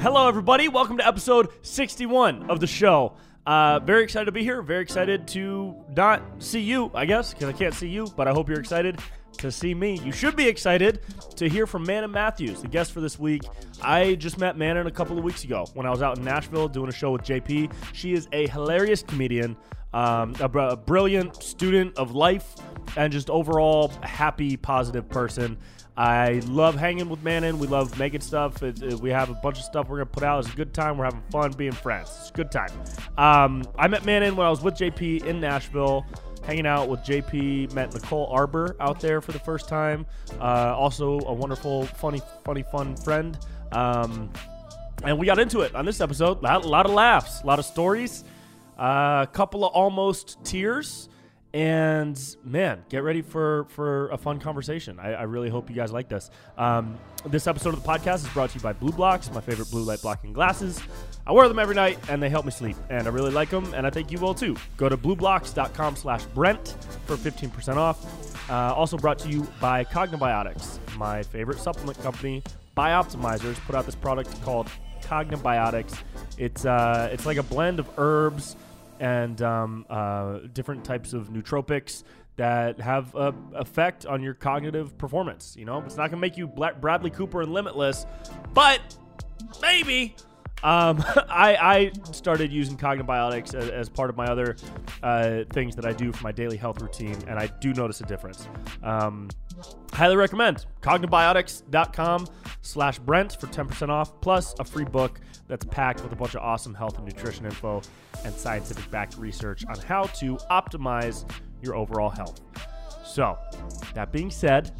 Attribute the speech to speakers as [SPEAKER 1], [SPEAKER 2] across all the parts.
[SPEAKER 1] Hello, everybody. Welcome to episode 61 of the show. Uh, very excited to be here. Very excited to not see you, I guess, because I can't see you, but I hope you're excited to see me. You should be excited to hear from Manon Matthews, the guest for this week. I just met Manon a couple of weeks ago when I was out in Nashville doing a show with JP. She is a hilarious comedian, um, a, br- a brilliant student of life, and just overall happy, positive person. I love hanging with Manon. We love making stuff. It, it- we have a bunch of stuff we're gonna put out. It's a good time. We're having fun being friends. It's a good time. Um, I met Manon when I was with JP in Nashville, hanging out with JP. Met Nicole Arbor out there for the first time. Uh, also a wonderful, funny, funny, fun friend. Um, and we got into it on this episode. A lot, lot of laughs, a lot of stories, a couple of almost tears, and man, get ready for for a fun conversation. I, I really hope you guys like this. Um, this episode of the podcast is brought to you by Blue Blocks, my favorite blue light blocking glasses. I wear them every night, and they help me sleep, and I really like them, and I think you will too. Go to blueblocks.com/brent for 15% off. Uh, also brought to you by Cognobiotics, my favorite supplement company. Bioptimizers put out this product called Cognobiotics. It's uh, it's like a blend of herbs and um, uh, different types of nootropics that have a effect on your cognitive performance. You know, it's not gonna make you Bla- Bradley Cooper and Limitless, but maybe. Um, I, I started using Cognobiotics as, as part of my other uh, things that I do for my daily health routine, and I do notice a difference. Um, highly recommend cognobiotics.com slash brent for 10% off plus a free book that's packed with a bunch of awesome health and nutrition info and scientific backed research on how to optimize your overall health so that being said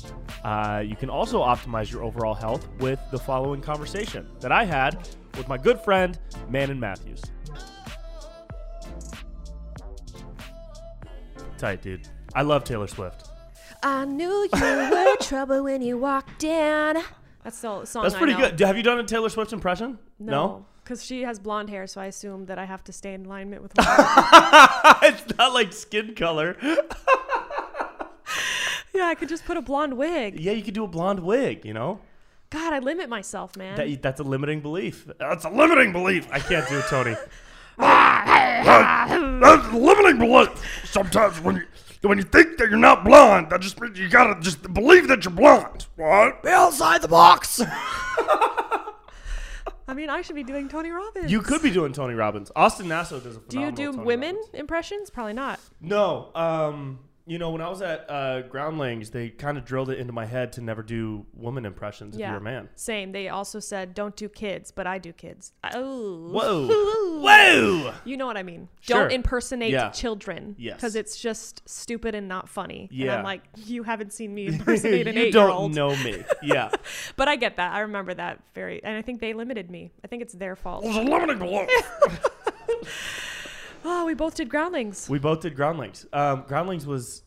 [SPEAKER 1] uh, you can also optimize your overall health with the following conversation that i had with my good friend manon matthews tight dude i love taylor swift
[SPEAKER 2] I knew you were trouble when you walked in. That's the song.
[SPEAKER 1] That's
[SPEAKER 2] I
[SPEAKER 1] pretty
[SPEAKER 2] know.
[SPEAKER 1] good. Have you done a Taylor Swift impression?
[SPEAKER 2] No, because she has blonde hair, so I assume that I have to stay in alignment with. Her.
[SPEAKER 1] it's not like skin color.
[SPEAKER 2] yeah, I could just put a blonde wig.
[SPEAKER 1] Yeah, you could do a blonde wig, you know?
[SPEAKER 2] God, I limit myself, man.
[SPEAKER 1] That, that's a limiting belief. That's a limiting belief. I can't do it, Tony.
[SPEAKER 3] That's limiting belief. Sometimes when you when you think that you're not blind, that just means you gotta just believe that you're blind. What? Be outside the box.
[SPEAKER 2] I mean, I should be doing Tony Robbins.
[SPEAKER 1] You could be doing Tony Robbins. Austin Nassau does a
[SPEAKER 2] Do you
[SPEAKER 1] phenomenal
[SPEAKER 2] do
[SPEAKER 1] Tony
[SPEAKER 2] women
[SPEAKER 1] Robbins.
[SPEAKER 2] impressions? Probably not.
[SPEAKER 1] No. Um, you know, when I was at uh, Groundlings, they kind of drilled it into my head to never do woman impressions if
[SPEAKER 2] Yeah,
[SPEAKER 1] you're a man.
[SPEAKER 2] Same. They also said don't do kids, but I do kids. Oh,
[SPEAKER 1] Whoa. Whoa!
[SPEAKER 2] You know what I mean.
[SPEAKER 1] Sure.
[SPEAKER 2] Don't impersonate
[SPEAKER 1] Yeah.
[SPEAKER 2] children.
[SPEAKER 1] Yes.
[SPEAKER 2] Because it's just stupid and not funny. And
[SPEAKER 1] Yeah.
[SPEAKER 2] I'm like, you haven't seen me impersonate an
[SPEAKER 1] you
[SPEAKER 2] eight year
[SPEAKER 1] don't
[SPEAKER 2] old.
[SPEAKER 1] know me. Yeah.
[SPEAKER 2] But I get that. I remember that very. And I think they limited me. I think it's their fault.
[SPEAKER 3] There's a limiting belief.
[SPEAKER 2] Oh, we both did groundlings.
[SPEAKER 1] We both did Groundlings. Um, Groundlings was.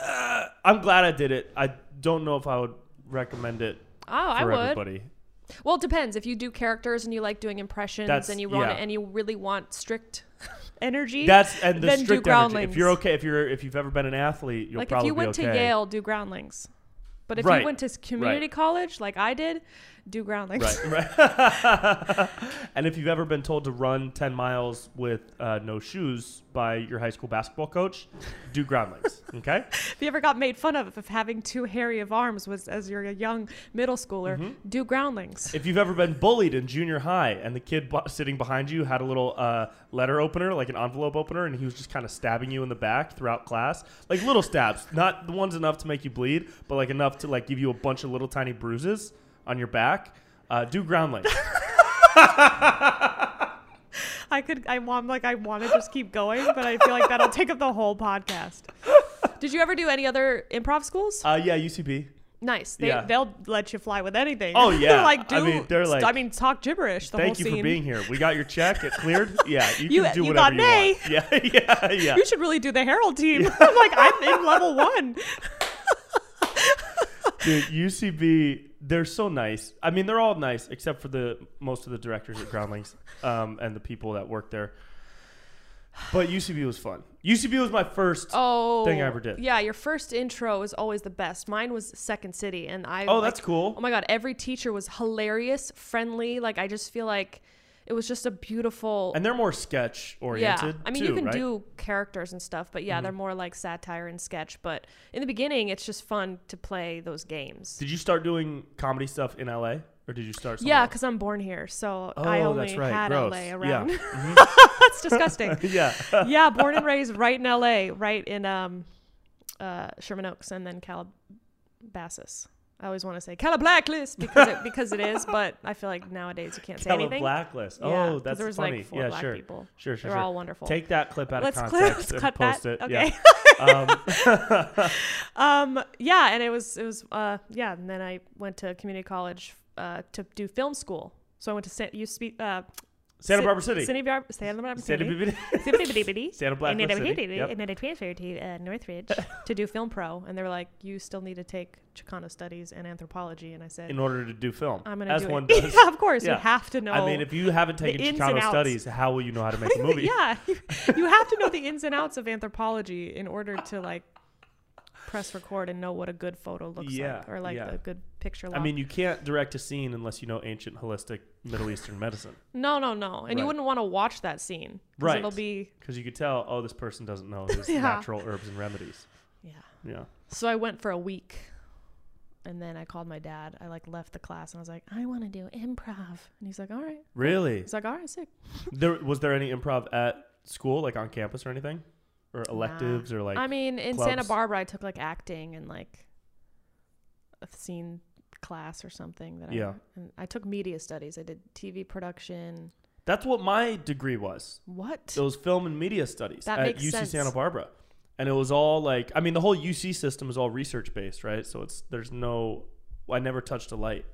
[SPEAKER 1] Uh, I'm glad I did it. I don't know if I would recommend it
[SPEAKER 2] Oh, I
[SPEAKER 1] for
[SPEAKER 2] would.
[SPEAKER 1] everybody.
[SPEAKER 2] Well, it depends. If you do characters and you like doing impressions
[SPEAKER 1] That's-
[SPEAKER 2] and you want
[SPEAKER 1] yeah.
[SPEAKER 2] and you really want strict energy,
[SPEAKER 1] That's and the
[SPEAKER 2] then do
[SPEAKER 1] strict energy.
[SPEAKER 2] groundlings.
[SPEAKER 1] If you're okay, if you're if you've ever been an athlete, you'll
[SPEAKER 2] like if
[SPEAKER 1] probably
[SPEAKER 2] you went
[SPEAKER 1] be okay.
[SPEAKER 2] to Yale, do groundlings. But if
[SPEAKER 1] Right.
[SPEAKER 2] you went to s- community
[SPEAKER 1] Right.
[SPEAKER 2] college, like I did, do groundlings.
[SPEAKER 1] Right, right. and if you've ever been told to run 10 miles with uh, no shoes by your high school basketball coach, do groundlings. Okay?
[SPEAKER 2] If you ever got made fun of if having too hairy of arms was as you're a young middle schooler,
[SPEAKER 1] Mm-hmm.
[SPEAKER 2] do groundlings.
[SPEAKER 1] If you've ever been bullied in junior high and the kid b- sitting behind you had a little uh, letter opener, like an envelope opener, and he was just kind of stabbing you in the back throughout class, like little stabs, not the ones enough to make you bleed, but like enough to like give you a bunch of little tiny bruises on your back, uh, do groundlings.
[SPEAKER 2] I could I want like I want to just keep going, but I feel like that'll take up the whole podcast. Did you ever do any other improv schools?
[SPEAKER 1] uh, yeah, UCB.
[SPEAKER 2] nice. They
[SPEAKER 1] yeah.
[SPEAKER 2] they'll let you fly with anything.
[SPEAKER 1] Oh, yeah.
[SPEAKER 2] like do
[SPEAKER 1] I mean, they're like,
[SPEAKER 2] I mean talk gibberish the
[SPEAKER 1] Thank
[SPEAKER 2] whole
[SPEAKER 1] you
[SPEAKER 2] scene.
[SPEAKER 1] for being here. We got your check. It cleared. Yeah, you,
[SPEAKER 2] You-
[SPEAKER 1] can do
[SPEAKER 2] you
[SPEAKER 1] whatever
[SPEAKER 2] got
[SPEAKER 1] you want. Yeah, yeah, yeah.
[SPEAKER 2] you should really do the Herald team. I'm like I'm in level one.
[SPEAKER 1] Dude, UCB, they're so nice. I mean, they're all nice except for the most of the directors at Groundlings um, and the people that work there. But UCB was fun. UCB was my first.
[SPEAKER 2] Oh,
[SPEAKER 1] Thing I ever did.
[SPEAKER 2] Yeah, your first intro is always the best. Mine was Second City, and I.
[SPEAKER 1] Oh,
[SPEAKER 2] like,
[SPEAKER 1] that's cool.
[SPEAKER 2] Oh my god, every teacher was hilarious, friendly. Like I just feel like it was just a beautiful.
[SPEAKER 1] and they're more sketch
[SPEAKER 2] yeah,
[SPEAKER 1] oriented.
[SPEAKER 2] I mean
[SPEAKER 1] too,
[SPEAKER 2] you can
[SPEAKER 1] right? Mm-hmm.
[SPEAKER 2] do characters and stuff, but yeah, they're more like satire and sketch. But in the beginning, it's just fun to play those games.
[SPEAKER 1] Did you start doing comedy stuff in LA, or did you start? somewhere
[SPEAKER 2] Yeah,
[SPEAKER 1] else?
[SPEAKER 2] because I'm born here, so I
[SPEAKER 1] Oh,
[SPEAKER 2] only
[SPEAKER 1] that's right.
[SPEAKER 2] had
[SPEAKER 1] Gross.
[SPEAKER 2] LA
[SPEAKER 1] Yeah.
[SPEAKER 2] around. that's disgusting.
[SPEAKER 1] yeah.
[SPEAKER 2] yeah, born and raised right in LA, right in um, uh, Sherman Oaks and then Calabasas. I always want to say Calabacklist because it, because it is, but I feel like nowadays you can't say
[SPEAKER 1] Tell a
[SPEAKER 2] anything.
[SPEAKER 1] blacklist.
[SPEAKER 2] Yeah,
[SPEAKER 1] oh,
[SPEAKER 2] 'cause
[SPEAKER 1] that's
[SPEAKER 2] there was, like,
[SPEAKER 1] funny.
[SPEAKER 2] four
[SPEAKER 1] yeah,
[SPEAKER 2] black
[SPEAKER 1] sure.
[SPEAKER 2] people.
[SPEAKER 1] Sure, sure,
[SPEAKER 2] They're
[SPEAKER 1] sure.
[SPEAKER 2] all wonderful.
[SPEAKER 1] Take that clip out
[SPEAKER 2] Let's,
[SPEAKER 1] of
[SPEAKER 2] clear,
[SPEAKER 1] context
[SPEAKER 2] let's
[SPEAKER 1] and
[SPEAKER 2] cut
[SPEAKER 1] post
[SPEAKER 2] that.
[SPEAKER 1] it.
[SPEAKER 2] Okay.
[SPEAKER 1] Yeah. Um,
[SPEAKER 2] um, yeah, and it was it was uh, yeah, and then I went to community college uh, to do film school. So I went to San, you speak uh,
[SPEAKER 1] Santa
[SPEAKER 2] Ci-
[SPEAKER 1] Barbara City.
[SPEAKER 2] Santa Barbara Santa Barbara
[SPEAKER 1] Santa
[SPEAKER 2] City.
[SPEAKER 1] Barbara Santa
[SPEAKER 2] Santa
[SPEAKER 1] Blackwood
[SPEAKER 2] and then I
[SPEAKER 1] City,
[SPEAKER 2] did it,
[SPEAKER 1] yep.
[SPEAKER 2] and then I transferred to uh, Northridge to do film pro, and they were like, "You still need to take Chicano studies and anthropology,gy," and I said,
[SPEAKER 1] in order to do film.
[SPEAKER 2] "I'm gonna
[SPEAKER 1] as
[SPEAKER 2] do
[SPEAKER 1] one
[SPEAKER 2] it."
[SPEAKER 1] does.
[SPEAKER 2] yeah, of course,
[SPEAKER 1] Yeah.
[SPEAKER 2] you have to know.
[SPEAKER 1] I mean, if you haven't taken
[SPEAKER 2] ins
[SPEAKER 1] Chicano
[SPEAKER 2] and outs.
[SPEAKER 1] studies, how will you know how to make a
[SPEAKER 2] the-
[SPEAKER 1] movie?
[SPEAKER 2] yeah, you, you have to know the ins and outs of anthropology in order to like press record and know what a good photo looks
[SPEAKER 1] Yeah,
[SPEAKER 2] like, or like
[SPEAKER 1] yeah.
[SPEAKER 2] a good picture.
[SPEAKER 1] I
[SPEAKER 2] Lock.
[SPEAKER 1] mean, you can't direct a scene unless you know ancient holistic Middle Eastern medicine,
[SPEAKER 2] no, no, no, and
[SPEAKER 1] Right.
[SPEAKER 2] you wouldn't want to watch that scene. 'cause
[SPEAKER 1] Right.
[SPEAKER 2] It'll be
[SPEAKER 1] because you could tell, oh, this person doesn't know his
[SPEAKER 2] Yeah.
[SPEAKER 1] natural herbs and remedies.
[SPEAKER 2] yeah.
[SPEAKER 1] Yeah.
[SPEAKER 2] So I went for a week. And then I called my dad. I like left the class and I was like, I want to do improv. And he's like, All right.
[SPEAKER 1] Really?
[SPEAKER 2] He's like, all right, sick.
[SPEAKER 1] There was there any improv at school, like on campus or anything, or electives or like?
[SPEAKER 2] I mean, in Santa
[SPEAKER 1] clubs?
[SPEAKER 2] Barbara, I took like acting and like a scene class or something. That
[SPEAKER 1] Yeah.
[SPEAKER 2] I, and I took media studies. I did TV production.
[SPEAKER 1] that's what my degree was.
[SPEAKER 2] What?
[SPEAKER 1] It was film and media studies
[SPEAKER 2] That
[SPEAKER 1] at
[SPEAKER 2] makes
[SPEAKER 1] UC
[SPEAKER 2] sense.
[SPEAKER 1] Santa Barbara, and it was all like I mean the whole UC system is all research based, right? So it's there's no I never touched a light.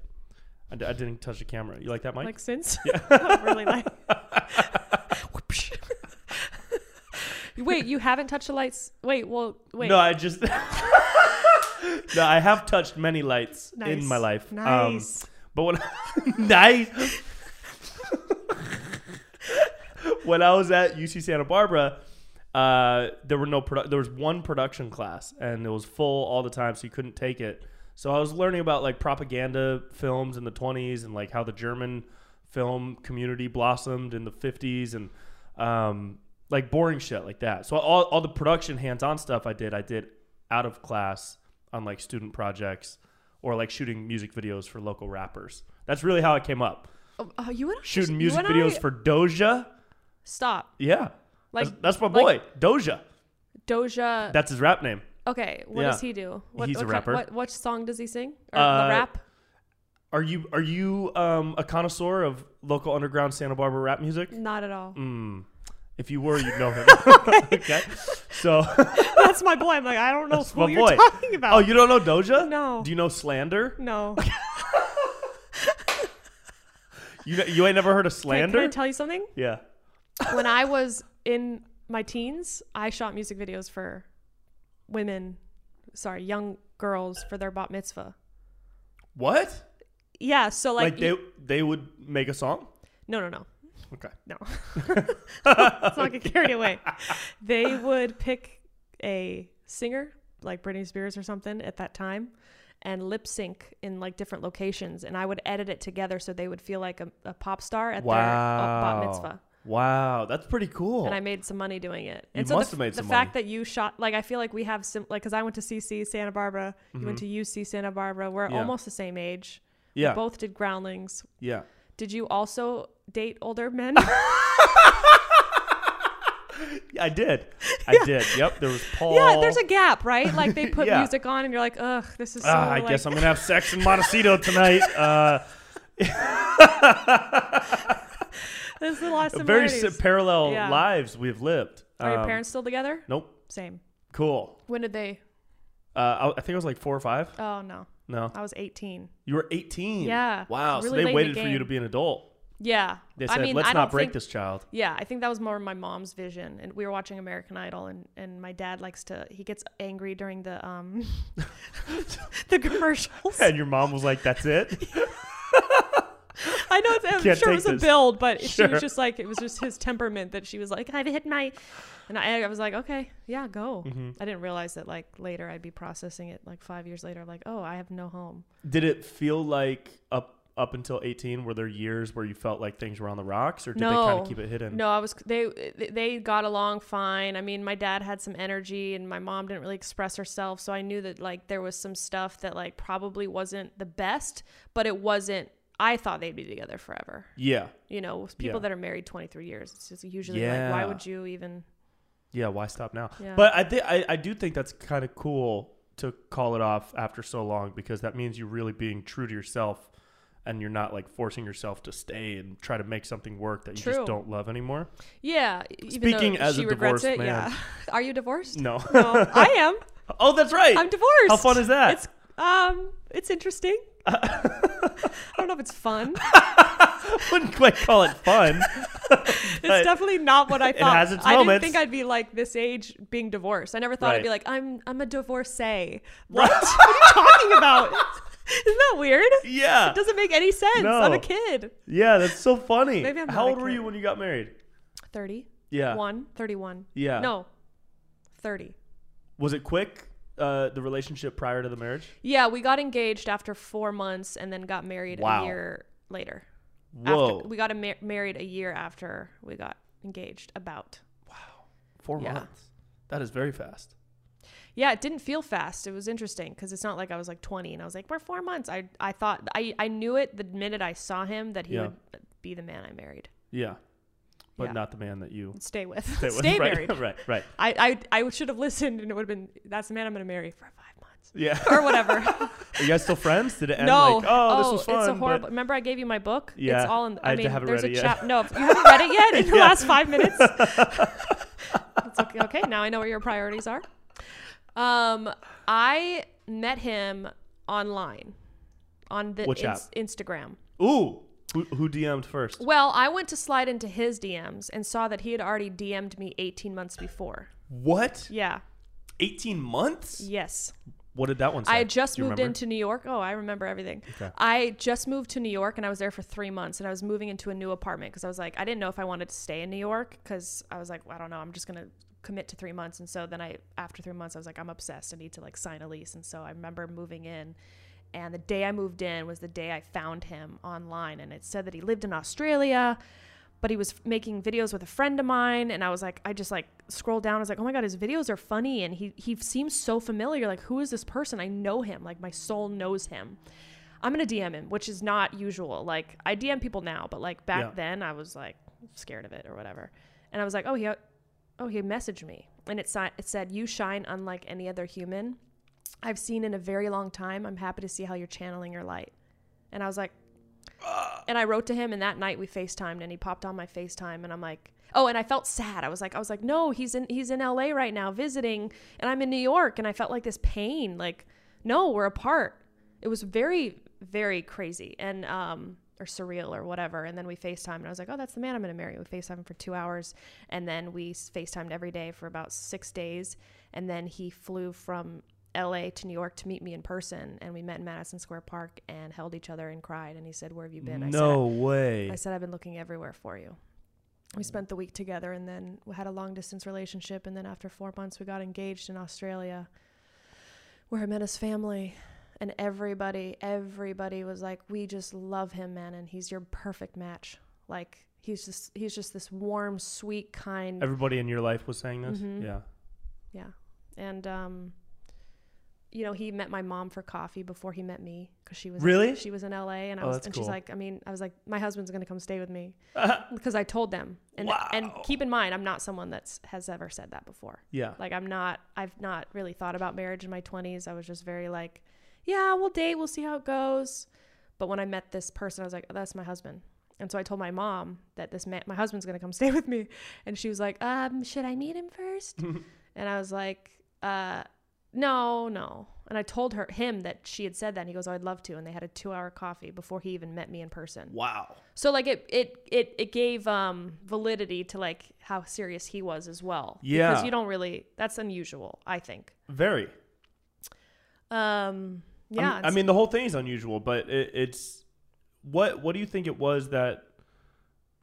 [SPEAKER 1] I, d- I didn't touch a camera. You like that, Mike?
[SPEAKER 2] Like since? Yeah. really like. Whoopsh. wait, you haven't touched the lights? Wait, well, wait.
[SPEAKER 1] No, I just. no, I have touched many lights in
[SPEAKER 2] Nice.
[SPEAKER 1] my life. Um,
[SPEAKER 2] Nice.
[SPEAKER 1] but when nice. when I was at UC Santa Barbara, uh, there were no produ- there was one production class and it was full all the time, so you couldn't take it. So I was learning about like propaganda films in the 20s and like how the German film community blossomed in the 50s and um, like boring shit like that. So all, all the production hands-on stuff I did, I did out of class on like student projects or like shooting music videos for local rappers. That's really how I came up.
[SPEAKER 2] Oh, oh, you and I-
[SPEAKER 1] Shooting
[SPEAKER 2] you
[SPEAKER 1] music
[SPEAKER 2] and
[SPEAKER 1] videos
[SPEAKER 2] I-
[SPEAKER 1] for Doja.
[SPEAKER 2] Stop.
[SPEAKER 1] Yeah.
[SPEAKER 2] Like-
[SPEAKER 1] that's, that's my boy,
[SPEAKER 2] like-
[SPEAKER 1] Doja.
[SPEAKER 2] Doja.
[SPEAKER 1] That's his rap name.
[SPEAKER 2] okay, what
[SPEAKER 1] Yeah.
[SPEAKER 2] does he do? What,
[SPEAKER 1] He's
[SPEAKER 2] what
[SPEAKER 1] a
[SPEAKER 2] kind-
[SPEAKER 1] rapper.
[SPEAKER 2] what, what song does he sing? Or
[SPEAKER 1] Uh,
[SPEAKER 2] the rap?
[SPEAKER 1] Are you are you um, a connoisseur of local underground Santa Barbara rap music?
[SPEAKER 2] Not at all.
[SPEAKER 1] Mm. If you were, you'd know him. okay. So
[SPEAKER 2] That's my boy. I'm like, I don't know
[SPEAKER 1] that's
[SPEAKER 2] who
[SPEAKER 1] my
[SPEAKER 2] you're
[SPEAKER 1] boy.
[SPEAKER 2] talking about.
[SPEAKER 1] Oh, you don't know Doja?
[SPEAKER 2] No.
[SPEAKER 1] Do you know Slander?
[SPEAKER 2] no.
[SPEAKER 1] You know, you ain't never heard of
[SPEAKER 2] Can,
[SPEAKER 1] Slander?
[SPEAKER 2] can I tell you something?
[SPEAKER 1] yeah.
[SPEAKER 2] When I was in my teens, I shot music videos for women, sorry, young girls for their bat mitzvah.
[SPEAKER 1] What?
[SPEAKER 2] Yeah, so like,
[SPEAKER 1] Like, they they would make a song?
[SPEAKER 2] no, no, no,
[SPEAKER 1] Okay.
[SPEAKER 2] no. Let's not get carried away. They would pick a singer like Britney Spears or something at that time and lip sync in like different locations, and I would edit it together so they would feel like a, a pop star at their uh, bat mitzvah.
[SPEAKER 1] Wow, that's pretty cool.
[SPEAKER 2] and I made some money doing it.
[SPEAKER 1] You
[SPEAKER 2] And so
[SPEAKER 1] must
[SPEAKER 2] the,
[SPEAKER 1] have made
[SPEAKER 2] the
[SPEAKER 1] some
[SPEAKER 2] fact that you shot like I feel like we have sim like because I went to CC Santa Barbara, you went to UC Santa Barbara. We're
[SPEAKER 1] Mm-hmm. Yeah.
[SPEAKER 2] almost the same age. We
[SPEAKER 1] yeah.
[SPEAKER 2] both did groundlings.
[SPEAKER 1] Yeah.
[SPEAKER 2] Did you also date older men?
[SPEAKER 1] I did. I did. Yep. There was Paul.
[SPEAKER 2] yeah, there's a gap, right? Like they put
[SPEAKER 1] Yeah.
[SPEAKER 2] music on and you're like, ugh, this is so.
[SPEAKER 1] Ah, I
[SPEAKER 2] like,
[SPEAKER 1] guess I'm gonna have sex in Montecito tonight. Uh,
[SPEAKER 2] this is a lot of
[SPEAKER 1] very si-
[SPEAKER 2] similarities.
[SPEAKER 1] parallel
[SPEAKER 2] Yeah.
[SPEAKER 1] lives we've lived.
[SPEAKER 2] Are your
[SPEAKER 1] Um,
[SPEAKER 2] parents still together?
[SPEAKER 1] Nope.
[SPEAKER 2] Same.
[SPEAKER 1] Cool.
[SPEAKER 2] When did they?
[SPEAKER 1] Uh, I, I think it was like four or five.
[SPEAKER 2] Oh no,
[SPEAKER 1] No,
[SPEAKER 2] I was 18.
[SPEAKER 1] you were 18.
[SPEAKER 2] Yeah.
[SPEAKER 1] Wow.
[SPEAKER 2] Really
[SPEAKER 1] so
[SPEAKER 2] late in
[SPEAKER 1] they
[SPEAKER 2] the
[SPEAKER 1] waited for you
[SPEAKER 2] game.
[SPEAKER 1] to be an adult.
[SPEAKER 2] Yeah.
[SPEAKER 1] They
[SPEAKER 2] I
[SPEAKER 1] said,
[SPEAKER 2] mean,
[SPEAKER 1] "Let's
[SPEAKER 2] I
[SPEAKER 1] not
[SPEAKER 2] don't
[SPEAKER 1] break
[SPEAKER 2] think
[SPEAKER 1] this child."
[SPEAKER 2] Yeah, I think that was more my mom's vision. And we were watching American Idol, and, and my dad likes to, he gets angry during the um the commercials.
[SPEAKER 1] And your mom was like, "That's it."
[SPEAKER 2] I know it's, I'm
[SPEAKER 1] Can't
[SPEAKER 2] sure
[SPEAKER 1] take
[SPEAKER 2] it was a
[SPEAKER 1] this.
[SPEAKER 2] build, but she
[SPEAKER 1] Sure.
[SPEAKER 2] was just like, it was just his temperament that she was like, I've hit my, and I, I was like, okay, yeah, go.
[SPEAKER 1] Mm-hmm.
[SPEAKER 2] I didn't realize that like later I'd be processing it like five years later, like, oh, I have no home.
[SPEAKER 1] Did it feel like up up until 18 were there years where you felt like things were on the rocks or did they kind
[SPEAKER 2] No.
[SPEAKER 1] of keep it hidden?
[SPEAKER 2] No, I was they they got along fine. I mean, my dad had some energy and my mom didn't really express herself, so I knew that like there was some stuff that like probably wasn't the best, but it wasn't I thought they'd be together forever.
[SPEAKER 1] Yeah.
[SPEAKER 2] You know, with people
[SPEAKER 1] Yeah.
[SPEAKER 2] that are married 23 years, it's just usually like why
[SPEAKER 1] Yeah.
[SPEAKER 2] would you even
[SPEAKER 1] Yeah, why stop now?
[SPEAKER 2] Yeah.
[SPEAKER 1] But I think I I do think that's kind of cool to call it off after so long because that means you're really being true to yourself and you're not like forcing yourself to stay and try to make something work that you
[SPEAKER 2] True.
[SPEAKER 1] just don't love anymore.
[SPEAKER 2] Yeah, e- even though
[SPEAKER 1] Speaking as
[SPEAKER 2] she
[SPEAKER 1] a
[SPEAKER 2] regrets
[SPEAKER 1] divorced
[SPEAKER 2] it,
[SPEAKER 1] man.
[SPEAKER 2] Yeah. Are you divorced?
[SPEAKER 1] No.
[SPEAKER 2] No, I am.
[SPEAKER 1] oh, that's right.
[SPEAKER 2] I'm divorced.
[SPEAKER 1] How fun is that?
[SPEAKER 2] It's um it's interesting. I don't know if it's fun.
[SPEAKER 1] wouldn't quite call it fun.
[SPEAKER 2] It's definitely not what I thought.
[SPEAKER 1] has its
[SPEAKER 2] I didn't
[SPEAKER 1] moments.
[SPEAKER 2] think I'd be like this age being divorced. I never thought I'd
[SPEAKER 1] Right.
[SPEAKER 2] be like I'm I'm a divorcee. What? what are you talking about? Isn't that weird?
[SPEAKER 1] yeah.
[SPEAKER 2] It doesn't make any sense. I'm a
[SPEAKER 1] No.
[SPEAKER 2] kid.
[SPEAKER 1] Yeah, that's so funny.
[SPEAKER 2] Maybe I'm
[SPEAKER 1] How
[SPEAKER 2] not a
[SPEAKER 1] old were
[SPEAKER 2] kid.
[SPEAKER 1] you when you got married?
[SPEAKER 2] 30.
[SPEAKER 1] Yeah.
[SPEAKER 2] 1, 31.
[SPEAKER 1] Yeah.
[SPEAKER 2] No. 30.
[SPEAKER 1] Was it quick? Uh, the relationship prior to the marriage.
[SPEAKER 2] Yeah, we got engaged after 4 months and then got married
[SPEAKER 1] Wow.
[SPEAKER 2] a year later.
[SPEAKER 1] Whoa.
[SPEAKER 2] After, we got a mar- married a year after we got engaged about.
[SPEAKER 1] Four
[SPEAKER 2] Yeah.
[SPEAKER 1] months. That is very fast.
[SPEAKER 2] Yeah, it didn't feel fast. It was interesting because it's not like I was like 20 and I was like, we're four months. I, I thought, I, I knew it the minute I saw him that he
[SPEAKER 1] Yeah.
[SPEAKER 2] would be the man I married,
[SPEAKER 1] Yeah. But
[SPEAKER 2] Yeah.
[SPEAKER 1] not the man that you
[SPEAKER 2] stay with,
[SPEAKER 1] that
[SPEAKER 2] stay,
[SPEAKER 1] was- right,
[SPEAKER 2] married.
[SPEAKER 1] right, right.
[SPEAKER 2] I, I, I should have listened and it would have been, that's the man I'm going to marry for five months
[SPEAKER 1] Yeah.
[SPEAKER 2] or whatever.
[SPEAKER 1] Are you guys still friends? Did it end
[SPEAKER 2] no.
[SPEAKER 1] like, oh, this was fun?
[SPEAKER 2] It's a
[SPEAKER 1] but-
[SPEAKER 2] horrible, remember I gave you my book?
[SPEAKER 1] Yeah,
[SPEAKER 2] It's all in, I,
[SPEAKER 1] I
[SPEAKER 2] mean,
[SPEAKER 1] haven't
[SPEAKER 2] there's
[SPEAKER 1] read
[SPEAKER 2] a
[SPEAKER 1] it yet.
[SPEAKER 2] chap. No, if you haven't read it yet in the
[SPEAKER 1] Yeah.
[SPEAKER 2] last five minutes. it's okay. Okay. Now I know what your priorities are. Um, I met him online on the
[SPEAKER 1] Which
[SPEAKER 2] ins- Instagram.
[SPEAKER 1] Ooh. Who, who DM'd first?
[SPEAKER 2] Well, I went to slide into his DMs and saw that he had already DM'd me 18 months before.
[SPEAKER 1] What?
[SPEAKER 2] Yeah.
[SPEAKER 1] 18 months?
[SPEAKER 2] Yes.
[SPEAKER 1] What did that one say?
[SPEAKER 2] I had just
[SPEAKER 1] Do you
[SPEAKER 2] moved
[SPEAKER 1] remember?
[SPEAKER 2] into New York. Oh, I remember everything. I just moved to New York and I was there for three months and I was moving into a new apartment because I was like, I didn't know if I wanted to stay in New York because I was like, well, I don't know. I'm just going to commit to three months. And so then I, after three months, I was like, I'm obsessed. I need to like sign a lease. And so I remember moving in. And the day I moved in was the day I found him online. And it said that he lived in Australia but he was f- making videos with a friend of mine and i was like i just like scrolled down i was like oh my god his videos are funny and he he seems so familiar like who is this person i know him like my soul knows him i'm gonna dm him which is not usual like i dm people now but like back
[SPEAKER 1] Yeah.
[SPEAKER 2] then i was like scared of it or whatever and i was like oh he oh he messaged me and it, si- it said you shine unlike any other human i've seen in a very long time i'm happy to see how you're channeling your light and i was like and I wrote to him, and that night we FaceTimed, and he popped on my FaceTime, and I'm like, oh, and I felt sad. I was like, I was like, no, he's in he's in LA right now visiting, and I'm in New York, and I felt like this pain, like, no, we're apart. It was very very crazy and um or surreal or whatever. And then we FaceTimed, and I was like, oh, that's the man I'm gonna marry. We FaceTimed for two hours, and then we s- FaceTimed every day for about six days, and then he flew from. LA to New York to meet me in person, and we met in Madison Square Park and held each other and cried. And he said, "Where have you been?" I said,
[SPEAKER 1] no way.
[SPEAKER 2] I said, I've been looking everywhere for you. We spent the week together and then we had a long distance relationship. And then after four months, we got engaged in Australia where I met his family. And everybody, everybody was like, We just love him, man. And he's your perfect match. Like, he's just, he's just this warm, sweet, kind.
[SPEAKER 1] Everybody in your life was saying this?
[SPEAKER 2] Mm-hmm.
[SPEAKER 1] Yeah.
[SPEAKER 2] yeah. And, um, you know, he met my mom for coffee before he met me because she was
[SPEAKER 1] Really?
[SPEAKER 2] she was in LA and I
[SPEAKER 1] Oh,
[SPEAKER 2] was
[SPEAKER 1] that's
[SPEAKER 2] and she's
[SPEAKER 1] cool.
[SPEAKER 2] like, I mean, I was like, my husband's gonna come stay with me because I told them. And and keep in mind, I'm not someone that's has ever said that before.
[SPEAKER 1] Yeah.
[SPEAKER 2] Like I'm not. I've not really thought about marriage in my 20s. I was just very like, yeah, we'll date, we'll see how it goes. But when I met this person, I was like, oh, that's my husband. And so I told my mom that this man, my husband's gonna come stay with me, and she was like, um, should I meet him first? and I was like, uh, no, no. And I told her him that she had said that, and he goes, oh, I'd love to. And they had a two-hour coffee before he even met me in person.
[SPEAKER 1] Wow.
[SPEAKER 2] So like it it it it gave um validity to like how serious he was as well. Because
[SPEAKER 1] Yeah.
[SPEAKER 2] you don't really that's unusual, I think.
[SPEAKER 1] Very. I'm-
[SPEAKER 2] Um yeah.
[SPEAKER 1] I mean, the whole thing is unusual, but it, it's what what do you think it was that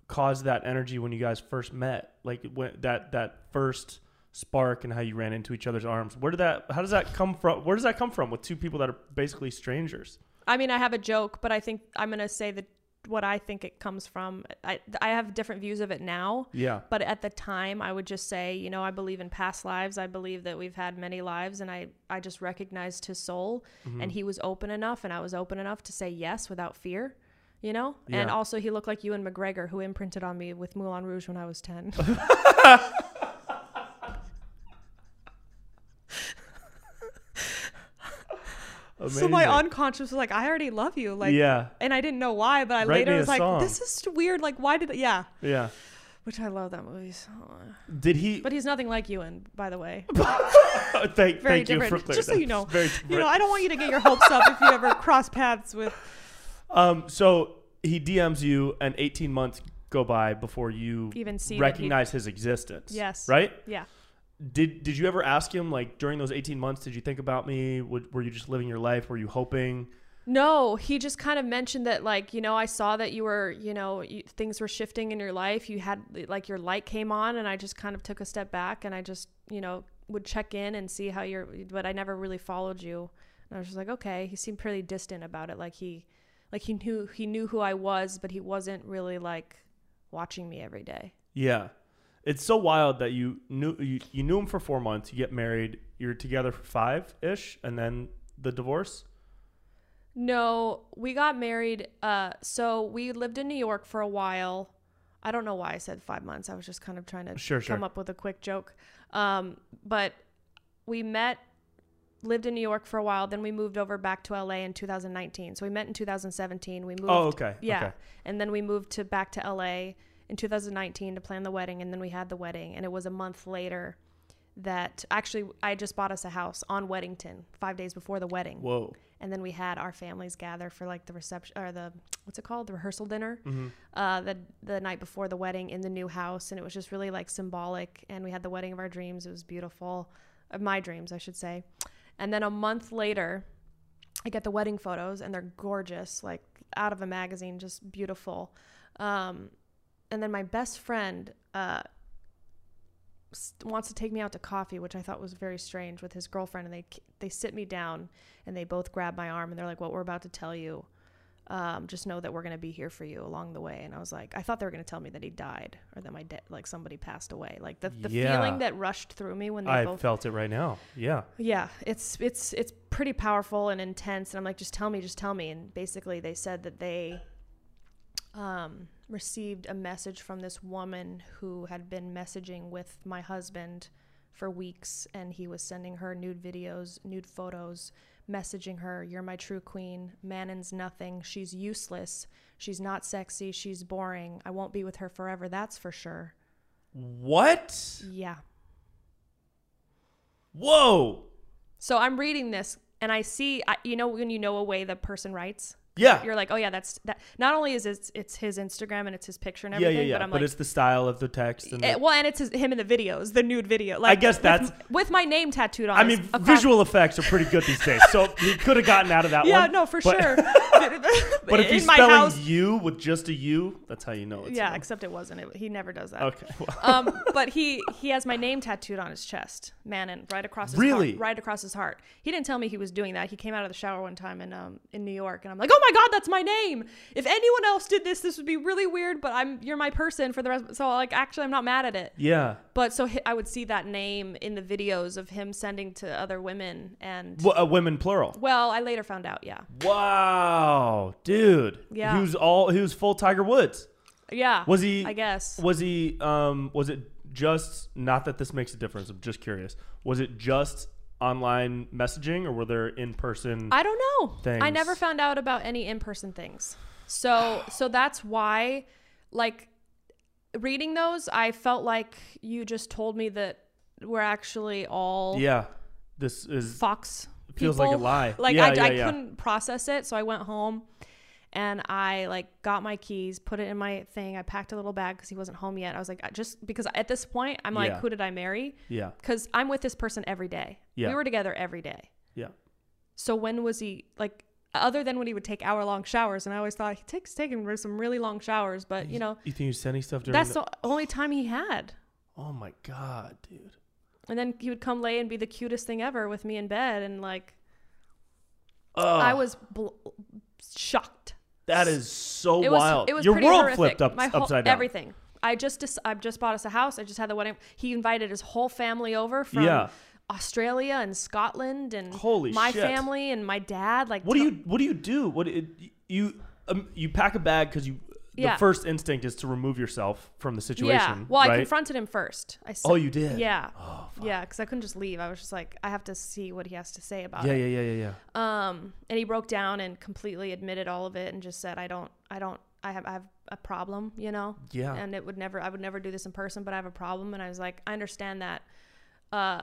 [SPEAKER 1] caused that energy when you guys first met? Like when, that that first spark and how you ran into each other's arms. Where did that? How does that come from? Where does that come from with two people that are basically strangers?
[SPEAKER 2] I mean, I have a joke, but I think I'm gonna say that what I think it comes from. I I have different views of it now.
[SPEAKER 1] Yeah.
[SPEAKER 2] But at the time, I would just say, you know, I believe in past lives. I believe that we've had many lives, and I, I just recognized his soul, and he was open enough, and I was open enough to say yes without fear, you know? And
[SPEAKER 1] Yeah.
[SPEAKER 2] also, he looked like Ewan McGregor, who imprinted on me with Moulin Rouge when I was 10. so my
[SPEAKER 1] Amazing.
[SPEAKER 2] unconscious was like, I already love you. Like,
[SPEAKER 1] yeah,
[SPEAKER 2] And I didn't know why, but I
[SPEAKER 1] Write
[SPEAKER 2] later
[SPEAKER 1] me a
[SPEAKER 2] was like,
[SPEAKER 1] song.
[SPEAKER 2] this is weird. Like, why did, yeah.
[SPEAKER 1] yeah.
[SPEAKER 2] Which I love that movie so much.
[SPEAKER 1] Did he?
[SPEAKER 2] But he's nothing like Ewan, by the way.
[SPEAKER 1] thank
[SPEAKER 2] Very
[SPEAKER 1] thank you for
[SPEAKER 2] different.
[SPEAKER 1] clearing
[SPEAKER 2] Just so
[SPEAKER 1] that.
[SPEAKER 2] you know.
[SPEAKER 1] Very
[SPEAKER 2] You
[SPEAKER 1] different.
[SPEAKER 2] know, I don't want you to get your hopes up if you ever cross paths with.
[SPEAKER 1] Um, so he DMs you, and 18 months go by before you
[SPEAKER 2] Even see that he-
[SPEAKER 1] recognize his existence.
[SPEAKER 2] Yes.
[SPEAKER 1] Right?
[SPEAKER 2] Yeah.
[SPEAKER 1] Did Did you ever ask him like during those 18 months? Did you think about me? Would, were you just living your life? Were you hoping?
[SPEAKER 2] No, he just kind of mentioned that, like, you know, I saw that you were, you know, you, things were shifting in your life. You had, like, your light came on, and I just kind of took a step back and I just, you know, would check in and see how you're, but I never really followed you. And I was just like, okay. He seemed pretty distant about it. Like, he, like, he knew, he knew who I was, but he wasn't really, like, watching me every day.
[SPEAKER 1] Yeah. It's so wild that you knew you, you knew him for four months. You get married. You're together for five ish, and then the divorce.
[SPEAKER 2] No, we got married. Uh, so we lived in New York for a while. I don't know why I said five months. I was just kind of trying to
[SPEAKER 1] Sure,
[SPEAKER 2] come
[SPEAKER 1] sure.
[SPEAKER 2] up with a quick joke. Um, but we met, lived in New York for a while. Then we moved over back to LA in 2019. So we met in 2017. We moved.
[SPEAKER 1] Oh, okay,
[SPEAKER 2] Yeah.
[SPEAKER 1] okay.
[SPEAKER 2] And then we moved to back to LA in 2019 to plan the wedding. And then we had the wedding. And it was a month later that actually I just bought us a house on Weddington five days before the wedding
[SPEAKER 1] Whoa.
[SPEAKER 2] and then we had our families gather for like the reception or the what's it called the rehearsal dinner uh, the the night before the wedding in the new house and it was just really like symbolic and we had the wedding of our dreams it was beautiful of my dreams I should say and then a month later I get the wedding photos and they're gorgeous like out of a magazine just beautiful um, and then my best friend uh, s- wants to take me out to coffee, which I thought was very strange with his girlfriend. And they k- they sit me down and they both grab my arm and they're like, "What we're about to tell you, um, just know that we're gonna be here for you along the way." And I was like, I thought they were gonna tell me that he died or that my de- like somebody passed away. Like the the
[SPEAKER 1] Yeah.
[SPEAKER 2] feeling that rushed through me when they
[SPEAKER 1] I
[SPEAKER 2] both
[SPEAKER 1] felt it right now. Yeah.
[SPEAKER 2] yeah it's it's it's pretty powerful and intense and i'm like just tell me just tell me and basically they said that they um, received a message from this woman who had been messaging with my husband for weeks and he was sending her nude videos nude photos messaging her you're my true queen manon's nothing she's useless she's not sexy she's boring i won't be with her forever that's for sure
[SPEAKER 1] What?
[SPEAKER 2] yeah
[SPEAKER 1] Whoa.
[SPEAKER 2] so i'm reading this and i see I, you know when you know a way the person writes
[SPEAKER 1] Yeah.
[SPEAKER 2] you're like, oh yeah, that's that. Not only is it it's his Instagram and it's his picture and
[SPEAKER 1] yeah,
[SPEAKER 2] everything,
[SPEAKER 1] yeah, yeah.
[SPEAKER 2] but I'm
[SPEAKER 1] it's the style of the text. And the-
[SPEAKER 2] like, eh, well, and it's his, him in the videos, the nude video. Like,
[SPEAKER 1] guess
[SPEAKER 2] with-
[SPEAKER 1] that's-
[SPEAKER 2] with, my name tattooed on.
[SPEAKER 1] I
[SPEAKER 2] his-
[SPEAKER 1] mean,
[SPEAKER 2] across-
[SPEAKER 1] visual effects are pretty good these days, so he could have gotten out of that
[SPEAKER 2] Yeah,
[SPEAKER 1] one.
[SPEAKER 2] no, for
[SPEAKER 1] but-
[SPEAKER 2] sure.
[SPEAKER 1] But if
[SPEAKER 2] in
[SPEAKER 1] he's
[SPEAKER 2] my
[SPEAKER 1] spelling
[SPEAKER 2] house,
[SPEAKER 1] "you" with just a "u," that's how you know it's.
[SPEAKER 2] yeah,
[SPEAKER 1] him.
[SPEAKER 2] except it wasn't. It, he never does that.
[SPEAKER 1] Okay. Well,
[SPEAKER 2] um, but he he has my name tattooed on his chest, Manon, right across his
[SPEAKER 1] Really?
[SPEAKER 2] heart, right across his heart. He didn't tell me he was doing that. He came out of the shower one time in um, in New York, and I'm like, oh my god, that's my name. If anyone else did this, this would be really weird. But I'm you're my person for the rest. So like, actually, I'm not mad at it.
[SPEAKER 1] yeah.
[SPEAKER 2] But so hi- I would see that name in the videos of him sending to other women, and
[SPEAKER 1] W- uh, women plural.
[SPEAKER 2] well, I later found out, yeah,
[SPEAKER 1] Wow, dude.
[SPEAKER 2] Yeah.
[SPEAKER 1] He was all. He was full Tiger Woods.
[SPEAKER 2] yeah.
[SPEAKER 1] Was he?
[SPEAKER 2] I guess.
[SPEAKER 1] Was he? Um. Was it just? Not that this makes a difference. I'm just curious. Was it just online messaging, or were there in person?
[SPEAKER 2] I don't know. I
[SPEAKER 1] things.
[SPEAKER 2] never found out about any in-person things. So so that's why like reading those I felt like you just told me that we're actually all
[SPEAKER 1] yeah. This is.
[SPEAKER 2] fox people.
[SPEAKER 1] Feels like a lie.
[SPEAKER 2] Like
[SPEAKER 1] Yeah,
[SPEAKER 2] I,
[SPEAKER 1] yeah,
[SPEAKER 2] I
[SPEAKER 1] yeah.
[SPEAKER 2] couldn't process it, so I went home and I like got my keys, put it in my thing. I packed a little bag cuz he wasn't home yet. I was like I just because at this point I'm like
[SPEAKER 1] Yeah.
[SPEAKER 2] who did I marry?
[SPEAKER 1] Yeah.
[SPEAKER 2] Cuz I'm with this person every day.
[SPEAKER 1] Yeah.
[SPEAKER 2] We were together every day.
[SPEAKER 1] Yeah.
[SPEAKER 2] So when was he like other than when he would take hour long showers. And I always thought he takes taking some really long showers, but you know,
[SPEAKER 1] You think you sent any stuff during?
[SPEAKER 2] that's
[SPEAKER 1] the-
[SPEAKER 2] the only time he had.
[SPEAKER 1] oh my god, dude.
[SPEAKER 2] And then he would come lay and be the cutest thing ever with me in bed. And like,
[SPEAKER 1] Ugh,
[SPEAKER 2] I was bl- shocked.
[SPEAKER 1] that is so
[SPEAKER 2] It was
[SPEAKER 1] wild.
[SPEAKER 2] it was
[SPEAKER 1] Your
[SPEAKER 2] pretty
[SPEAKER 1] world
[SPEAKER 2] horrific.
[SPEAKER 1] flipped up
[SPEAKER 2] My whole,
[SPEAKER 1] upside down.
[SPEAKER 2] Everything. I just dis- I just bought us a house. I just had the wedding. He invited his whole family over from
[SPEAKER 1] Yeah.
[SPEAKER 2] Australia and Scotland and
[SPEAKER 1] Holy
[SPEAKER 2] my
[SPEAKER 1] shit.
[SPEAKER 2] family and my dad. Like
[SPEAKER 1] What do
[SPEAKER 2] to-
[SPEAKER 1] you What do you do? What it, you um, you pack a bag because you
[SPEAKER 2] Yeah.
[SPEAKER 1] the first instinct is to remove yourself from the situation.
[SPEAKER 2] Yeah. Well, I
[SPEAKER 1] right?
[SPEAKER 2] confronted him first. I said,
[SPEAKER 1] Oh, you did.
[SPEAKER 2] Yeah.
[SPEAKER 1] Oh,
[SPEAKER 2] yeah, because I couldn't just leave. I was just like, I have to see what he has to say about
[SPEAKER 1] Yeah,
[SPEAKER 2] it.
[SPEAKER 1] yeah, yeah, yeah, yeah.
[SPEAKER 2] Um, and he broke down and completely admitted all of it and just said, I don't, I don't, I have, I have a problem, you know.
[SPEAKER 1] Yeah.
[SPEAKER 2] And it would never, I would never do this in person, but I have a problem. And I was like, I understand that. Uh,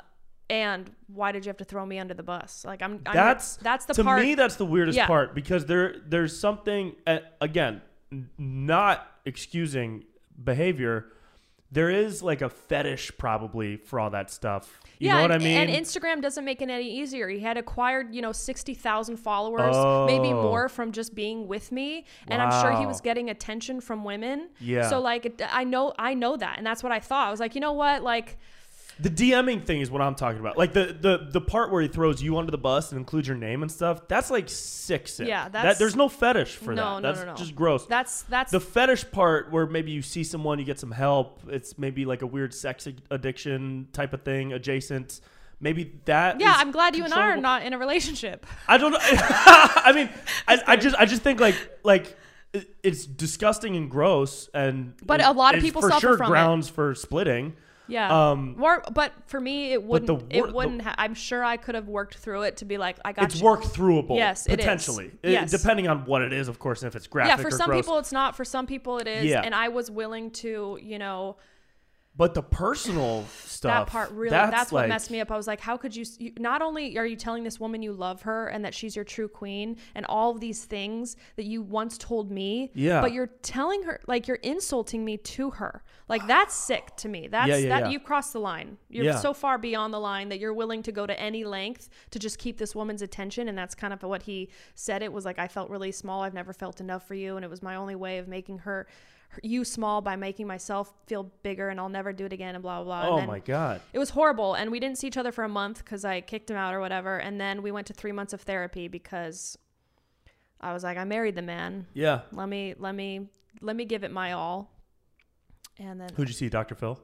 [SPEAKER 2] and why did you have to throw me under the bus? Like I'm. I'm
[SPEAKER 1] that's
[SPEAKER 2] that's the
[SPEAKER 1] to
[SPEAKER 2] part.
[SPEAKER 1] me that's the weirdest
[SPEAKER 2] Yeah.
[SPEAKER 1] part because there there's something uh, again n- not excusing behavior there is like a fetish probably for all that stuff you know what
[SPEAKER 2] and,
[SPEAKER 1] i mean
[SPEAKER 2] and Instagram doesn't make it any easier. He had acquired, you know, 60,000 followers, maybe
[SPEAKER 1] Oh.
[SPEAKER 2] more from just being with me, and I'm sure he
[SPEAKER 1] Wow.
[SPEAKER 2] was getting attention from women.
[SPEAKER 1] Yeah.
[SPEAKER 2] So like it, I know I know that, and that's what I thought. I was like, you know what? Like
[SPEAKER 1] the dming thing is what i'm talking about like the the the part where he throws you under the bus and includes your name and stuff that's like sick sick
[SPEAKER 2] Yeah,
[SPEAKER 1] That-
[SPEAKER 2] that's-
[SPEAKER 1] there's no fetish for
[SPEAKER 2] No,
[SPEAKER 1] that
[SPEAKER 2] no,
[SPEAKER 1] that's
[SPEAKER 2] no, no.
[SPEAKER 1] just gross
[SPEAKER 2] that's that's
[SPEAKER 1] the fetish part where maybe you see someone you get some help it's maybe like a weird sex ad- addiction type of thing adjacent maybe that
[SPEAKER 2] Yeah,
[SPEAKER 1] is
[SPEAKER 2] I'm glad you and I are
[SPEAKER 1] controllable.
[SPEAKER 2] not in a relationship.
[SPEAKER 1] i don't know i mean I, I just i just think like like it- it's disgusting and gross and
[SPEAKER 2] But
[SPEAKER 1] and
[SPEAKER 2] a lot of
[SPEAKER 1] it's
[SPEAKER 2] people
[SPEAKER 1] for
[SPEAKER 2] suffer
[SPEAKER 1] sure
[SPEAKER 2] from it.
[SPEAKER 1] grounds for splitting
[SPEAKER 2] Yeah.
[SPEAKER 1] Um,
[SPEAKER 2] More, but for me, it wouldn't.
[SPEAKER 1] the wor-
[SPEAKER 2] it
[SPEAKER 1] the-
[SPEAKER 2] wouldn't. ha- I'm sure I could have worked through it to be like, I got
[SPEAKER 1] it's
[SPEAKER 2] you.
[SPEAKER 1] work throughable
[SPEAKER 2] Yes, it is.
[SPEAKER 1] potentially It-
[SPEAKER 2] Yes.
[SPEAKER 1] depending on what it is of course and if it's
[SPEAKER 2] yeah,
[SPEAKER 1] graphic
[SPEAKER 2] for
[SPEAKER 1] or
[SPEAKER 2] some
[SPEAKER 1] gross.
[SPEAKER 2] people it's not. For some people it is.
[SPEAKER 1] Yeah.
[SPEAKER 2] And I was willing to, you know,
[SPEAKER 1] but the personal stuff
[SPEAKER 2] that part really
[SPEAKER 1] that's,
[SPEAKER 2] that's,
[SPEAKER 1] like-
[SPEAKER 2] what messed me up i was like how could you, you not only are you telling this woman you love her and that she's your true queen and all of these things that you once told me
[SPEAKER 1] Yeah.
[SPEAKER 2] but you're telling her like you're insulting me to her like that's sick to me that's
[SPEAKER 1] Yeah, yeah,
[SPEAKER 2] that
[SPEAKER 1] yeah.
[SPEAKER 2] you've crossed the line you're
[SPEAKER 1] Yeah.
[SPEAKER 2] so far beyond the line that you're willing to go to any length to just keep this woman's attention and that's kind of what he said it was like i felt really small i've never felt enough for you and it was my only way of making her her- you small by making myself feel bigger and I'll never do it again and blah blah blah.
[SPEAKER 1] oh
[SPEAKER 2] and then,
[SPEAKER 1] my god
[SPEAKER 2] it was horrible, and we didn't see each other for a month because I kicked him out or whatever. And then we went to three months of therapy because I was like, I married the man.
[SPEAKER 1] yeah
[SPEAKER 2] Let me, let me, let me give it my all. And then,
[SPEAKER 1] who'd you see dr phil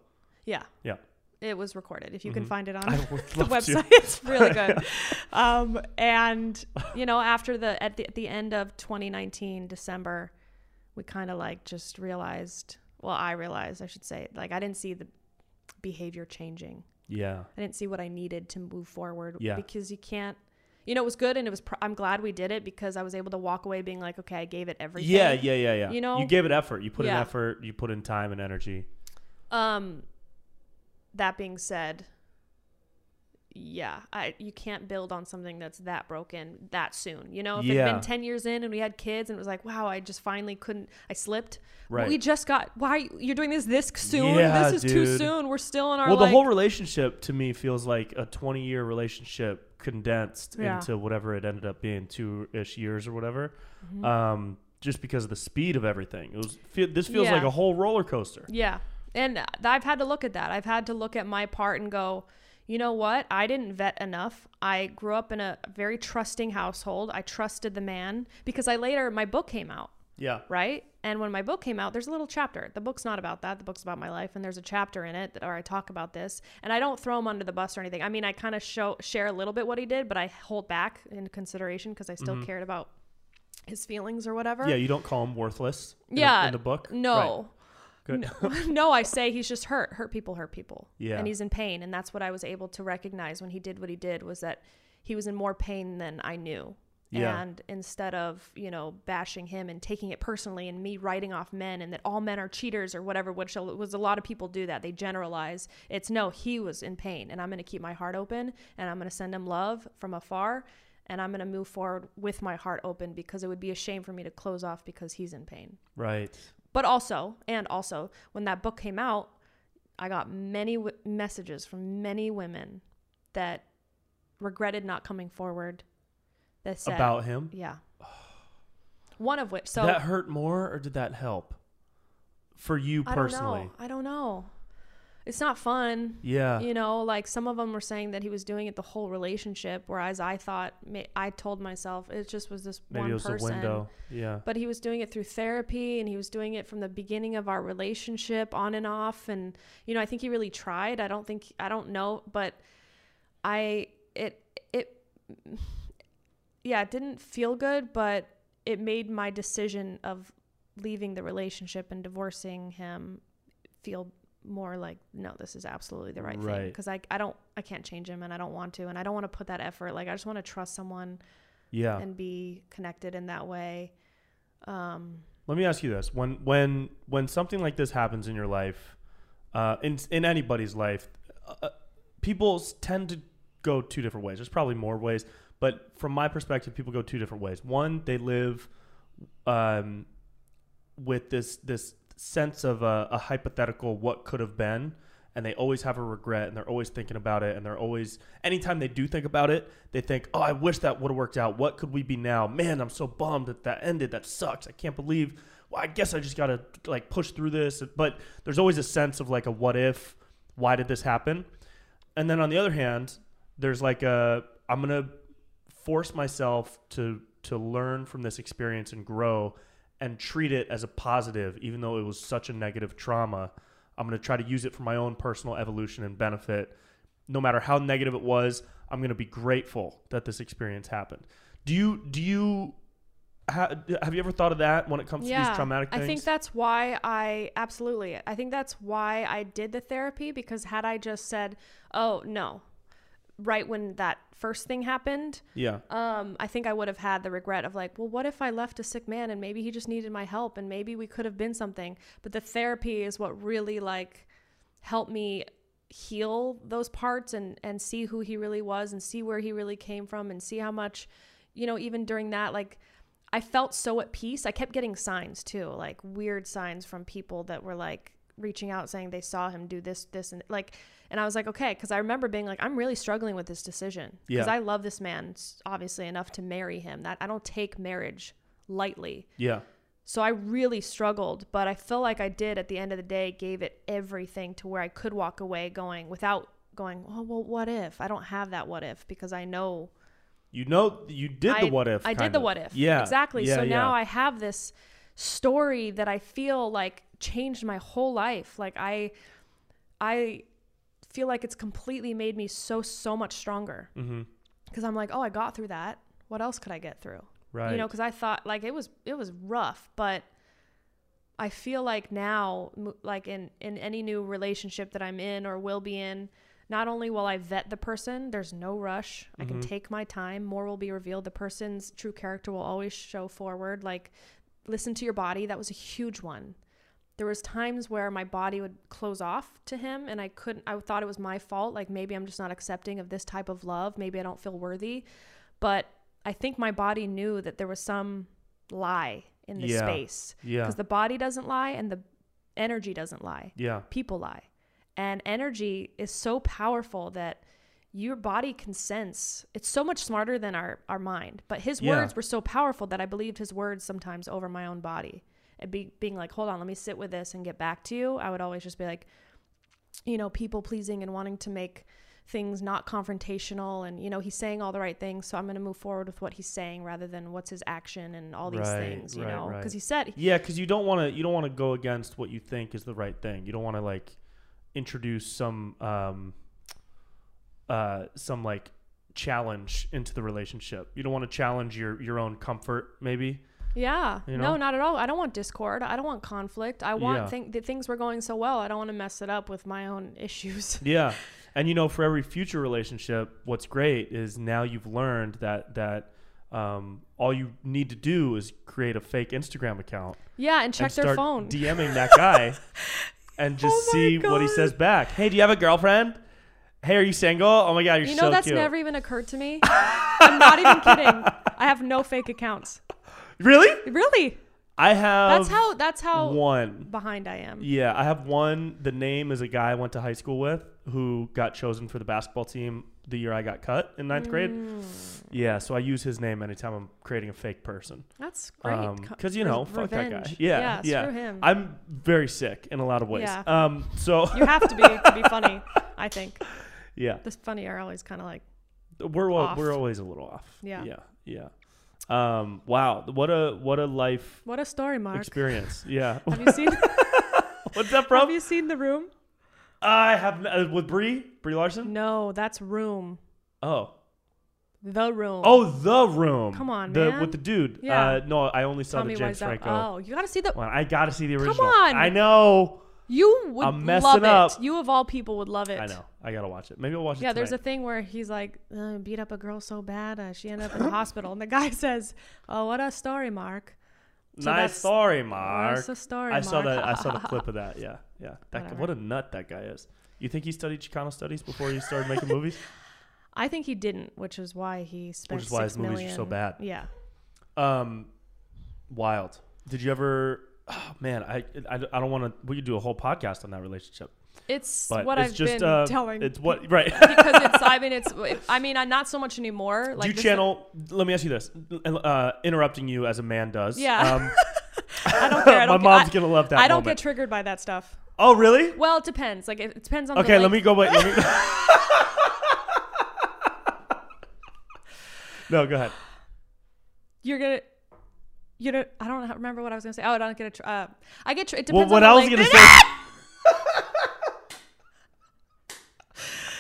[SPEAKER 2] yeah,
[SPEAKER 1] yeah
[SPEAKER 2] it was recorded. If you can find it on
[SPEAKER 1] I
[SPEAKER 2] the
[SPEAKER 1] would love to.
[SPEAKER 2] website, it's really good. um, and you know, after the at the at the end of 2019 December, we kind of like just realized. Well, I realized, I should say, like I didn't see the behavior changing.
[SPEAKER 1] yeah
[SPEAKER 2] I didn't see what I needed to move forward.
[SPEAKER 1] Yeah.
[SPEAKER 2] Because you can't, you know, it was good and it was, pr- I'm glad we did it because I was able to walk away being like, okay, I gave it everything.
[SPEAKER 1] Yeah, yeah, yeah, yeah.
[SPEAKER 2] You know?
[SPEAKER 1] you gave it effort. You put in
[SPEAKER 2] Yeah.
[SPEAKER 1] effort. You put in time and energy.
[SPEAKER 2] Um, that being said, yeah, I, you can't build on something that's that broken that soon. You know, if it had
[SPEAKER 1] Yeah.
[SPEAKER 2] been 10 years in and we had kids and it was like, wow, I just finally couldn't, I slipped.
[SPEAKER 1] Right.
[SPEAKER 2] We just got, why are you, you're doing this this soon?
[SPEAKER 1] Yeah,
[SPEAKER 2] this is too
[SPEAKER 1] dude.
[SPEAKER 2] soon. We're still in our
[SPEAKER 1] Well, the
[SPEAKER 2] like,
[SPEAKER 1] whole relationship to me feels like a 20 year relationship condensed
[SPEAKER 2] Yeah.
[SPEAKER 1] into whatever it ended up being two ish years or whatever.
[SPEAKER 2] Mm-hmm.
[SPEAKER 1] Um, just because of the speed of everything, it was. Fe- this feels
[SPEAKER 2] Yeah.
[SPEAKER 1] like a whole roller coaster.
[SPEAKER 2] Yeah. And uh, I've had to look at that. I've had to look at my part and go, you know what? I didn't vet enough. I grew up in a very trusting household. I trusted the man because I later, my book came out,
[SPEAKER 1] Yeah,
[SPEAKER 2] right? And when my book came out, there's a little chapter. The book's not about that. The book's about my life. And there's a chapter in it that, where I talk about this. And I don't throw him under the bus or anything. I mean, I kind of show share a little bit what he did, but I hold back in consideration because I still cared about his feelings or whatever.
[SPEAKER 1] yeah. You don't call him worthless. in the-
[SPEAKER 2] Yeah.
[SPEAKER 1] in, the book.
[SPEAKER 2] No.
[SPEAKER 1] Right. Good.
[SPEAKER 2] no, I say he's just hurt. Hurt people hurt people.
[SPEAKER 1] Yeah.
[SPEAKER 2] And he's in pain. And that's what I was able to recognize when he did what he did was that he was in more pain than I knew.
[SPEAKER 1] Yeah.
[SPEAKER 2] And instead of, you know, bashing him and taking it personally and me writing off men and that all men are cheaters or whatever, which was a lot of people do that. They generalize. It's no, he was in pain and I'm going to keep my heart open and I'm going to send him love from afar and I'm going to move forward with my heart open because it would be a shame for me to close off because he's in pain.
[SPEAKER 1] right.
[SPEAKER 2] But also, and also, when that book came out, I got many w- messages from many women that regretted not coming forward, that said
[SPEAKER 1] about him.
[SPEAKER 2] yeah. One of which, so
[SPEAKER 1] that hurt more, or did that help for you
[SPEAKER 2] I
[SPEAKER 1] personally? Uh.
[SPEAKER 2] don't know. I don't know. It's not fun.
[SPEAKER 1] Yeah.
[SPEAKER 2] You know, like some of them were saying that he was doing it the whole relationship, whereas I thought, ma- I told myself it just was this
[SPEAKER 1] Maybe
[SPEAKER 2] one
[SPEAKER 1] it was
[SPEAKER 2] person.
[SPEAKER 1] the window. Yeah.
[SPEAKER 2] But he was doing it through therapy and he was doing it from the beginning of our relationship on and off. And, you know, I think he really tried. I don't think, I don't know, but I, it, it, yeah, it didn't feel good, but it made my decision of leaving the relationship and divorcing him feel more like no this is absolutely the right, thing
[SPEAKER 1] Right.
[SPEAKER 2] because I, I don't i can't change him and i don't want to and i don't want to put that effort like i just want to trust someone
[SPEAKER 1] yeah.
[SPEAKER 2] and be connected in that way um
[SPEAKER 1] Let me ask you this: when when when something like this happens in your life, uh, in in anybody's life, uh, uh, people s- tend to go two different ways. There's probably more ways, but from my perspective, people go two different ways. One, they live um, with this this sense of a, a hypothetical what could have been and they always have a regret and they're always thinking about it and they're always anytime they do think about it they think oh i wish that would have worked out what could we be now man i'm so bummed that that ended that sucks i can't believe well, i guess i just gotta like push through this but there's always a sense of like a what if why did this happen and then on the other hand there's like a i'm gonna force myself to to learn from this experience and grow and treat it as a positive even though it was such a negative trauma i'm going to try to use it for my own personal evolution and benefit no matter how negative it was i'm going to be grateful that this experience happened do you do you ha- have you ever thought of that when it comes to these traumatic things
[SPEAKER 2] I think that's why I absolutely. I think that's why I did the therapy because had I just said, "Oh no," right when that first thing happened,
[SPEAKER 1] yeah
[SPEAKER 2] um, I think I would have had the regret of like, well, what if I left a sick man and maybe he just needed my help and maybe we could have been something. But the therapy is what really like helped me heal those parts and and see who he really was and see where he really came from and see how much, you know, even during that like. I felt so at peace. I kept getting signs too, like weird signs from people that were like reaching out saying they saw him do this, this, and like, and I was like, okay, because I remember being like, I'm really struggling with this decision
[SPEAKER 1] Yeah.
[SPEAKER 2] because I love this man s- obviously enough to marry him. That I don't take marriage lightly.
[SPEAKER 1] yeah
[SPEAKER 2] So I really struggled, but I feel like I did at the end of the day gave it everything to where I could walk away going without going, oh well, what if? I don't have that what if because I know
[SPEAKER 1] you know you did
[SPEAKER 2] I,
[SPEAKER 1] the what if
[SPEAKER 2] I
[SPEAKER 1] kind
[SPEAKER 2] did the
[SPEAKER 1] of.
[SPEAKER 2] what if.
[SPEAKER 1] yeah
[SPEAKER 2] Exactly.
[SPEAKER 1] yeah,
[SPEAKER 2] so
[SPEAKER 1] yeah.
[SPEAKER 2] now I have this story that I feel like changed my whole life. Like I I feel like it's completely made me so so much stronger. Mm-hmm. Cuz I'm like, "Oh, I got through that. What else could I get through?"
[SPEAKER 1] right
[SPEAKER 2] You know, cuz I thought like it was it was rough, but I feel like now m- like in in any new relationship that I'm in or will be in, not only will I vet the person, there's no rush. I can take my time. More will be revealed. The person's true character will always show forward. Like, listen to your body. That was a huge one. There was times where my body would close off to him, and I couldn't. I thought it was my fault. Like maybe I'm just not accepting of this type of love. Maybe I don't feel worthy. But I think my body knew that there was some lie in the
[SPEAKER 1] Yeah.
[SPEAKER 2] space
[SPEAKER 1] yeah
[SPEAKER 2] because the body doesn't lie and the energy doesn't lie
[SPEAKER 1] yeah
[SPEAKER 2] people lie. And energy is so powerful that your body can sense it's so much smarter than our, our mind. But his
[SPEAKER 1] Yeah.
[SPEAKER 2] words were so powerful that I believed his words sometimes over my own body. And be, being like, hold on, let me sit with this and get back to you. I would always just be like, you know, people pleasing and wanting to make things not confrontational. And, you know, he's saying all the right things. So I'm going to move forward with what he's saying rather than what's his action and all these
[SPEAKER 1] Right,
[SPEAKER 2] things, you
[SPEAKER 1] right,
[SPEAKER 2] know?
[SPEAKER 1] right.
[SPEAKER 2] Because he said,
[SPEAKER 1] Yeah, because you don't want to you don't want to go against what you think is the right thing. You don't want to like introduce some um uh some like challenge into the relationship. You don't want to challenge your your own comfort, maybe.
[SPEAKER 2] Yeah.
[SPEAKER 1] You know?
[SPEAKER 2] No, not at all. I don't want discord. I don't want conflict. I want
[SPEAKER 1] Yeah.
[SPEAKER 2] thing the things were going so well. I don't want to mess it up with my own issues.
[SPEAKER 1] Yeah. And you know, for every future relationship, what's great is now you've learned that that um, all you need to do is create a fake Instagram account
[SPEAKER 2] Yeah, and check
[SPEAKER 1] and
[SPEAKER 2] their
[SPEAKER 1] start
[SPEAKER 2] phone.
[SPEAKER 1] DMing that guy and just
[SPEAKER 2] Oh my
[SPEAKER 1] see what he
[SPEAKER 2] God.
[SPEAKER 1] says back. Hey, do you have a girlfriend? Hey, are you single? Oh my god, you're
[SPEAKER 2] you know
[SPEAKER 1] so
[SPEAKER 2] that's
[SPEAKER 1] cute.
[SPEAKER 2] never even occurred to me. I'm not even kidding. I have no fake accounts.
[SPEAKER 1] Really?
[SPEAKER 2] Really?
[SPEAKER 1] I have
[SPEAKER 2] That's how that's how
[SPEAKER 1] one.
[SPEAKER 2] behind I am.
[SPEAKER 1] Yeah, I have one. The name is a guy I went to high school with who got chosen for the basketball team the year I got cut in ninth
[SPEAKER 2] Mm.
[SPEAKER 1] grade. Yeah, so I use his name anytime I'm creating a fake person.
[SPEAKER 2] That's great.
[SPEAKER 1] Because,
[SPEAKER 2] Co-
[SPEAKER 1] Um, you know,
[SPEAKER 2] re-
[SPEAKER 1] fuck that guy.
[SPEAKER 2] revenge.
[SPEAKER 1] Yeah,
[SPEAKER 2] yeah.
[SPEAKER 1] yeah.
[SPEAKER 2] Screw him.
[SPEAKER 1] I'm very sick in a lot of ways.
[SPEAKER 2] Yeah.
[SPEAKER 1] Um, so,
[SPEAKER 2] you have to be to be funny. I think
[SPEAKER 1] yeah.
[SPEAKER 2] the funny are always kind of like
[SPEAKER 1] we're al-
[SPEAKER 2] off.
[SPEAKER 1] we're always a little off.
[SPEAKER 2] Yeah.
[SPEAKER 1] yeah, yeah. Um, wow, what a what a life
[SPEAKER 2] what a story, Mark.
[SPEAKER 1] experience. Yeah,
[SPEAKER 2] Have you seen
[SPEAKER 1] what's that
[SPEAKER 2] Have
[SPEAKER 1] from?
[SPEAKER 2] you seen the room?
[SPEAKER 1] I have n- uh, with Brie Brie Larson.
[SPEAKER 2] No, that's room.
[SPEAKER 1] Oh,
[SPEAKER 2] The room.
[SPEAKER 1] oh, the room.
[SPEAKER 2] Come on,
[SPEAKER 1] the,
[SPEAKER 2] man.
[SPEAKER 1] with the dude.
[SPEAKER 2] Yeah.
[SPEAKER 1] Uh, no, I only saw
[SPEAKER 2] Tommy
[SPEAKER 1] the James
[SPEAKER 2] Wiseau.
[SPEAKER 1] Franco.
[SPEAKER 2] Oh, you gotta see the.
[SPEAKER 1] one. I gotta see the original.
[SPEAKER 2] on.
[SPEAKER 1] I know.
[SPEAKER 2] You would
[SPEAKER 1] I'm messing
[SPEAKER 2] love it.
[SPEAKER 1] up.
[SPEAKER 2] You of all people would love it.
[SPEAKER 1] I know. I gotta watch it. Maybe I'll watch it.
[SPEAKER 2] Yeah, there's a
[SPEAKER 1] tonight.
[SPEAKER 2] thing where he's like uh, beat up a girl so bad uh, she ended up in the hospital, and the guy says, "Oh, what a story, Mark." so
[SPEAKER 1] nice
[SPEAKER 2] that's-
[SPEAKER 1] story, Mark.
[SPEAKER 2] a story,
[SPEAKER 1] I saw
[SPEAKER 2] Mark.
[SPEAKER 1] that. I saw the clip of that. Yeah, yeah. That, guy-
[SPEAKER 2] Whatever.
[SPEAKER 1] what a nut that guy is. You think he studied Chicano studies before he started making movies?
[SPEAKER 2] I think he didn't, which is why he spent.
[SPEAKER 1] is why
[SPEAKER 2] six
[SPEAKER 1] his movies are
[SPEAKER 2] million.
[SPEAKER 1] so bad.
[SPEAKER 2] Yeah,
[SPEAKER 1] Um, wild. Did you ever? Oh, man, I I, I don't want to. We could do a whole podcast on that relationship,
[SPEAKER 2] it's
[SPEAKER 1] but
[SPEAKER 2] what
[SPEAKER 1] it's
[SPEAKER 2] I've
[SPEAKER 1] just
[SPEAKER 2] been
[SPEAKER 1] uh,
[SPEAKER 2] telling.
[SPEAKER 1] it's what right.
[SPEAKER 2] because it's. I mean, it's. I mean, I'm not so much anymore. Like
[SPEAKER 1] do you
[SPEAKER 2] this-
[SPEAKER 1] channel? let me ask you this: uh, interrupting you as a man does.
[SPEAKER 2] Yeah.
[SPEAKER 1] Um,
[SPEAKER 2] I don't care. I
[SPEAKER 1] my
[SPEAKER 2] don't,
[SPEAKER 1] mom's
[SPEAKER 2] I,
[SPEAKER 1] gonna love that.
[SPEAKER 2] I don't
[SPEAKER 1] moment.
[SPEAKER 2] get triggered by that stuff.
[SPEAKER 1] oh, really?
[SPEAKER 2] Well, it depends. Like it, it depends on.
[SPEAKER 1] Okay,
[SPEAKER 2] the,
[SPEAKER 1] let me
[SPEAKER 2] like-
[SPEAKER 1] go. Wait. Let me... no, go ahead.
[SPEAKER 2] You're gonna. You know, I don't ha- remember what I was gonna say. Oh, I don't get a. Tr- uh, I get. Tr- it
[SPEAKER 1] Well,
[SPEAKER 2] depends.
[SPEAKER 1] what
[SPEAKER 2] on
[SPEAKER 1] I
[SPEAKER 2] the
[SPEAKER 1] was
[SPEAKER 2] length-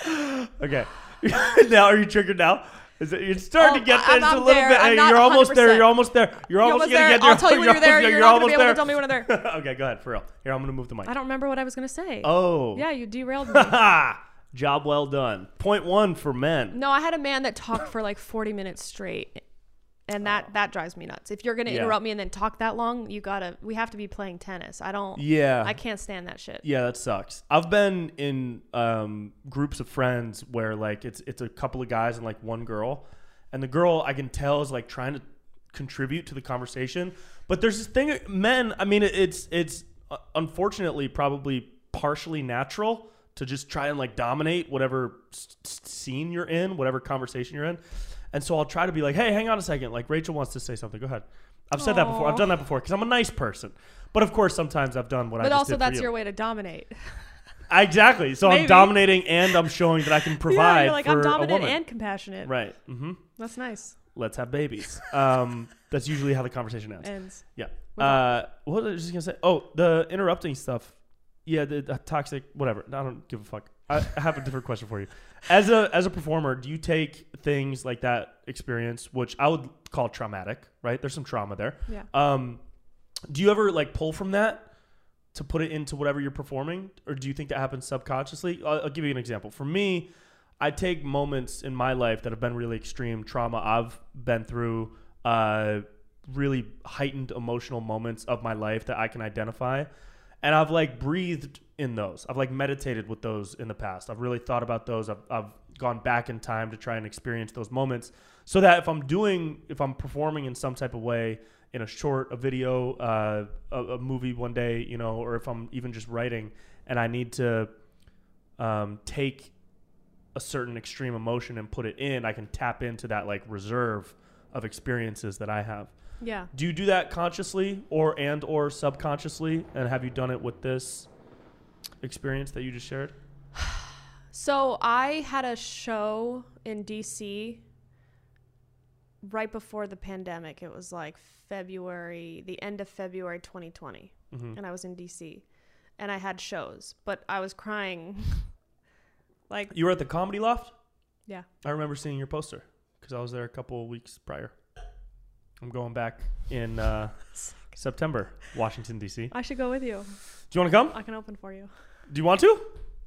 [SPEAKER 1] gonna say. okay. now, are you triggered now? Is it, you're starting
[SPEAKER 2] Oh,
[SPEAKER 1] to get
[SPEAKER 2] I-
[SPEAKER 1] there
[SPEAKER 2] I'm-
[SPEAKER 1] just a
[SPEAKER 2] I'm
[SPEAKER 1] little
[SPEAKER 2] there.
[SPEAKER 1] bit.
[SPEAKER 2] I'm
[SPEAKER 1] Hey,
[SPEAKER 2] not
[SPEAKER 1] you're almost there.
[SPEAKER 2] 100%.
[SPEAKER 1] You're almost there. You're,
[SPEAKER 2] You're
[SPEAKER 1] almost,
[SPEAKER 2] almost
[SPEAKER 1] gonna
[SPEAKER 2] there.
[SPEAKER 1] get there.
[SPEAKER 2] I'll tell you when you're there. You're, not gonna be able to tell me when I'm there.
[SPEAKER 1] okay, go ahead. For real. Here, I'm gonna move the mic.
[SPEAKER 2] I don't remember what I was gonna say.
[SPEAKER 1] Oh.
[SPEAKER 2] Yeah, you derailed me.
[SPEAKER 1] Ha! Job well done. Point one for men.
[SPEAKER 2] No, I had a man that talked for like 40 minutes straight. And that that drives me nuts. If you're going to
[SPEAKER 1] Oh. Yeah.
[SPEAKER 2] interrupt me and then talk that long, you got to we have to be playing tennis. I don't
[SPEAKER 1] Yeah.
[SPEAKER 2] I can't stand that shit.
[SPEAKER 1] Yeah, that sucks. I've been in um, groups of friends where like it's it's a couple of guys and like one girl, and the girl I can tell is like trying to contribute to the conversation. But there's this thing, men. I mean, it- it's it's uh, unfortunately probably partially natural to just try and like dominate whatever s- s- scene you're in, whatever conversation you're in. And so I'll try to be like, hey, hang on a second. Like Rachel wants to say something. Go ahead. I've said that before. I've
[SPEAKER 2] Aw.
[SPEAKER 1] done that before because I'm a nice person. But of course, sometimes I've done what I
[SPEAKER 2] But
[SPEAKER 1] just
[SPEAKER 2] also
[SPEAKER 1] did for
[SPEAKER 2] that's
[SPEAKER 1] you.
[SPEAKER 2] your way to dominate.
[SPEAKER 1] Exactly. So I'm
[SPEAKER 2] Maybe.
[SPEAKER 1] dominating and I'm showing that I can provide
[SPEAKER 2] yeah, you're like
[SPEAKER 1] for
[SPEAKER 2] I'm
[SPEAKER 1] a
[SPEAKER 2] dominant
[SPEAKER 1] woman.
[SPEAKER 2] and compassionate.
[SPEAKER 1] right. hmm
[SPEAKER 2] That's nice.
[SPEAKER 1] Let's have babies. Um, that's usually how the conversation ends.
[SPEAKER 2] And
[SPEAKER 1] yeah. Uh, what was I just gonna say? Oh, the interrupting stuff. Yeah, the, the toxic. Whatever. I don't give a fuck. I, I have a different question for you. As a as a performer, do you take things like that experience, which I would call traumatic? Right. There's some trauma there.
[SPEAKER 2] yeah.
[SPEAKER 1] Um, do you ever like pull from that to put it into whatever you're performing, or do you think that happens subconsciously? I'll, I'll give you an example. For me, I take moments in my life that have been really extreme trauma I've been through, uh, really heightened emotional moments of my life that I can identify, and I've like breathed in those. I've like meditated with those in the past. I've really thought about those. I've, I've gone back in time to try and experience those moments so that if I'm doing, if I'm performing in some type of way in a short, a video, uh, a, a movie one day, you know, or if I'm even just writing and I need to um, take a certain extreme emotion and put it in, I can tap into that like reserve of experiences that I have.
[SPEAKER 2] Yeah.
[SPEAKER 1] Do you do that consciously or and or subconsciously? And have you done it with this experience that you just shared?
[SPEAKER 2] So I had a show in DC right before the pandemic. It was like February, the end of February 2020.
[SPEAKER 1] Mm-hmm.
[SPEAKER 2] And I was in DC and I had shows, but I was crying. like,
[SPEAKER 1] You were at the Comedy Loft.
[SPEAKER 2] yeah.
[SPEAKER 1] I remember seeing your poster because I was there a couple of weeks prior. I'm going back in uh, September, Washington D.C.
[SPEAKER 2] I should go with you.
[SPEAKER 1] Do you want to come?
[SPEAKER 2] I can open for you,
[SPEAKER 1] Do you want to?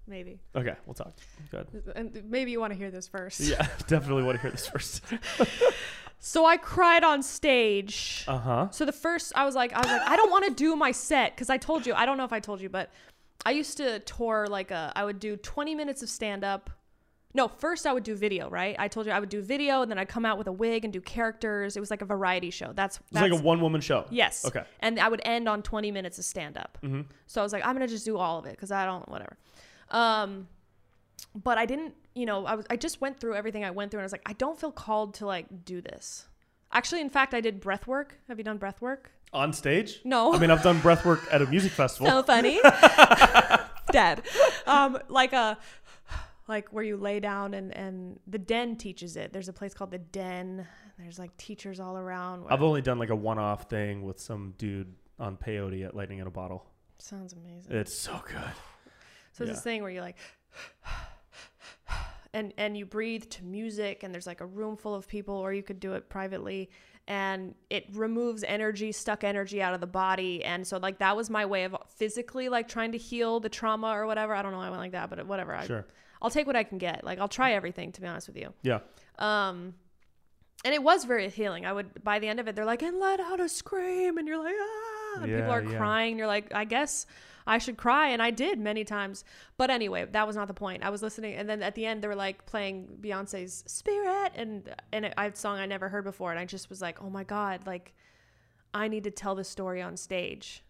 [SPEAKER 2] maybe.
[SPEAKER 1] Okay, we'll talk. Go ahead.
[SPEAKER 2] And maybe you want to hear this first.
[SPEAKER 1] Yeah, definitely want to hear this first.
[SPEAKER 2] So I cried on stage.
[SPEAKER 1] Uh huh.
[SPEAKER 2] So the first, I was like, I was like, I don't want to do my set because I told you, I don't know if I told you, but I used to tour like a, I would do 20 minutes of stand up. No, first I would do video, right? I told you I would do video, and then I'd come out with a wig and do characters. It was like a variety show. That's,
[SPEAKER 1] It's
[SPEAKER 2] that's
[SPEAKER 1] like a one woman show.
[SPEAKER 2] yes.
[SPEAKER 1] Okay.
[SPEAKER 2] And I would end on 20 minutes of stand up. So I was like, I'm gonna just do all of it because I don't whatever. Um, but I didn't, you know, I was I just went through everything I went through and I was like, I don't feel called to like do this. Actually, in fact, I did breath work. Have you done breath work?
[SPEAKER 1] On stage?
[SPEAKER 2] No.
[SPEAKER 1] I mean, I've done breath work at a music festival.
[SPEAKER 2] So funny. Dead. Um, like a like where you lay down and and the den teaches it. There's a place called the den. There's like teachers all around. where-
[SPEAKER 1] I've only done like a one-off thing with some dude on peyote at Lightning in a Bottle.
[SPEAKER 2] Sounds amazing.
[SPEAKER 1] It's so good.
[SPEAKER 2] So it's
[SPEAKER 1] Yeah.
[SPEAKER 2] this thing where you're like, and and you breathe to music, and there's like a room full of people, or you could do it privately, and it removes energy, stuck energy out of the body, and so like that was my way of physically like trying to heal the trauma or whatever. I don't know, why I went like that, but whatever. I,
[SPEAKER 1] Sure.
[SPEAKER 2] I'll take what I can get. Like I'll try everything, to be honest with you.
[SPEAKER 1] Yeah.
[SPEAKER 2] Um, and it was very healing. I would by the end of it, they're like, and let out a scream, and you're like, ah, and people
[SPEAKER 1] Yeah,
[SPEAKER 2] are
[SPEAKER 1] yeah.
[SPEAKER 2] crying. And you're like, I guess I should cry, and I did many times. But anyway, that was not the point. I was listening, and then at the end, they were like playing Beyonce's "Spirit" and and a song I never heard before, and I just was like, oh my god, like I need to tell this story on stage.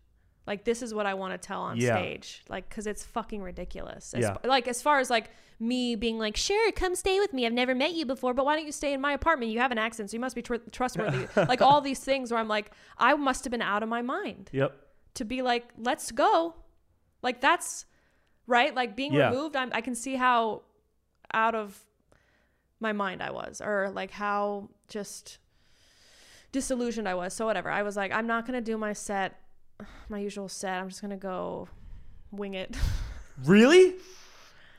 [SPEAKER 2] Like this is what I want to tell on
[SPEAKER 1] Yeah.
[SPEAKER 2] stage, like because it's fucking ridiculous. As,
[SPEAKER 1] Yeah.
[SPEAKER 2] Like as far as like me being like, sure, come stay with me. I've never met you before, but why don't you stay in my apartment? You have an accent, so you must be tr- trustworthy. like all these things where I'm like, I must have been out of my mind
[SPEAKER 1] Yep.
[SPEAKER 2] to be like, let's go. Like that's right. Like being
[SPEAKER 1] Yeah.
[SPEAKER 2] removed, I'm, I can see how out of my mind I was, or like how just disillusioned I was. So whatever. I was like, I'm not gonna do my set, my usual set. I'm just gonna go wing it.
[SPEAKER 1] Really?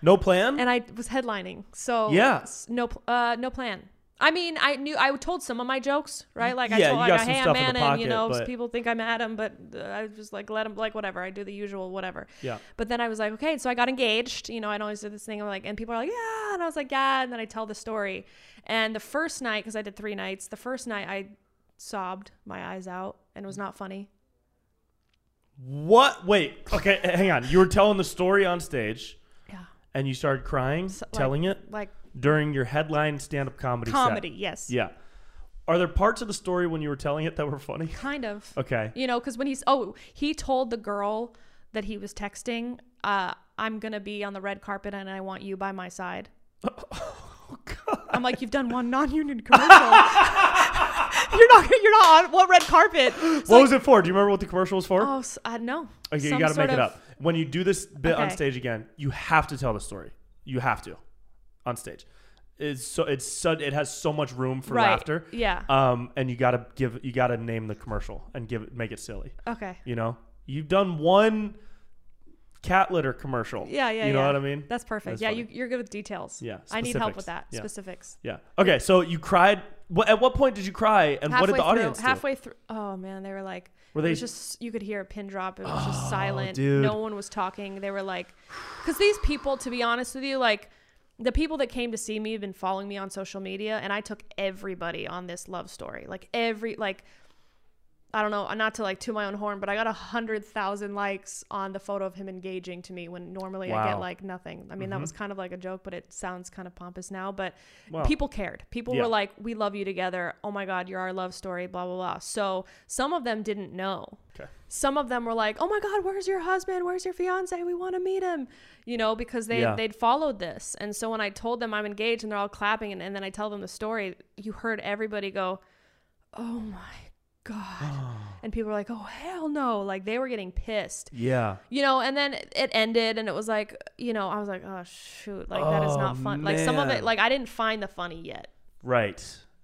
[SPEAKER 1] No plan?
[SPEAKER 2] and I was headlining, so
[SPEAKER 1] Yeah.
[SPEAKER 2] s- no, pl- uh, no plan. I mean, I knew I told some of my jokes, right? Like I
[SPEAKER 1] Yeah,
[SPEAKER 2] told,
[SPEAKER 1] you
[SPEAKER 2] like,
[SPEAKER 1] got
[SPEAKER 2] I-
[SPEAKER 1] some
[SPEAKER 2] hey, I'm
[SPEAKER 1] stuff in the
[SPEAKER 2] Adam, you
[SPEAKER 1] pocket,
[SPEAKER 2] know,
[SPEAKER 1] but-
[SPEAKER 2] people think I'm Adam, but uh, I just like let him, like whatever. I do the usual, whatever.
[SPEAKER 1] yeah.
[SPEAKER 2] But then I was like, okay, so I got engaged. You know, I'd always do this thing. I'm like, and people are like, yeah, and I was like, yeah, and then I tell the story. And the first night, because I did three nights, the first night I sobbed my eyes out, and it was not funny.
[SPEAKER 1] What? Wait. Okay, h- hang on. You were telling the story on stage
[SPEAKER 2] Yeah,
[SPEAKER 1] and you started crying,
[SPEAKER 2] So, like-
[SPEAKER 1] telling it
[SPEAKER 2] like
[SPEAKER 1] during your headline stand-up comedy set.
[SPEAKER 2] comedy, yes,
[SPEAKER 1] Yeah. Are there parts of the story when you were telling it that were funny?
[SPEAKER 2] kind of.
[SPEAKER 1] Okay.
[SPEAKER 2] You know, because when he's oh, he told the girl that he was texting, uh, "I'm gonna be on the red carpet and I want you by my side."
[SPEAKER 1] Oh god.
[SPEAKER 2] I'm like, you've done one non-union commercial. you're not, you're not on what red carpet? It's
[SPEAKER 1] what
[SPEAKER 2] like,
[SPEAKER 1] was it for? Do you remember what the commercial was for?
[SPEAKER 2] Oh, s- I know.
[SPEAKER 1] okay, you
[SPEAKER 2] Some
[SPEAKER 1] got to
[SPEAKER 2] sort
[SPEAKER 1] make it
[SPEAKER 2] of-
[SPEAKER 1] up. When you do this bit on
[SPEAKER 2] Okay.
[SPEAKER 1] stage again, you have to tell the story. You have to on stage. It's so it's so, it has so much room for
[SPEAKER 2] Right.
[SPEAKER 1] laughter.
[SPEAKER 2] Yeah.
[SPEAKER 1] Um and you got to give you got to name the commercial and give it make it silly.
[SPEAKER 2] Okay.
[SPEAKER 1] You know, you've done one cat litter commercial.
[SPEAKER 2] Yeah, yeah.
[SPEAKER 1] You know
[SPEAKER 2] yeah.
[SPEAKER 1] what I mean?
[SPEAKER 2] That's perfect.
[SPEAKER 1] That's
[SPEAKER 2] yeah,
[SPEAKER 1] funny.
[SPEAKER 2] you, you're good with details.
[SPEAKER 1] Yeah,
[SPEAKER 2] I need help
[SPEAKER 1] specifics.
[SPEAKER 2] with that
[SPEAKER 1] Yeah.
[SPEAKER 2] specifics.
[SPEAKER 1] yeah. Okay, so you cried. What, at what point did you cry, and what did the
[SPEAKER 2] through,
[SPEAKER 1] audience do?
[SPEAKER 2] Halfway through, oh man, they were like,
[SPEAKER 1] Were
[SPEAKER 2] were
[SPEAKER 1] they- Oh,
[SPEAKER 2] they just? You could hear a pin drop. It was just silent.
[SPEAKER 1] dude.
[SPEAKER 2] No one was talking. They were like, because these people, to be honest with you, like the people that came to see me have been following me on social media, and I took everybody on this love story. Like every like. I don't know, not to like to my own horn, but I got a hundred thousand likes on the photo of him engaging to me when normally I
[SPEAKER 1] Wow.
[SPEAKER 2] get like nothing. I mean, that was
[SPEAKER 1] Mm-hmm.
[SPEAKER 2] kind of like a joke, but it sounds kind of pompous now. But
[SPEAKER 1] Wow.
[SPEAKER 2] people cared. People
[SPEAKER 1] Yeah.
[SPEAKER 2] were like, "We love you together. Oh my God, you're our love story." Blah blah blah. So some of them didn't know.
[SPEAKER 1] Okay.
[SPEAKER 2] Some of them were like, "Oh my God, where's your husband? Where's your fiance? We want to meet him," you know, because they
[SPEAKER 1] Yeah.
[SPEAKER 2] they'd followed this. And so when I told them I'm engaged, and they're all clapping, and, and then I tell them the story, you heard everybody go, "Oh my God," and people were like, "Oh hell no!" Like they were getting pissed
[SPEAKER 1] Yeah.
[SPEAKER 2] you know and then it ended and it was like you know i was like oh shoot like that is
[SPEAKER 1] Oh,
[SPEAKER 2] not fun like some of
[SPEAKER 1] man.
[SPEAKER 2] it like i didn't find the funny yet
[SPEAKER 1] Right.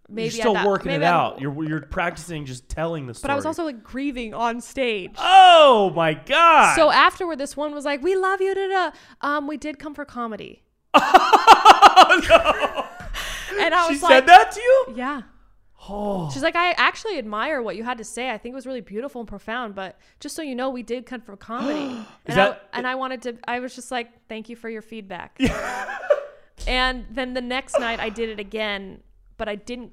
[SPEAKER 2] maybe
[SPEAKER 1] you're still
[SPEAKER 2] I thought,
[SPEAKER 1] working
[SPEAKER 2] maybe
[SPEAKER 1] it
[SPEAKER 2] I'm-
[SPEAKER 1] out. You're you're practicing just telling the story.
[SPEAKER 2] but i was also like grieving on stage
[SPEAKER 1] Oh my god.
[SPEAKER 2] so afterward this one was like we love you da, da. um we did come for comedy and i
[SPEAKER 1] she
[SPEAKER 2] was
[SPEAKER 1] said
[SPEAKER 2] like
[SPEAKER 1] that to you?
[SPEAKER 2] yeah
[SPEAKER 1] Oh.
[SPEAKER 2] she's like i actually admire what you had to say i think it was really beautiful and profound but just so you know we did come for comedy and,
[SPEAKER 1] that-
[SPEAKER 2] I, and i wanted to i was just like thank you for your feedback And then the next night I did it again, but I didn't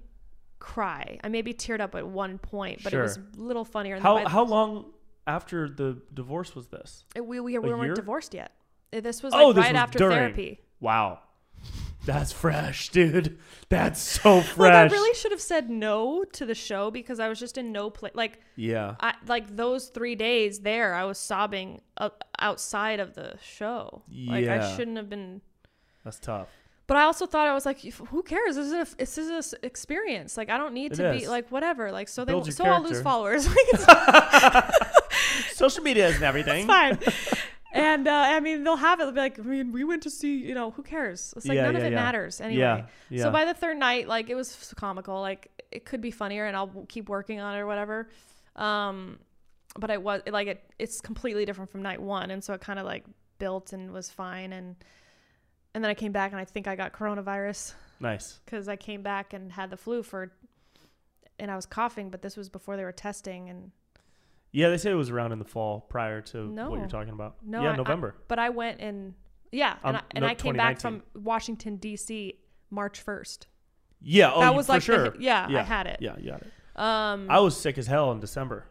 [SPEAKER 2] cry. I maybe teared up at one point, but it was
[SPEAKER 1] Sure.
[SPEAKER 2] a little funnier. And
[SPEAKER 1] How
[SPEAKER 2] then by-
[SPEAKER 1] how long after the divorce was this?
[SPEAKER 2] we, we, we
[SPEAKER 1] year?
[SPEAKER 2] weren't divorced yet. Uh, This was like
[SPEAKER 1] oh, this
[SPEAKER 2] right
[SPEAKER 1] was
[SPEAKER 2] after
[SPEAKER 1] during.
[SPEAKER 2] therapy.
[SPEAKER 1] Wow. That's fresh, dude. That's so
[SPEAKER 2] Like I
[SPEAKER 1] fresh.
[SPEAKER 2] really should have said no to the show because I was just in no place. Like
[SPEAKER 1] Yeah.
[SPEAKER 2] I like those three days there, I was sobbing uh, outside of the show. Like
[SPEAKER 1] Yeah.
[SPEAKER 2] I shouldn't have been.
[SPEAKER 1] That's tough.
[SPEAKER 2] But I also thought I was like, who cares? This is a, this is an experience. Like I don't need
[SPEAKER 1] It
[SPEAKER 2] to
[SPEAKER 1] is.
[SPEAKER 2] be like whatever. Like so they
[SPEAKER 1] Builds your
[SPEAKER 2] so I'll lose
[SPEAKER 1] character.
[SPEAKER 2] followers. Like it's
[SPEAKER 1] Social media isn't everything.
[SPEAKER 2] fine. And uh, I mean, they'll have it. They'll be like, I mean, we went to see, you know, who cares? It's like
[SPEAKER 1] Yeah,
[SPEAKER 2] none of
[SPEAKER 1] yeah,
[SPEAKER 2] it
[SPEAKER 1] yeah.
[SPEAKER 2] matters anyway.
[SPEAKER 1] Yeah, yeah.
[SPEAKER 2] So by the third night, like it was f- comical. Like it could be funnier, and I'll keep working on it or whatever. Um, but it was like it, it's completely different from night one, and so it kind of like built and was fine. And and then I came back, and I think I got coronavirus
[SPEAKER 1] Nice.
[SPEAKER 2] because I came back and had the flu for, and I was coughing, but this was before they were testing, and
[SPEAKER 1] Yeah, they say it was around in the fall prior to
[SPEAKER 2] No.
[SPEAKER 1] what you're talking about.
[SPEAKER 2] No,
[SPEAKER 1] yeah,
[SPEAKER 2] I- I-
[SPEAKER 1] November.
[SPEAKER 2] but I went and yeah,
[SPEAKER 1] Um,
[SPEAKER 2] and, I, and
[SPEAKER 1] no,
[SPEAKER 2] I came back from Washington D.C. March first.
[SPEAKER 1] yeah, oh,
[SPEAKER 2] that
[SPEAKER 1] you-
[SPEAKER 2] was
[SPEAKER 1] for
[SPEAKER 2] like the-
[SPEAKER 1] sure.
[SPEAKER 2] yeah, I had it.
[SPEAKER 1] Yeah, you got it.
[SPEAKER 2] Um,
[SPEAKER 1] I was sick as hell in December,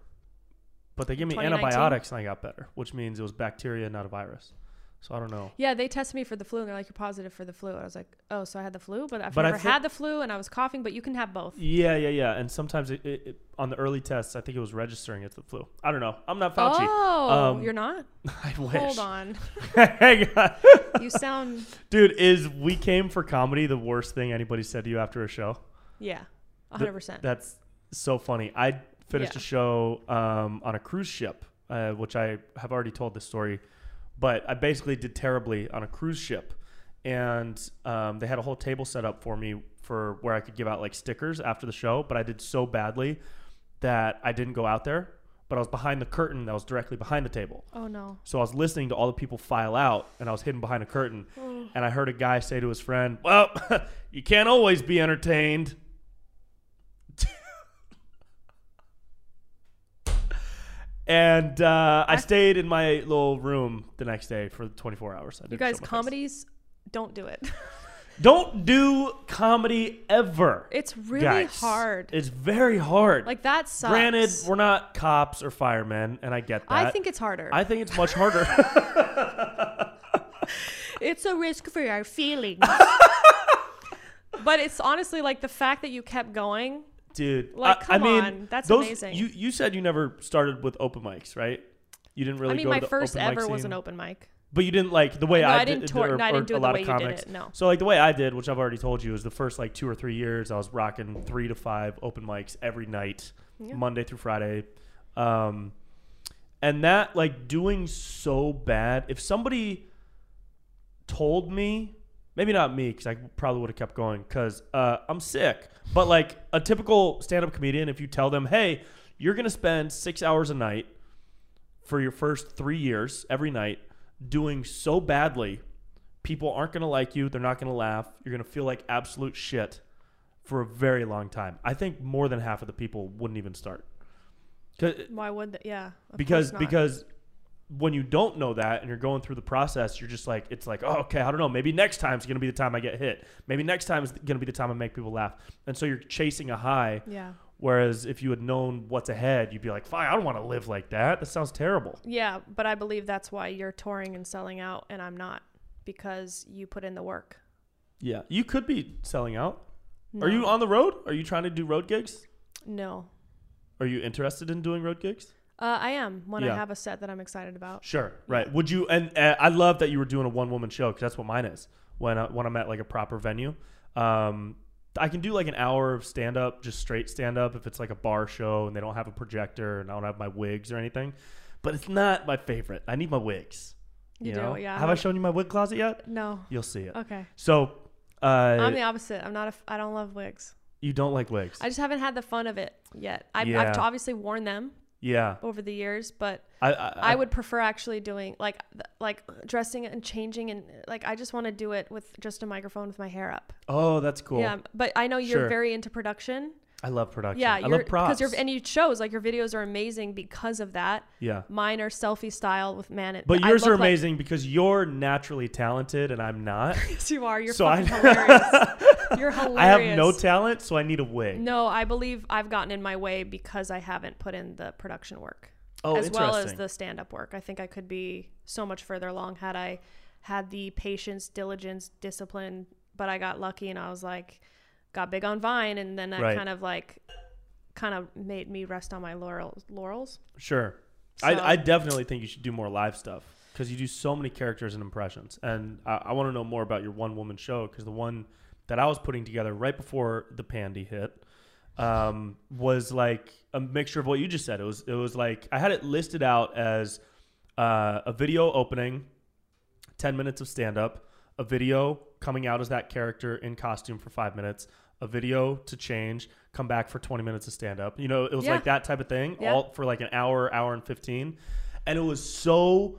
[SPEAKER 1] but they gave me
[SPEAKER 2] 2019?
[SPEAKER 1] antibiotics and I got better, which means it was bacteria, not a virus. So I don't know.
[SPEAKER 2] yeah, they tested me for the flu, and they're like, "You're positive for the flu." I was like, "Oh, so I had the flu, but I've
[SPEAKER 1] But I
[SPEAKER 2] never
[SPEAKER 1] thi-
[SPEAKER 2] had the flu, and I was coughing." But you can have both.
[SPEAKER 1] Yeah, yeah, yeah. And sometimes it, it, it- on the early tests, I think it was registering it's the flu. I don't know. I'm not Fauci.
[SPEAKER 2] Oh,
[SPEAKER 1] Um,
[SPEAKER 2] you're not.
[SPEAKER 1] I wish.
[SPEAKER 2] Hold on,
[SPEAKER 1] Hang on.
[SPEAKER 2] you sound
[SPEAKER 1] Dude, is we came for comedy the worst thing anybody said to you after a show?
[SPEAKER 2] yeah,
[SPEAKER 1] Th-
[SPEAKER 2] 100. percent
[SPEAKER 1] That's so funny. I finished
[SPEAKER 2] Yeah.
[SPEAKER 1] a show um, on a cruise ship, uh, which I have already told this story, but I basically did terribly on a cruise ship. And um, they had a whole table set up for me for where I could give out like stickers after the show, but I did so badly that I didn't go out there. But I was behind the curtain that was directly behind the table.
[SPEAKER 2] Oh no.
[SPEAKER 1] So I was listening to all the people file out, and I was hidden behind a curtain,
[SPEAKER 2] Mm.
[SPEAKER 1] and I heard a guy say to his friend, "Well, you can't always be entertained." and uh, I stayed in my little room the next day for 24 hours. I
[SPEAKER 2] You
[SPEAKER 1] didn't
[SPEAKER 2] guys,
[SPEAKER 1] show my face.
[SPEAKER 2] comedies, don't do it.
[SPEAKER 1] Don't do comedy ever.
[SPEAKER 2] it's really
[SPEAKER 1] guys.
[SPEAKER 2] hard.
[SPEAKER 1] It's very hard.
[SPEAKER 2] like that sucks.
[SPEAKER 1] granted, we're not cops or firemen, and I get that.
[SPEAKER 2] I think it's harder.
[SPEAKER 1] I think it's much harder.
[SPEAKER 2] It's a risk for our feelings. but it's honestly like the fact that you kept going.
[SPEAKER 1] dude.
[SPEAKER 2] Like,
[SPEAKER 1] I- I,
[SPEAKER 2] come
[SPEAKER 1] mean,
[SPEAKER 2] on. That's
[SPEAKER 1] those-
[SPEAKER 2] amazing.
[SPEAKER 1] You you said you never started with open mics, right? You didn't really.
[SPEAKER 2] I mean,
[SPEAKER 1] go to
[SPEAKER 2] my
[SPEAKER 1] the
[SPEAKER 2] first
[SPEAKER 1] open mic
[SPEAKER 2] ever was
[SPEAKER 1] scene.
[SPEAKER 2] an open mic.
[SPEAKER 1] But you didn't like the way
[SPEAKER 2] No,
[SPEAKER 1] I,
[SPEAKER 2] I
[SPEAKER 1] did.
[SPEAKER 2] didn't tour-
[SPEAKER 1] or,
[SPEAKER 2] no, I didn't
[SPEAKER 1] or
[SPEAKER 2] do it
[SPEAKER 1] a
[SPEAKER 2] the
[SPEAKER 1] lot
[SPEAKER 2] way
[SPEAKER 1] of
[SPEAKER 2] you did
[SPEAKER 1] comics.
[SPEAKER 2] it, no.
[SPEAKER 1] So like the way I did, which I've already told you, is the first like two or three years I was rocking three to five open mics every night, Monday through Friday. Um, and that like doing so bad. If somebody told me, maybe not me, because I probably would have kept going because uh, I'm sick. But like a typical stand-up comedian, if you tell them, "Hey, you're gonna spend six hours a night for your first three years every night, doing so badly, people aren't gonna like you. They're not gonna laugh. You're gonna feel like absolute shit for a very long time." I think more than half of the people wouldn't even start. 'Cause-
[SPEAKER 2] Why would that? Yeah. of
[SPEAKER 1] because
[SPEAKER 2] course not.
[SPEAKER 1] because when you don't know that and you're going through the process, you're just like it's like oh okay I don't know maybe next time's gonna be the time I get hit maybe next time's gonna be the time I make people laugh and so you're chasing a high
[SPEAKER 2] Yeah.
[SPEAKER 1] whereas if you had known what's ahead you'd be like fine I don't want to live like that that sounds terrible
[SPEAKER 2] Yeah, but I believe that's why you're touring and selling out, and I'm not because you put in the work.
[SPEAKER 1] yeah you could be selling out are you on the road are you trying to do road gigs
[SPEAKER 2] No.
[SPEAKER 1] are you interested in doing road gigs
[SPEAKER 2] Uh, I am when
[SPEAKER 1] Yeah.
[SPEAKER 2] I have a set that I'm excited about.
[SPEAKER 1] Sure. Right. Would you? And uh, I love that you were doing a one woman show because that's what mine is. When I, when I'm at like a proper venue, um, I can do like an hour of stand up, just straight stand up. If it's like a bar show and they don't have a projector and I don't have my wigs or anything, but it's not my favorite. I need my wigs.
[SPEAKER 2] You do,
[SPEAKER 1] know?
[SPEAKER 2] yeah, I
[SPEAKER 1] Have I
[SPEAKER 2] have-
[SPEAKER 1] shown you my wig closet yet?
[SPEAKER 2] No.
[SPEAKER 1] You'll see it.
[SPEAKER 2] Okay.
[SPEAKER 1] So, uh,
[SPEAKER 2] I'm the opposite. I'm not. A, f- I don't love wigs.
[SPEAKER 1] you don't like wigs?
[SPEAKER 2] I just haven't had the fun of it yet. I've,
[SPEAKER 1] Yeah.
[SPEAKER 2] I've t- obviously worn them
[SPEAKER 1] yeah.
[SPEAKER 2] over the years, but
[SPEAKER 1] I Uh, I,
[SPEAKER 2] I would prefer actually doing like th- like dressing and changing and like I just want to do it with just a microphone with my hair up.
[SPEAKER 1] Oh, that's cool.
[SPEAKER 2] Yeah, but I know you're
[SPEAKER 1] Sure.
[SPEAKER 2] very into production.
[SPEAKER 1] I love production.
[SPEAKER 2] Yeah,
[SPEAKER 1] I
[SPEAKER 2] you're
[SPEAKER 1] love props.
[SPEAKER 2] you're and you chose like your videos are amazing because of that.
[SPEAKER 1] yeah.
[SPEAKER 2] Mine are selfie style with man.
[SPEAKER 1] But
[SPEAKER 2] I
[SPEAKER 1] yours
[SPEAKER 2] look
[SPEAKER 1] are
[SPEAKER 2] like-
[SPEAKER 1] amazing because you're naturally talented and I'm not.
[SPEAKER 2] Yes, you are. You're
[SPEAKER 1] So I-
[SPEAKER 2] fucking hilarious. You're hilarious.
[SPEAKER 1] I have no talent, so I need a wig.
[SPEAKER 2] No, I believe I've gotten in my way because I haven't put in the production work.
[SPEAKER 1] Oh,
[SPEAKER 2] as well as
[SPEAKER 1] interesting.
[SPEAKER 2] the stand up work. I think I could be so much further along had I had the patience, diligence, discipline, but I got lucky and I was like got big on Vine and then that
[SPEAKER 1] Right.
[SPEAKER 2] kind of like kind of made me rest on my laurels laurels.
[SPEAKER 1] Sure.
[SPEAKER 2] So-
[SPEAKER 1] I, I definitely think you should do more live stuff. because you do so many characters and impressions. And I, I want to know more about your one woman show because the one that I was putting together right before the pandy hit um, was like a mixture of what you just said. It was it was like I had it listed out as uh, a video opening, ten minutes of stand up, a video coming out as that character in costume for five minutes. A video to change, come back for twenty minutes of stand up. You know, it was
[SPEAKER 2] Yeah.
[SPEAKER 1] like that type of thing,
[SPEAKER 2] Yeah.
[SPEAKER 1] all for like an hour, hour and fifteen, and it was so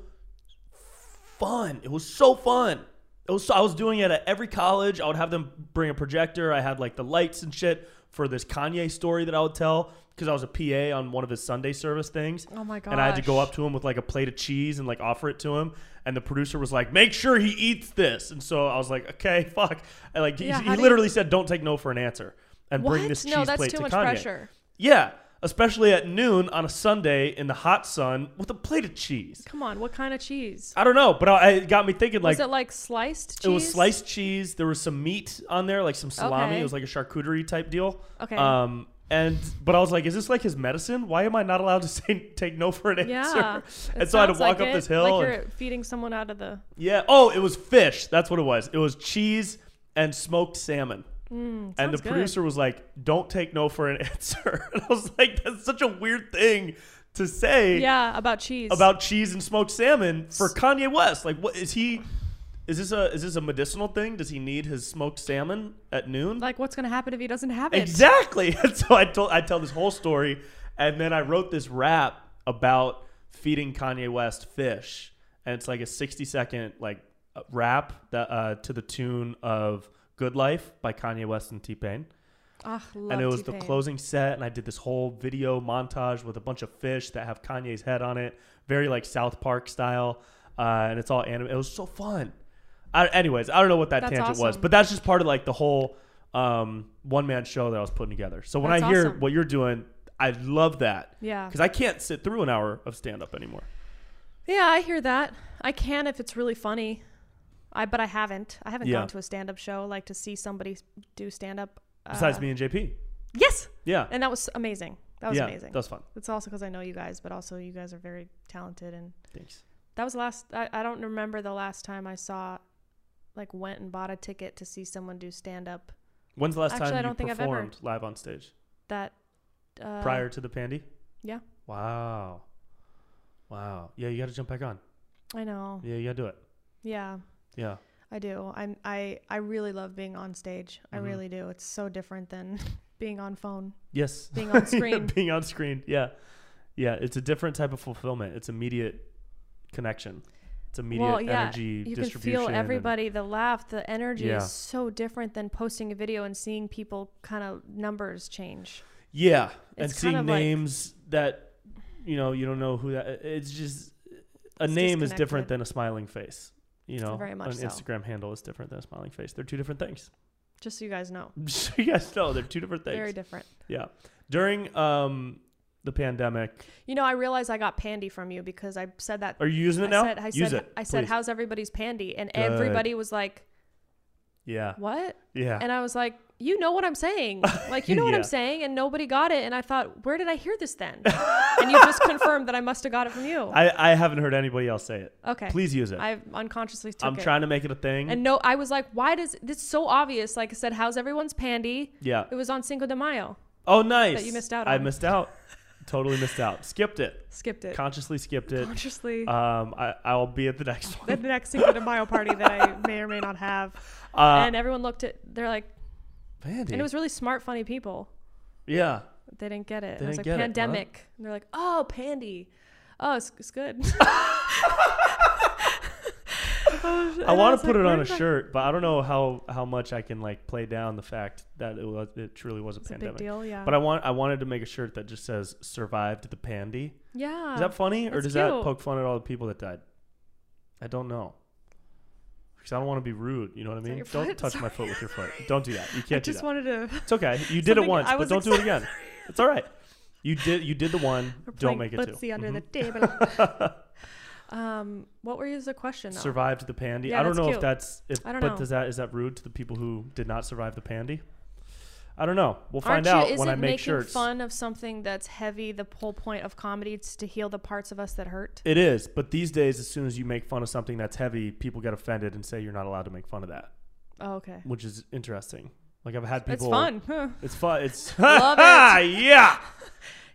[SPEAKER 1] fun. It was so fun. It was so, I was doing it at every college. I would have them bring a projector. I had like the lights and shit for this Kanye story that I would tell because I was a PA on one of his Sunday service things.
[SPEAKER 2] Oh my
[SPEAKER 1] And I had to go
[SPEAKER 2] gosh.
[SPEAKER 1] up to him with like a plate of cheese and like offer it to him. And the producer was like, "Make sure he eats this." And so I was like, "Okay, fuck." And like he-
[SPEAKER 2] Yeah,
[SPEAKER 1] he,
[SPEAKER 2] how do you-
[SPEAKER 1] literally said, "Don't take no for an answer." And bring
[SPEAKER 2] What?
[SPEAKER 1] this cheese
[SPEAKER 2] No, that's
[SPEAKER 1] plate
[SPEAKER 2] too
[SPEAKER 1] to
[SPEAKER 2] much
[SPEAKER 1] Kanye.
[SPEAKER 2] pressure.
[SPEAKER 1] Yeah, especially at noon on a Sunday in the hot sun with a plate of cheese.
[SPEAKER 2] Come on, what kind of cheese?
[SPEAKER 1] I don't know, but I, it got me thinking. Like
[SPEAKER 2] was it like sliced cheese?
[SPEAKER 1] it was sliced cheese. There was some meat on there, like some salami.
[SPEAKER 2] Okay.
[SPEAKER 1] It was like a charcuterie type deal.
[SPEAKER 2] Okay.
[SPEAKER 1] Um, and but I was like, is this like his medicine? Why am I not allowed to say take no for an
[SPEAKER 2] Yeah.
[SPEAKER 1] answer?
[SPEAKER 2] it
[SPEAKER 1] And so I had to
[SPEAKER 2] sounds
[SPEAKER 1] walk
[SPEAKER 2] like
[SPEAKER 1] up
[SPEAKER 2] it,
[SPEAKER 1] this hill.
[SPEAKER 2] Like
[SPEAKER 1] and-
[SPEAKER 2] you're feeding someone out of the.
[SPEAKER 1] yeah. Oh, it was fish. That's what it was. It was cheese and smoked salmon. and the
[SPEAKER 2] Hmm, sounds good.
[SPEAKER 1] producer was like, "Don't take no for an answer." And I was like, "That's such a weird thing to say."
[SPEAKER 2] Yeah, about cheese.
[SPEAKER 1] about cheese and smoked salmon for Kanye West. Like, what is he? Is this a is this a medicinal thing? Does he need his smoked salmon at noon?
[SPEAKER 2] like what's gonna happen if he doesn't have it?
[SPEAKER 1] exactly. And so I told I tell this whole story, and then I wrote this rap about feeding Kanye West fish, and it's like a sixty second like uh, rap that uh, to the tune of "Good Life" by Kanye West and T Pain
[SPEAKER 2] Ah,
[SPEAKER 1] and
[SPEAKER 2] love
[SPEAKER 1] it was the
[SPEAKER 2] T-Pain.
[SPEAKER 1] closing set and i did this whole video montage with a bunch of fish that have kanye's head on it very like south park style uh, and it's all anime it was so fun I, anyways i don't know what that
[SPEAKER 2] That's
[SPEAKER 1] tangent was
[SPEAKER 2] awesome.
[SPEAKER 1] but that's just part of like the whole um, one-man show that i was putting together so when
[SPEAKER 2] That's
[SPEAKER 1] i hear
[SPEAKER 2] awesome.
[SPEAKER 1] what you're doing i love that
[SPEAKER 2] Yeah.
[SPEAKER 1] because i can't sit through an hour of stand-up anymore
[SPEAKER 2] Yeah, I hear that. I can if it's really funny. I but I haven't. I haven't
[SPEAKER 1] Yeah.
[SPEAKER 2] gone to a stand up show like to see somebody s- do stand up. Uh,
[SPEAKER 1] besides me and jp
[SPEAKER 2] Yes,
[SPEAKER 1] yeah
[SPEAKER 2] and that was amazing. That was
[SPEAKER 1] yeah
[SPEAKER 2] amazing.
[SPEAKER 1] that was fun
[SPEAKER 2] it's also because I know you guys, but also you guys are very talented. And
[SPEAKER 1] thanks
[SPEAKER 2] that was last. I, I don't remember the last time I saw, like, went and bought a ticket to see someone do stand up.
[SPEAKER 1] when's the last
[SPEAKER 2] Actually,
[SPEAKER 1] time
[SPEAKER 2] I
[SPEAKER 1] you
[SPEAKER 2] don't think I've ever-
[SPEAKER 1] performed live on stage
[SPEAKER 2] That uh,
[SPEAKER 1] prior to the pandy
[SPEAKER 2] yeah.
[SPEAKER 1] Wow. Wow. Yeah, you got to jump back on.
[SPEAKER 2] I know.
[SPEAKER 1] Yeah, you got to do it.
[SPEAKER 2] Yeah.
[SPEAKER 1] Yeah.
[SPEAKER 2] I do. I'm I I really love being on stage.
[SPEAKER 1] Mm-hmm.
[SPEAKER 2] I really do. It's so different than being on phone,
[SPEAKER 1] Yes.
[SPEAKER 2] being on
[SPEAKER 1] Yeah,
[SPEAKER 2] screen.
[SPEAKER 1] Being on screen. Yeah. Yeah, it's a different type of fulfillment. It's immediate connection. It's immediate
[SPEAKER 2] well, yeah,
[SPEAKER 1] energy
[SPEAKER 2] you can
[SPEAKER 1] distribution.
[SPEAKER 2] feel
[SPEAKER 1] and-
[SPEAKER 2] everybody. The laugh, the energy
[SPEAKER 1] Yeah.
[SPEAKER 2] is so different than posting a video and seeing people kind of numbers change.
[SPEAKER 1] yeah, and
[SPEAKER 2] It's
[SPEAKER 1] seeing
[SPEAKER 2] kind of like-
[SPEAKER 1] names that you know, you don't know who that it's just a
[SPEAKER 2] It's
[SPEAKER 1] name is different
[SPEAKER 2] disconnected.
[SPEAKER 1] than a smiling face. You know,
[SPEAKER 2] Very much
[SPEAKER 1] an
[SPEAKER 2] so.
[SPEAKER 1] Instagram handle is different than a smiling face. They're two different things.
[SPEAKER 2] Just so you guys know,
[SPEAKER 1] So you guys know they're two different
[SPEAKER 2] very
[SPEAKER 1] things.
[SPEAKER 2] different.
[SPEAKER 1] yeah. During um the pandemic,
[SPEAKER 2] You know, I realized I got pandy from you because I said that.
[SPEAKER 1] Are you using it
[SPEAKER 2] I
[SPEAKER 1] now?
[SPEAKER 2] said, I
[SPEAKER 1] Use
[SPEAKER 2] said,
[SPEAKER 1] it.
[SPEAKER 2] I said,
[SPEAKER 1] please.
[SPEAKER 2] how's everybody's pandy? And
[SPEAKER 1] Good.
[SPEAKER 2] everybody was like,
[SPEAKER 1] Yeah.
[SPEAKER 2] what?
[SPEAKER 1] Yeah.
[SPEAKER 2] And I was like, you know what I'm saying. Like, you know what
[SPEAKER 1] Yeah.
[SPEAKER 2] I'm saying. And nobody got it. And I thought, where did I hear this then? and you just confirmed that I must have got it from you.
[SPEAKER 1] I, I haven't heard anybody else say it.
[SPEAKER 2] okay.
[SPEAKER 1] Please use it. I,
[SPEAKER 2] I unconsciously took
[SPEAKER 1] am
[SPEAKER 2] it.
[SPEAKER 1] trying to make it a thing.
[SPEAKER 2] and no, I was like, why does this is so obvious? Like I said, how's everyone's pandy?
[SPEAKER 1] yeah.
[SPEAKER 2] It was on Cinco de Mayo.
[SPEAKER 1] Oh, nice.
[SPEAKER 2] that you missed out
[SPEAKER 1] I
[SPEAKER 2] on.
[SPEAKER 1] missed out. totally missed out. Skipped it.
[SPEAKER 2] Skipped it.
[SPEAKER 1] Consciously skipped it.
[SPEAKER 2] Consciously.
[SPEAKER 1] Um, I, I'll be at the next
[SPEAKER 2] the
[SPEAKER 1] one.
[SPEAKER 2] next Cinco de Mayo party that I may or may not have.
[SPEAKER 1] Uh,
[SPEAKER 2] and everyone looked at, they're like,
[SPEAKER 1] Vandy.
[SPEAKER 2] and it was really smart, funny people.
[SPEAKER 1] yeah.
[SPEAKER 2] They didn't get it.
[SPEAKER 1] They
[SPEAKER 2] and I
[SPEAKER 1] didn't
[SPEAKER 2] was like,
[SPEAKER 1] get it, huh?
[SPEAKER 2] pandemic. And they're like, oh, pandy. Oh, it's, it's good.
[SPEAKER 1] I want to put it on a shirt, but I don't know how, how much I can like play down the fact that it was it truly was a
[SPEAKER 2] It's a
[SPEAKER 1] pandemic.
[SPEAKER 2] big deal, yeah.
[SPEAKER 1] But I want I wanted to make a shirt that just says "Survived the Pandy."
[SPEAKER 2] yeah.
[SPEAKER 1] Is that funny, or
[SPEAKER 2] That's
[SPEAKER 1] does that
[SPEAKER 2] cute.
[SPEAKER 1] poke fun at all the people that died? I don't know. Because I don't want to be rude. You know what I
[SPEAKER 2] that
[SPEAKER 1] mean?
[SPEAKER 2] your
[SPEAKER 1] Don't
[SPEAKER 2] foot?
[SPEAKER 1] touch my foot with your foot. Don't do that. You
[SPEAKER 2] I
[SPEAKER 1] can't do
[SPEAKER 2] just
[SPEAKER 1] that.
[SPEAKER 2] wanted to.
[SPEAKER 1] it's okay. You did it
[SPEAKER 2] something
[SPEAKER 1] once,
[SPEAKER 2] I
[SPEAKER 1] but
[SPEAKER 2] was
[SPEAKER 1] don't do it again. It's all right. You did. You did the one.
[SPEAKER 2] We're
[SPEAKER 1] don't
[SPEAKER 2] playing
[SPEAKER 1] make it
[SPEAKER 2] footsie
[SPEAKER 1] two.
[SPEAKER 2] under
[SPEAKER 1] Mhm.
[SPEAKER 2] the table. um, what were you the question? though?
[SPEAKER 1] Survived the pandy.
[SPEAKER 2] Yeah,
[SPEAKER 1] I don't
[SPEAKER 2] that's
[SPEAKER 1] know if
[SPEAKER 2] cute.
[SPEAKER 1] that's if.
[SPEAKER 2] I don't
[SPEAKER 1] but
[SPEAKER 2] know.
[SPEAKER 1] does that is that rude to the people who did not survive the pandy? I don't know. We'll find
[SPEAKER 2] Aren't you,
[SPEAKER 1] out
[SPEAKER 2] isn't
[SPEAKER 1] when I make
[SPEAKER 2] making
[SPEAKER 1] shirts.
[SPEAKER 2] fun of something that's heavy the whole point of comedy? It's to heal the parts of us that hurt.
[SPEAKER 1] It is, but these days, as soon as you make fun of something that's heavy, people get offended and say you're not allowed to make fun of that,
[SPEAKER 2] Oh, okay.
[SPEAKER 1] which is interesting. Like I've had people.
[SPEAKER 2] It's fun. Huh.
[SPEAKER 1] It's fun. It's
[SPEAKER 2] Love
[SPEAKER 1] yeah.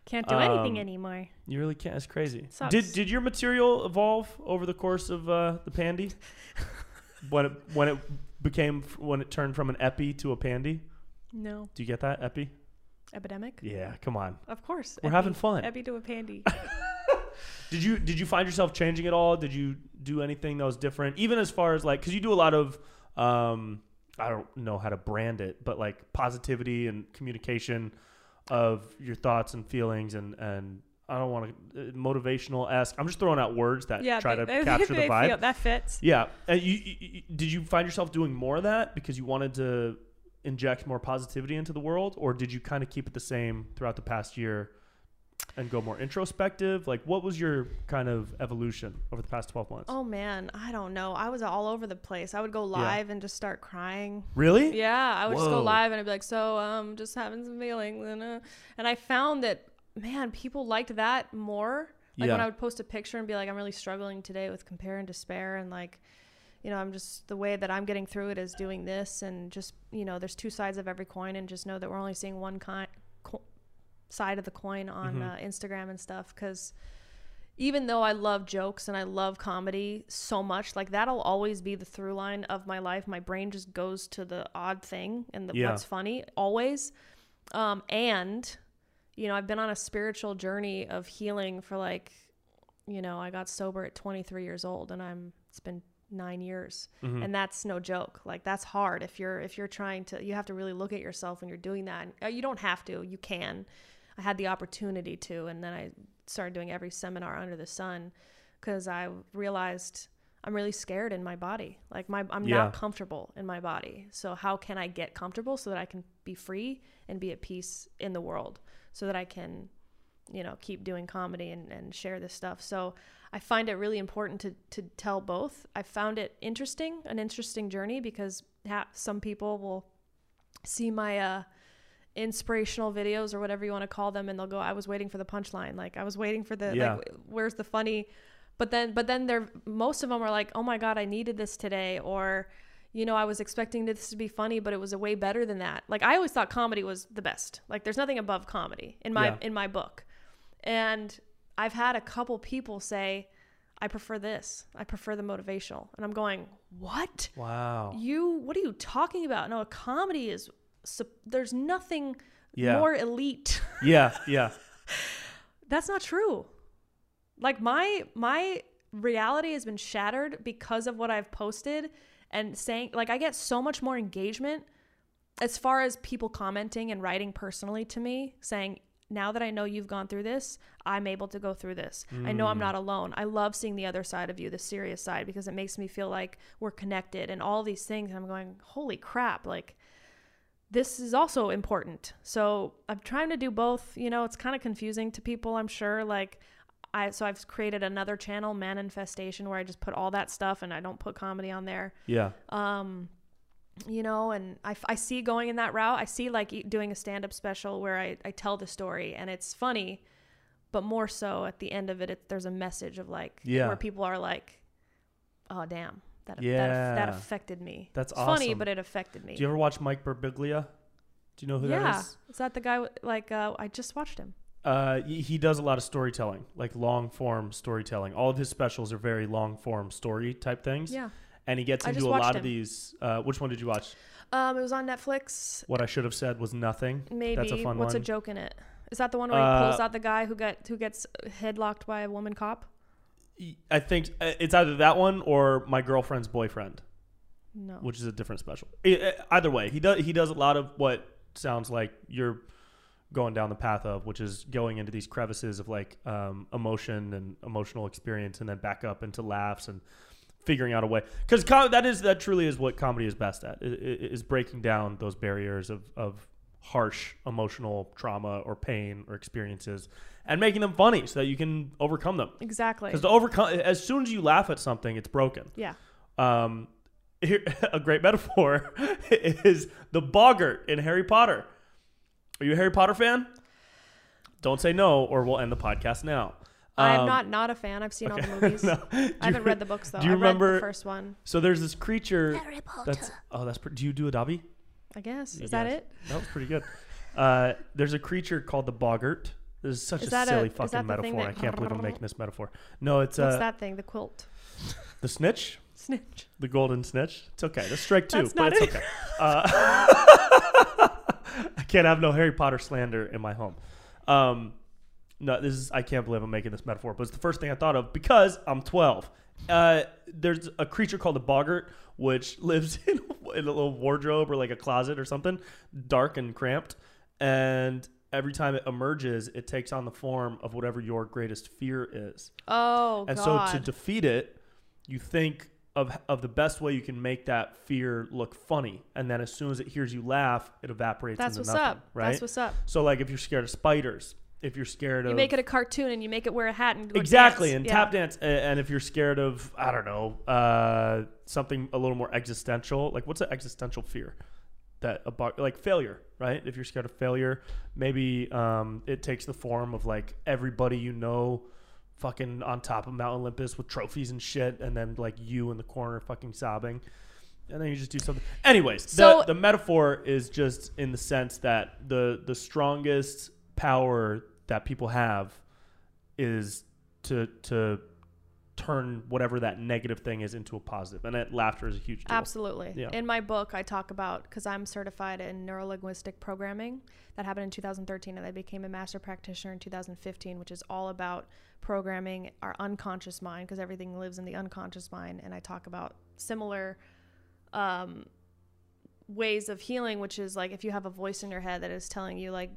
[SPEAKER 2] Can't do anything
[SPEAKER 1] Um,
[SPEAKER 2] anymore.
[SPEAKER 1] You really can't. It's crazy.
[SPEAKER 2] Sucks.
[SPEAKER 1] Did did your material evolve over the course of uh, the pandy? when it when it became when it turned from an epi to a pandy?
[SPEAKER 2] No.
[SPEAKER 1] Do you get that epi?
[SPEAKER 2] Epidemic?
[SPEAKER 1] Yeah. Come on.
[SPEAKER 2] Of course.
[SPEAKER 1] We're having fun.
[SPEAKER 2] Ebby to a pandy.
[SPEAKER 1] Did you did you find yourself changing at all? Did you do anything that was different? Even as far as like, because you do a lot of, um, I don't know how to brand it, but like positivity and communication of your thoughts and feelings and and I don't want to uh, motivational esque. I'm just throwing out words that
[SPEAKER 2] yeah.
[SPEAKER 1] try
[SPEAKER 2] they-
[SPEAKER 1] to
[SPEAKER 2] they-
[SPEAKER 1] capture the
[SPEAKER 2] they
[SPEAKER 1] vibe.
[SPEAKER 2] feel- that fits.
[SPEAKER 1] Yeah. And you, you, you- did you find yourself doing more of that because you wanted to inject more positivity into the world, or did you kind of keep it the same throughout the past year and go more introspective? Like, what was your kind of evolution over the past twelve months?
[SPEAKER 2] Oh man, I don't know. I was all over the place. I would go live and just start crying.
[SPEAKER 1] Really?
[SPEAKER 2] Yeah, I would just
[SPEAKER 1] Whoa.
[SPEAKER 2] go live and I'd be like, "So, um, just having some feelings," and uh, and I found that man, people liked that more. Like when
[SPEAKER 1] Yeah.
[SPEAKER 2] I would post a picture and be like, "I'm really struggling today with compare and despair," and like, you know, I'm just the way that I'm getting through it is doing this, and just you know, there's two sides of every coin, and just know that we're only seeing one kind. Co- side of the coin on uh, Instagram and stuff because even though I love jokes and I love comedy so much, like that'll always be the through line of my life. My brain just goes to the odd thing and the
[SPEAKER 1] Yeah.
[SPEAKER 2] what's funny always. Um, and you know, I've been on a spiritual journey of healing for like, you know, I got sober at 23 years old and I'm it's been 9 years. And that's no joke. Like that's hard if you're if you're trying to you have to really look at yourself when you're doing that. And uh, you don't have to, you can. I had the opportunity to and then I started doing every seminar under the sun cuz I realized I'm really scared in my body. Like my I'm
[SPEAKER 1] Yeah.
[SPEAKER 2] not comfortable in my body. So how can I get comfortable so that I can be free and be at peace in the world so that I can, you know, keep doing comedy and, and share this stuff. So I find it really important to, to tell both. I found it interesting, an interesting journey because ha- some people will see my uh, inspirational videos or whatever you want to call them and they'll go, I was waiting for the punchline. Like I was waiting for the,
[SPEAKER 1] Yeah.
[SPEAKER 2] like, where's the funny? But then, but then they're, most of them are like, oh my God, I needed this today. Or, you know, I was expecting this to be funny, but it was a way better than that. Like I always thought comedy was the best. Like there's nothing above comedy in my
[SPEAKER 1] Yeah.
[SPEAKER 2] in my book. And I've had a couple people say, I prefer this. I prefer the motivational. And I'm going, what?
[SPEAKER 1] Wow.
[SPEAKER 2] You, what are you talking about? No, a comedy is, sup- there's nothing
[SPEAKER 1] Yeah.
[SPEAKER 2] more elite.
[SPEAKER 1] Yeah. Yeah.
[SPEAKER 2] That's not true. Like my, my reality has been shattered because of what I've posted and saying, like, I get so much more engagement as far as people commenting and writing personally to me saying now that i know you've gone through this i'm able to go through this i know i'm not alone i love seeing the other side of you the serious side because it makes me feel like we're connected and all these things and i'm going holy crap like this is also important so i'm trying to do both you know it's kind of confusing to people i'm sure like i so i've created another channel manifestation where i just put all that stuff and i don't put comedy on there Um,
[SPEAKER 1] Yeah.
[SPEAKER 2] you know and I, f- I see going in that route i see like e- doing a stand-up special where I, I tell the story and it's funny but more so at the end of it, it there's a message of like
[SPEAKER 1] Yeah.
[SPEAKER 2] where people are like oh damn that, that,
[SPEAKER 1] Yeah.
[SPEAKER 2] aff- that affected me
[SPEAKER 1] That's
[SPEAKER 2] it's funny
[SPEAKER 1] awesome.
[SPEAKER 2] but it affected me
[SPEAKER 1] Do you ever watch Mike Birbiglia? Do you know who
[SPEAKER 2] yeah
[SPEAKER 1] that
[SPEAKER 2] is?
[SPEAKER 1] is?
[SPEAKER 2] that the guy with, like uh, i just watched him
[SPEAKER 1] Uh, he he does a lot of storytelling, like long form storytelling. All of his specials are very long form story type things.
[SPEAKER 2] yeah
[SPEAKER 1] And he gets
[SPEAKER 2] I
[SPEAKER 1] into a
[SPEAKER 2] just
[SPEAKER 1] lot
[SPEAKER 2] watched
[SPEAKER 1] of
[SPEAKER 2] him.
[SPEAKER 1] these. Uh, which one did you watch?
[SPEAKER 2] um it was on netflix
[SPEAKER 1] What I should have said was nothing.
[SPEAKER 2] maybe
[SPEAKER 1] That's a fun
[SPEAKER 2] what's
[SPEAKER 1] one.
[SPEAKER 2] a joke in it is that the one where he pulls
[SPEAKER 1] Uh,
[SPEAKER 2] out the guy who got who gets headlocked by a woman cop
[SPEAKER 1] I think uh, it's either that one or my girlfriend's boyfriend,
[SPEAKER 2] no
[SPEAKER 1] which is a different special. E- e- Either way, he does he does a lot of what sounds like you're going down the path of, which is going into these crevices of like um, emotion and emotional experience, and then back up into laughs and figuring out a way. Because com- that is that truly is what comedy is best at i- i- is breaking down those barriers of of harsh emotional trauma or pain or experiences and making them funny so that you can overcome them
[SPEAKER 2] exactly
[SPEAKER 1] because to overcome, as soon as you laugh at something, it's broken.
[SPEAKER 2] yeah
[SPEAKER 1] Um, here, a great metaphor is the boggart in Harry Potter. Are you a Harry Potter fan? Don't say no, or we'll end the podcast now.
[SPEAKER 2] I'm
[SPEAKER 1] Um,
[SPEAKER 2] not not a fan. I've seen all the movies.
[SPEAKER 1] No. Do
[SPEAKER 2] I haven't
[SPEAKER 1] you-
[SPEAKER 2] read the books though.
[SPEAKER 1] do you
[SPEAKER 2] I read
[SPEAKER 1] remember-
[SPEAKER 2] the first one.
[SPEAKER 1] So there's this creature. That's oh, that's pretty. Do you do Adobe?
[SPEAKER 2] I guess. Is
[SPEAKER 1] You
[SPEAKER 2] that
[SPEAKER 1] guys-
[SPEAKER 2] it?
[SPEAKER 1] That was pretty good. Uh, there's a creature called the boggart. This is such
[SPEAKER 2] Is
[SPEAKER 1] a
[SPEAKER 2] that a-
[SPEAKER 1] silly
[SPEAKER 2] is
[SPEAKER 1] fucking
[SPEAKER 2] that the thing
[SPEAKER 1] metaphor. I
[SPEAKER 2] that-
[SPEAKER 1] can't believe I'm making this metaphor. No, it's
[SPEAKER 2] What's
[SPEAKER 1] uh,
[SPEAKER 2] that thing? The quilt.
[SPEAKER 1] the snitch,
[SPEAKER 2] Snitch.
[SPEAKER 1] the golden snitch. It's okay. That's strike two,
[SPEAKER 2] That's
[SPEAKER 1] but
[SPEAKER 2] not
[SPEAKER 1] it's
[SPEAKER 2] it.
[SPEAKER 1] okay. Uh, I can't have no Harry Potter slander in my home. Um, no, this is I can't believe I'm making this metaphor, but it's the first thing I thought of because I'm 12. Uh, there's a creature called the boggart which lives in, in a little wardrobe or like a closet or something, dark and cramped. And every time it emerges, it takes on the form of whatever your greatest fear is.
[SPEAKER 2] Oh
[SPEAKER 1] And
[SPEAKER 2] god.
[SPEAKER 1] so to defeat it, you think of of the best way you can make that fear look funny, and then as soon as it hears you laugh, it evaporates.
[SPEAKER 2] That's
[SPEAKER 1] into
[SPEAKER 2] what's
[SPEAKER 1] nothing,
[SPEAKER 2] up.
[SPEAKER 1] right?
[SPEAKER 2] That's what's up.
[SPEAKER 1] so like if you're scared of spiders, if you're scared
[SPEAKER 2] You
[SPEAKER 1] of
[SPEAKER 2] make it a cartoon and you make it wear a hat and go
[SPEAKER 1] exactly
[SPEAKER 2] dance.
[SPEAKER 1] and
[SPEAKER 2] Yeah.
[SPEAKER 1] tap dance, a- and if you're scared of I don't know uh, something a little more existential, like what's an existential fear? That a bar, like failure, right? If you're scared of failure, maybe um, it takes the form of like everybody you know fucking on top of Mount Olympus with trophies and shit, and then like you in the corner fucking sobbing. And then you just do something. Anyways,
[SPEAKER 2] So-
[SPEAKER 1] the, the metaphor is just in the sense that the the strongest power that people have is to to turn whatever that negative thing is into a positive, and that laughter is a huge deal.
[SPEAKER 2] Absolutely.
[SPEAKER 1] Yeah.
[SPEAKER 2] In my book, I talk about because I'm certified in neurolinguistic programming. That happened in 2013, and I became a master practitioner in 2015, which is all about programming our unconscious mind because everything lives in the unconscious mind. And I talk about similar um, ways of healing, which is like if you have a voice in your head that is telling you like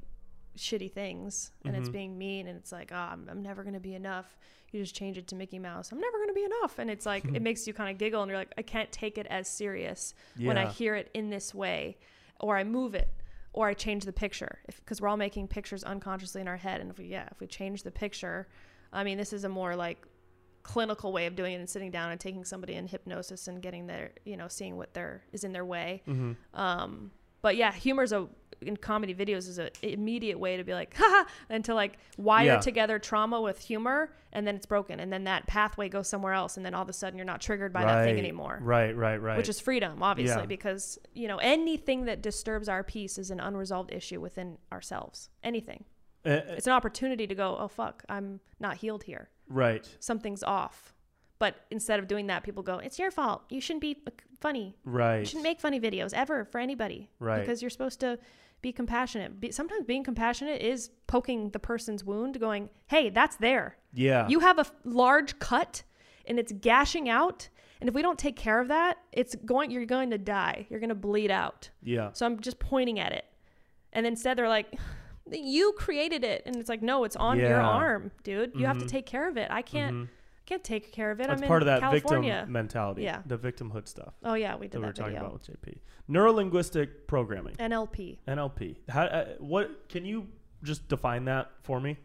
[SPEAKER 2] shitty things and it's being mean and it's like, ah, I'm, I'm never going to be enough. You just change it to Mickey Mouse. I'm never going to be enough. And it's like, it makes you kind of giggle and you're like, I can't take it as serious when I
[SPEAKER 1] Yeah.
[SPEAKER 2] hear it in this way or I move it or I change the picture because we're all making pictures unconsciously in our head. And if we, yeah, if we change the picture, I mean, this is a more like clinical way of doing it and sitting down and taking somebody in hypnosis and getting their you know seeing what their is in their way
[SPEAKER 1] Mm-hmm.
[SPEAKER 2] um but yeah humor's a in comedy videos is an immediate way to be like haha and to like wire
[SPEAKER 1] Yeah.
[SPEAKER 2] together trauma with humor and then it's broken and then that pathway goes somewhere else and then all of a sudden you're not triggered by that thing anymore
[SPEAKER 1] Right, right, right.
[SPEAKER 2] which is freedom obviously
[SPEAKER 1] Yeah.
[SPEAKER 2] because you know anything that disturbs our peace is an unresolved issue within ourselves anything
[SPEAKER 1] Uh,
[SPEAKER 2] it's an opportunity to go oh fuck i'm not healed here
[SPEAKER 1] right,
[SPEAKER 2] something's off. But instead of doing that, people go, "It's your fault. You shouldn't be uh, funny. You
[SPEAKER 1] right.
[SPEAKER 2] shouldn't make funny videos ever for anybody.
[SPEAKER 1] Right.
[SPEAKER 2] Because you're supposed to be compassionate. Be, sometimes being compassionate is poking the person's wound, going, "Hey, that's there.
[SPEAKER 1] Yeah,
[SPEAKER 2] You have a f- large cut, and it's gashing out. And if we don't take care of that, it's going. You're going to die. You're going to bleed out.
[SPEAKER 1] yeah,
[SPEAKER 2] So I'm just pointing at it. And instead they're like, you created it. And it's like, no, it's on your
[SPEAKER 1] Yeah. Mm-hmm.
[SPEAKER 2] arm, dude. You have to take care of it. I can't I can't take care of it.
[SPEAKER 1] that's
[SPEAKER 2] I'm
[SPEAKER 1] part of
[SPEAKER 2] in
[SPEAKER 1] that
[SPEAKER 2] California.
[SPEAKER 1] victim mentality.
[SPEAKER 2] Yeah.
[SPEAKER 1] the victimhood stuff
[SPEAKER 2] Oh yeah, we
[SPEAKER 1] that
[SPEAKER 2] did
[SPEAKER 1] we were
[SPEAKER 2] that,
[SPEAKER 1] talking
[SPEAKER 2] video.
[SPEAKER 1] about with JP. Neurolinguistic programming.
[SPEAKER 2] NLP.
[SPEAKER 1] NLP. How, uh, what can you just define that for me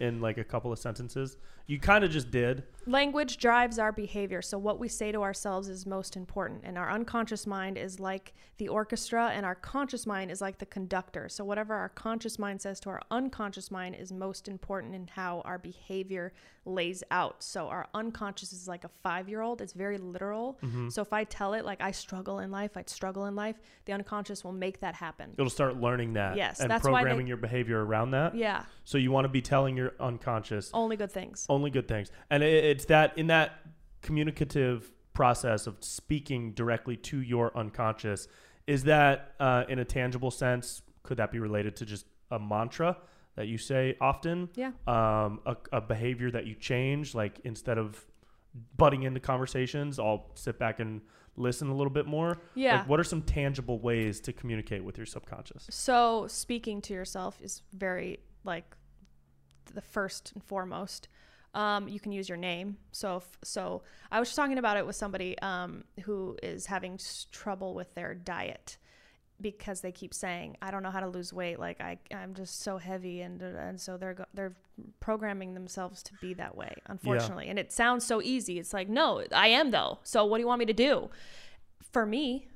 [SPEAKER 1] in like a couple of sentences? You kind of just did.
[SPEAKER 2] Language drives our behavior, so what we say to ourselves is most important. And our unconscious mind is like the orchestra, and our conscious mind is like the conductor. So, whatever our conscious mind says to our unconscious mind is most important in how our behavior lays out. So, our unconscious is like a five year old, it's very literal. So, if I tell it, like, I struggle in life, I struggle in life, the unconscious will make that happen.
[SPEAKER 1] It'll start learning that.
[SPEAKER 2] Yes,
[SPEAKER 1] and
[SPEAKER 2] that's why they-
[SPEAKER 1] programming your behavior around that.
[SPEAKER 2] Yeah,
[SPEAKER 1] So you want to be telling your unconscious
[SPEAKER 2] only good things.
[SPEAKER 1] only good things, and it, it's that in that communicative process of speaking directly to your unconscious. Is that uh, in a tangible sense? Could that be related to just a mantra that you say often?
[SPEAKER 2] Yeah.
[SPEAKER 1] um, a, a behavior that you change. Like instead of butting into conversations, I'll sit back and listen a little bit more.
[SPEAKER 2] Yeah.
[SPEAKER 1] Like, what are some tangible ways to communicate with your subconscious?
[SPEAKER 2] So speaking to yourself is very like the first and foremost. Um, you can use your name. So if, so I was just talking about it with somebody um, who is having s- trouble with their diet because they keep saying I don't know how to lose weight. Like I I'm just so heavy and and so they're go- they're programming themselves to be that way. Unfortunately, and it sounds so easy. It's like no, I am though. So what do you want me to do? For me,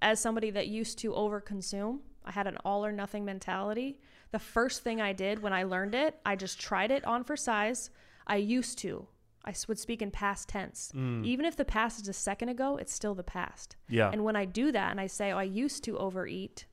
[SPEAKER 2] as somebody that used to overconsume, I had an all or nothing mentality. The first thing I did when I learned it, I just tried it on for size. I used to. I s- would speak in past tense. Even if the past is a second ago, it's still the past.
[SPEAKER 1] Yeah.
[SPEAKER 2] And when I do that and I say, oh, I used to overeat,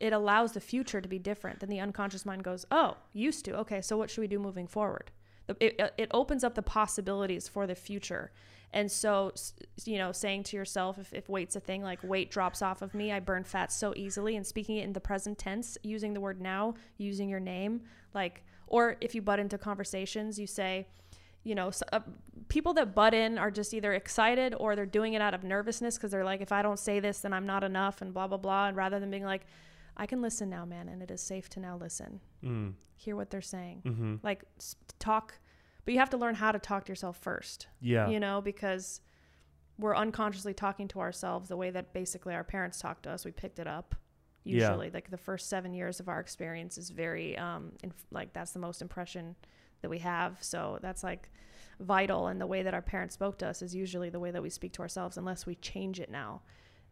[SPEAKER 2] it allows the future to be different. Then the unconscious mind goes, oh, used to. Okay, so what should we do moving forward? The- It, it opens up the possibilities for the future. And so, s- you know, saying to yourself, if, if weight's a thing, like weight drops off of me, I burn fat so easily, and speaking it in the present tense, using the word now, using your name, like, or if you butt into conversations, you say, you know, so, uh, people that butt in are just either excited or they're doing it out of nervousness because they're like, if I don't say this, then I'm not enough, and blah, blah, blah. And rather than being like, I can listen now, man, and it is safe to now listen,
[SPEAKER 1] Mm,
[SPEAKER 2] hear what they're saying,
[SPEAKER 1] mm-hmm.
[SPEAKER 2] like s- talk, but you have to learn how to talk to yourself first,
[SPEAKER 1] Yeah.
[SPEAKER 2] you know, because we're unconsciously talking to ourselves the way that basically our parents talked to us. We picked it up
[SPEAKER 1] Yeah.
[SPEAKER 2] usually. Like the first seven years of our experience is very, um, inf- like that's the most impression that we have. So that's like vital. And the way that our parents spoke to us is usually the way that we speak to ourselves, unless we change it now.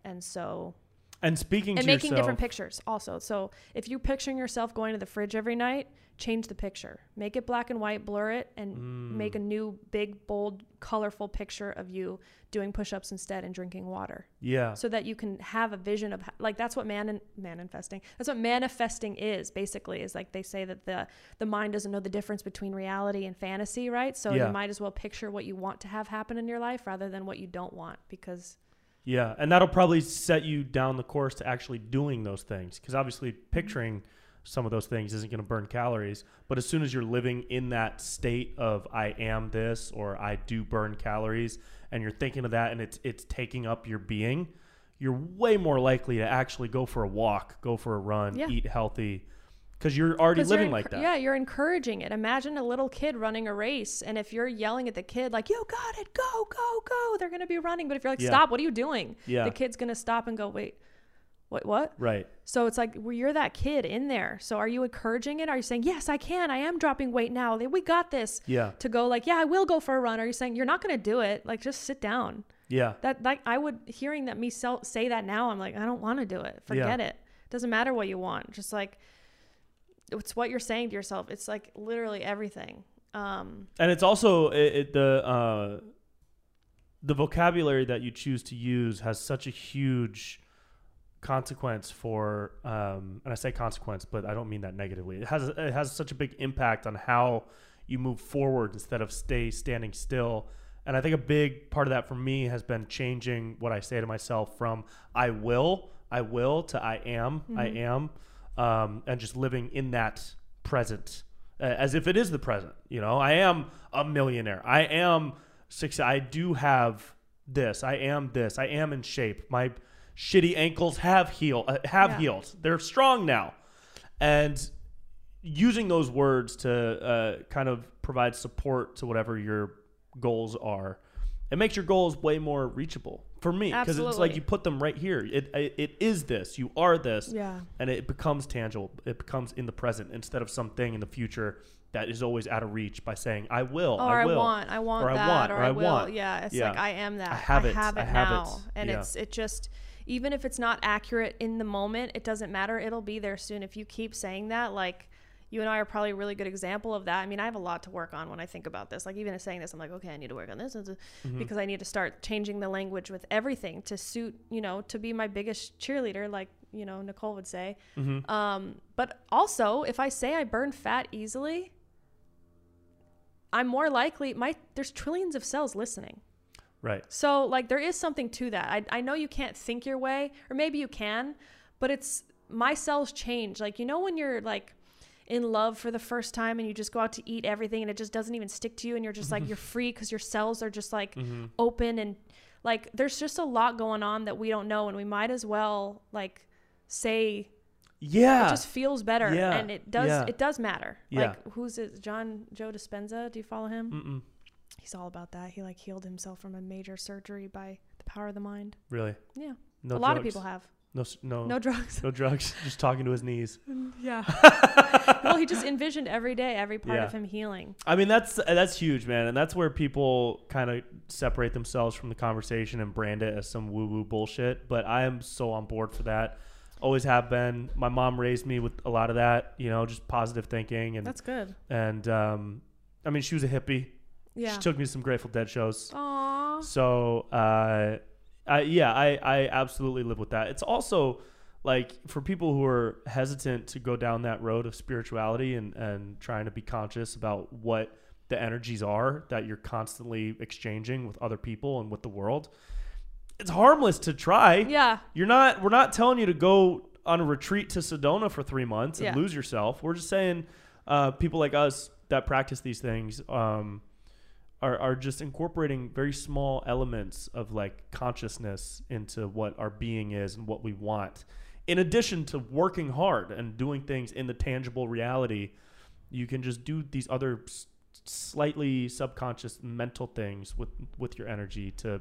[SPEAKER 2] And so
[SPEAKER 1] And speaking
[SPEAKER 2] and
[SPEAKER 1] to
[SPEAKER 2] making
[SPEAKER 1] yourself,
[SPEAKER 2] different pictures also so if you're picturing yourself going to the fridge every night change the picture make it black and white blur it and
[SPEAKER 1] Mm-hmm. Mm,
[SPEAKER 2] make a
[SPEAKER 1] Hmm.
[SPEAKER 2] new big bold colorful picture of you doing push-ups instead and drinking water
[SPEAKER 1] yeah,
[SPEAKER 2] so that you can have a vision of like that's what man and manifesting that's what manifesting is basically is like they say that the the mind doesn't know the difference between reality and fantasy right so
[SPEAKER 1] Yeah.
[SPEAKER 2] you might as well picture what you want to have happen in your life rather than what you don't want because
[SPEAKER 1] yeah, and that'll probably set you down the course to actually doing those things because obviously picturing some of those things isn't going to burn calories, but as soon as you're living in that state of I am this or I do burn calories, and you're thinking of that and it's it's taking up your being, you're way more likely to actually go for a walk, go for a run,
[SPEAKER 2] Yeah.
[SPEAKER 1] eat healthy, because you're already
[SPEAKER 2] 'Cause you're
[SPEAKER 1] living
[SPEAKER 2] encour-
[SPEAKER 1] like that.
[SPEAKER 2] Yeah, you're encouraging it. Imagine a little kid running a race, and if you're yelling at the kid like "You got it, go, go, go," they're gonna be running. But if you're like
[SPEAKER 1] Yeah.
[SPEAKER 2] "Stop! What are you doing?"
[SPEAKER 1] Yeah.
[SPEAKER 2] the kid's gonna stop and go, "Wait, what? What?"
[SPEAKER 1] Right.
[SPEAKER 2] So it's like well, you're that kid in there. So are you encouraging it? Are you saying yes, I can. I am dropping weight now. We got this.
[SPEAKER 1] Yeah.
[SPEAKER 2] To go like yeah, I will go for a run. Are you saying you're not gonna do it? Like just sit down.
[SPEAKER 1] Yeah.
[SPEAKER 2] That like I would hearing that me sell, say that now, I'm like, I don't want to do it. Forget it. Doesn't matter what you want. Just like it's what you're saying to yourself. It's like literally everything. Um,
[SPEAKER 1] and it's also it, it, the uh, the vocabulary that you choose to use has such a huge consequence for um, and I say consequence, but I don't mean that negatively. It has it has such a big impact on how you move forward instead of stay standing still. And I think a big part of that for me has been changing what I say to myself from I will, I will to I am, I am, um, and just living in that present uh, as if it is the present. You know, I am a millionaire. I am six. I do have this. I am this. I am in shape. My shitty ankles have heal uh, have
[SPEAKER 2] Yeah.
[SPEAKER 1] healed. They're strong now, and using those words to uh, kind of provide support to whatever your goals are. It makes your goals way more reachable for me because it's like
[SPEAKER 2] Absolutely.
[SPEAKER 1] you put them right here. It, it it is this. You are this
[SPEAKER 2] Yeah.
[SPEAKER 1] and it becomes tangible. It becomes in the present instead of something in the future that is always out of reach by saying "I will,"
[SPEAKER 2] or I,
[SPEAKER 1] "I will,"
[SPEAKER 2] want, I want
[SPEAKER 1] or
[SPEAKER 2] that,
[SPEAKER 1] "I want,"
[SPEAKER 2] or,
[SPEAKER 1] or
[SPEAKER 2] I,
[SPEAKER 1] "I
[SPEAKER 2] will.
[SPEAKER 1] want."
[SPEAKER 2] Yeah, it's
[SPEAKER 1] Yeah.
[SPEAKER 2] like I am that.
[SPEAKER 1] I have it. I have it.
[SPEAKER 2] now, and
[SPEAKER 1] Yeah.
[SPEAKER 2] it's it just even if it's not accurate in the moment, it doesn't matter. It'll be there soon if you keep saying that. Like you and I are probably a really good example of that. I mean, I have a lot to work on when I think about this. Like even as saying this, I'm like, okay, I need to work on this this, this,
[SPEAKER 1] Mm-hmm.
[SPEAKER 2] because I need to start changing the language with everything to suit you know to be my biggest cheerleader. Like you know Nicole would say.
[SPEAKER 1] Mm-hmm.
[SPEAKER 2] Um, but also, if I say I burn fat easily. I'm more likely my there's trillions of cells listening.
[SPEAKER 1] right.
[SPEAKER 2] So like there is something to that. I I know you can't think your way, or maybe you can, but it's my cells change. Like you know when you're like in love for the first time and you just go out to eat everything and it just doesn't even stick to you and you're just
[SPEAKER 1] Mm-hmm.
[SPEAKER 2] like you're free because your cells are just like open and like there's just a lot going on that we don't know and we might as well like say
[SPEAKER 1] Yeah.
[SPEAKER 2] it just feels better
[SPEAKER 1] Ah. Yeah.
[SPEAKER 2] and it does
[SPEAKER 1] Yeah.
[SPEAKER 2] it does matter
[SPEAKER 1] Yeah.
[SPEAKER 2] like who's it john joe dispenza do you follow him
[SPEAKER 1] Mm-mm.
[SPEAKER 2] he's all about that he like healed himself from a major surgery by the power of the mind
[SPEAKER 1] really.
[SPEAKER 2] yeah
[SPEAKER 1] No
[SPEAKER 2] a lot of
[SPEAKER 1] drugs. Oh.
[SPEAKER 2] people have
[SPEAKER 1] No s- no
[SPEAKER 2] no
[SPEAKER 1] no,
[SPEAKER 2] drugs
[SPEAKER 1] drugs. just talking to his knees.
[SPEAKER 2] yeah well he just envisioned every day every part
[SPEAKER 1] Yeah. Mm.
[SPEAKER 2] of him healing
[SPEAKER 1] I mean that's that's huge, man, and that's where people kind of separate themselves from the conversation and brand it as some woo woo bullshit. But I am so on board for that. Always have been. My mom raised me with a lot of that, you know, just positive thinking and
[SPEAKER 2] That's good.
[SPEAKER 1] and um, I mean she was a hippie.
[SPEAKER 2] Yeah. Oh,
[SPEAKER 1] She took me to some Grateful Dead shows.
[SPEAKER 2] Aw.
[SPEAKER 1] So, uh, I, yeah, I, I absolutely live with that. It's also like for people who are hesitant to go down that road of spirituality and, and trying to be conscious about what the energies are that you're constantly exchanging with other people and with the world. It's harmless to try.
[SPEAKER 2] Yeah.
[SPEAKER 1] You're not. We're not telling you to go on a retreat to Sedona for three months and
[SPEAKER 2] Yeah.
[SPEAKER 1] lose yourself. We're just saying uh, people like us that practice these things um, are are just incorporating very small elements of like consciousness into what our being is and what we want. In addition to working hard and doing things in the tangible reality, you can just do these other s- slightly subconscious mental things with with your energy to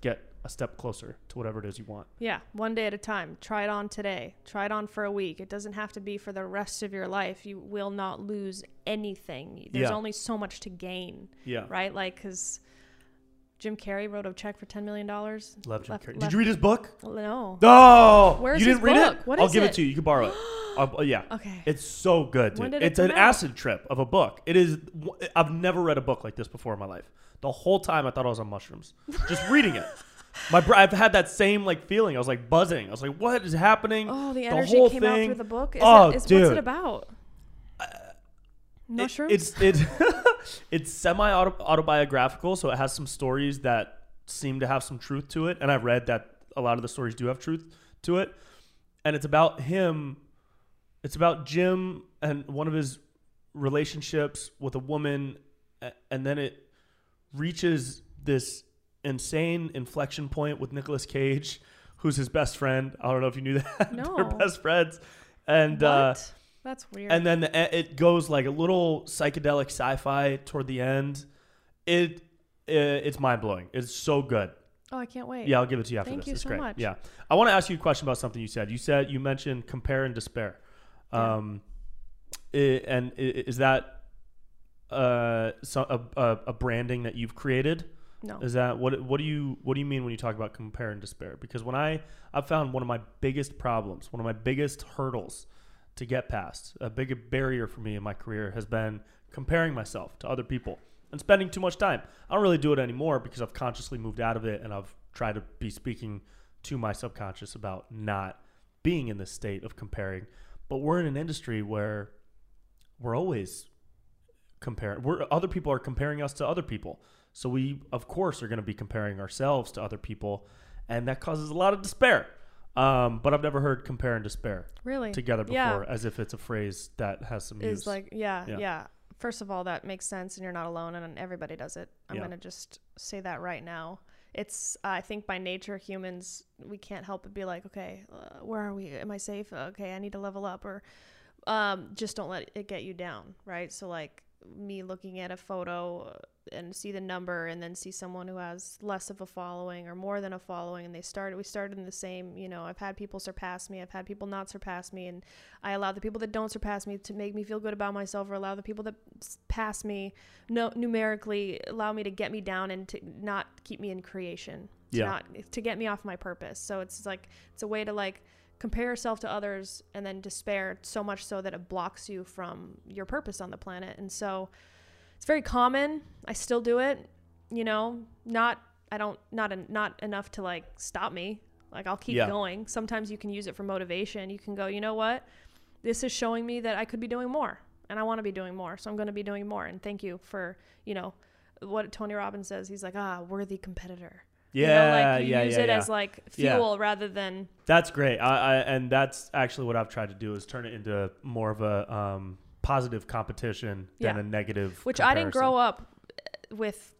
[SPEAKER 1] get a step closer to whatever it is you want.
[SPEAKER 2] Yeah. One day at a time. Try it on today. Try it on for a week. It doesn't have to be for the rest of your life. You will not lose anything. There's
[SPEAKER 1] Yeah.
[SPEAKER 2] only so much to gain,
[SPEAKER 1] Yeah.
[SPEAKER 2] right? Like, because Jim Carrey wrote a check for $10 million.
[SPEAKER 1] Love Jim
[SPEAKER 2] Left-
[SPEAKER 1] Carrey. Did
[SPEAKER 2] left-
[SPEAKER 1] you read his book?
[SPEAKER 2] No.
[SPEAKER 1] No.
[SPEAKER 2] Where's
[SPEAKER 1] you
[SPEAKER 2] his
[SPEAKER 1] didn't read
[SPEAKER 2] book?
[SPEAKER 1] it?
[SPEAKER 2] What
[SPEAKER 1] I'll
[SPEAKER 2] is
[SPEAKER 1] give it?
[SPEAKER 2] it?
[SPEAKER 1] to you. You can borrow it. I'll- uh, yeah.
[SPEAKER 2] Okay.
[SPEAKER 1] It's so good,
[SPEAKER 2] When
[SPEAKER 1] dude.
[SPEAKER 2] did it
[SPEAKER 1] It's an
[SPEAKER 2] come out?
[SPEAKER 1] acid trip of a book. It is. w- I've never read a book like this before in my life. The whole time I thought I was on mushrooms, just reading it. My br- I've had that same like feeling. I was like buzzing. I was like, what is happening?
[SPEAKER 2] Oh, the energy
[SPEAKER 1] whole
[SPEAKER 2] came out
[SPEAKER 1] thing-
[SPEAKER 2] through the book. Is
[SPEAKER 1] oh,
[SPEAKER 2] it, is,
[SPEAKER 1] dude. Uh,
[SPEAKER 2] What's it about? Mushrooms?
[SPEAKER 1] It- It's it's it's semi autobiographical, so it has some stories that seem to have some truth to it, and I've read that a lot of the stories do have truth to it, and it's about him. It's about Jim and one of his relationships with a woman, a- and then it reaches this insane inflection point with Nicolas Cage, who's his best friend. I don't know if you knew that. They're
[SPEAKER 2] No.
[SPEAKER 1] best friends, and uh,
[SPEAKER 2] What? That's weird.
[SPEAKER 1] and then the, e, it goes like a little psychedelic sci-fi toward the end. It, it it's mind blowing. It's so good.
[SPEAKER 2] oh, I can't wait.
[SPEAKER 1] Yeah, I'll give it to you after
[SPEAKER 2] Thank
[SPEAKER 1] this.
[SPEAKER 2] you
[SPEAKER 1] it's
[SPEAKER 2] so
[SPEAKER 1] great.
[SPEAKER 2] much.
[SPEAKER 1] Yeah, I want to ask you a question about something you said. You said you mentioned compare and despair.
[SPEAKER 2] Yeah.
[SPEAKER 1] Um, i- and i- is that uh so, a, a a branding that you've created?
[SPEAKER 2] No.
[SPEAKER 1] Is that what what do you what do you mean when you talk about compare and despair? Because when I I found one of my biggest problems, one of my biggest hurdles to get past, a big barrier for me in my career has been comparing myself to other people and spending too much time. I don't really do it anymore because I've consciously moved out of it and I've tried to be speaking to my subconscious about not being in this state of comparing. But we're in an industry where we're always comparing. We're other people are comparing us to other people, so we of course are going to be comparing ourselves to other people, and that causes a lot of despair. Um, but I've never heard compare and despair
[SPEAKER 2] really?
[SPEAKER 1] together
[SPEAKER 2] Yeah.
[SPEAKER 1] before, as if it's a phrase that has some
[SPEAKER 2] is
[SPEAKER 1] use.
[SPEAKER 2] like yeah,
[SPEAKER 1] Yeah.
[SPEAKER 2] yeah first of all that makes sense and you're not alone and everybody does it i'm
[SPEAKER 1] Yeah.
[SPEAKER 2] gonna just say that right now it's i think by nature humans we can't help but be like okay uh, where are we am i safe okay i need to level up or um, just don't let it get you down right so like me looking at a photo and see the number and then see someone who has less of a following or more than a following and they started we started in the same you know i've had people surpass me i've had people not surpass me and i allow the people that don't surpass me to make me feel good about myself or allow the people that s- pass me no numerically allow me to get me down and to not keep me in creation to
[SPEAKER 1] Yeah.
[SPEAKER 2] not to get me off my purpose so it's like it's a way to like compare yourself to others and then despair so much so that it blocks you from your purpose on the planet and so it's very common i still do it you know not i don't not en- not enough to like stop me like i'll keep
[SPEAKER 1] Yeah.
[SPEAKER 2] going sometimes you can use it for motivation you can go you know what this is showing me that i could be doing more and i want to be doing more so i'm going to be doing more and thank you for you know what tony robbins says he's like ah worthy competitor you know,
[SPEAKER 1] yeah,
[SPEAKER 2] like you
[SPEAKER 1] yeah,
[SPEAKER 2] use
[SPEAKER 1] yeah,
[SPEAKER 2] it
[SPEAKER 1] yeah.
[SPEAKER 2] as like
[SPEAKER 1] Yeah.
[SPEAKER 2] fuel rather than
[SPEAKER 1] That's great. I, I and that's actually what I've tried to do is turn it into more of a um, positive competition than
[SPEAKER 2] Yeah.
[SPEAKER 1] a negative.
[SPEAKER 2] which I didn't grow up eh, with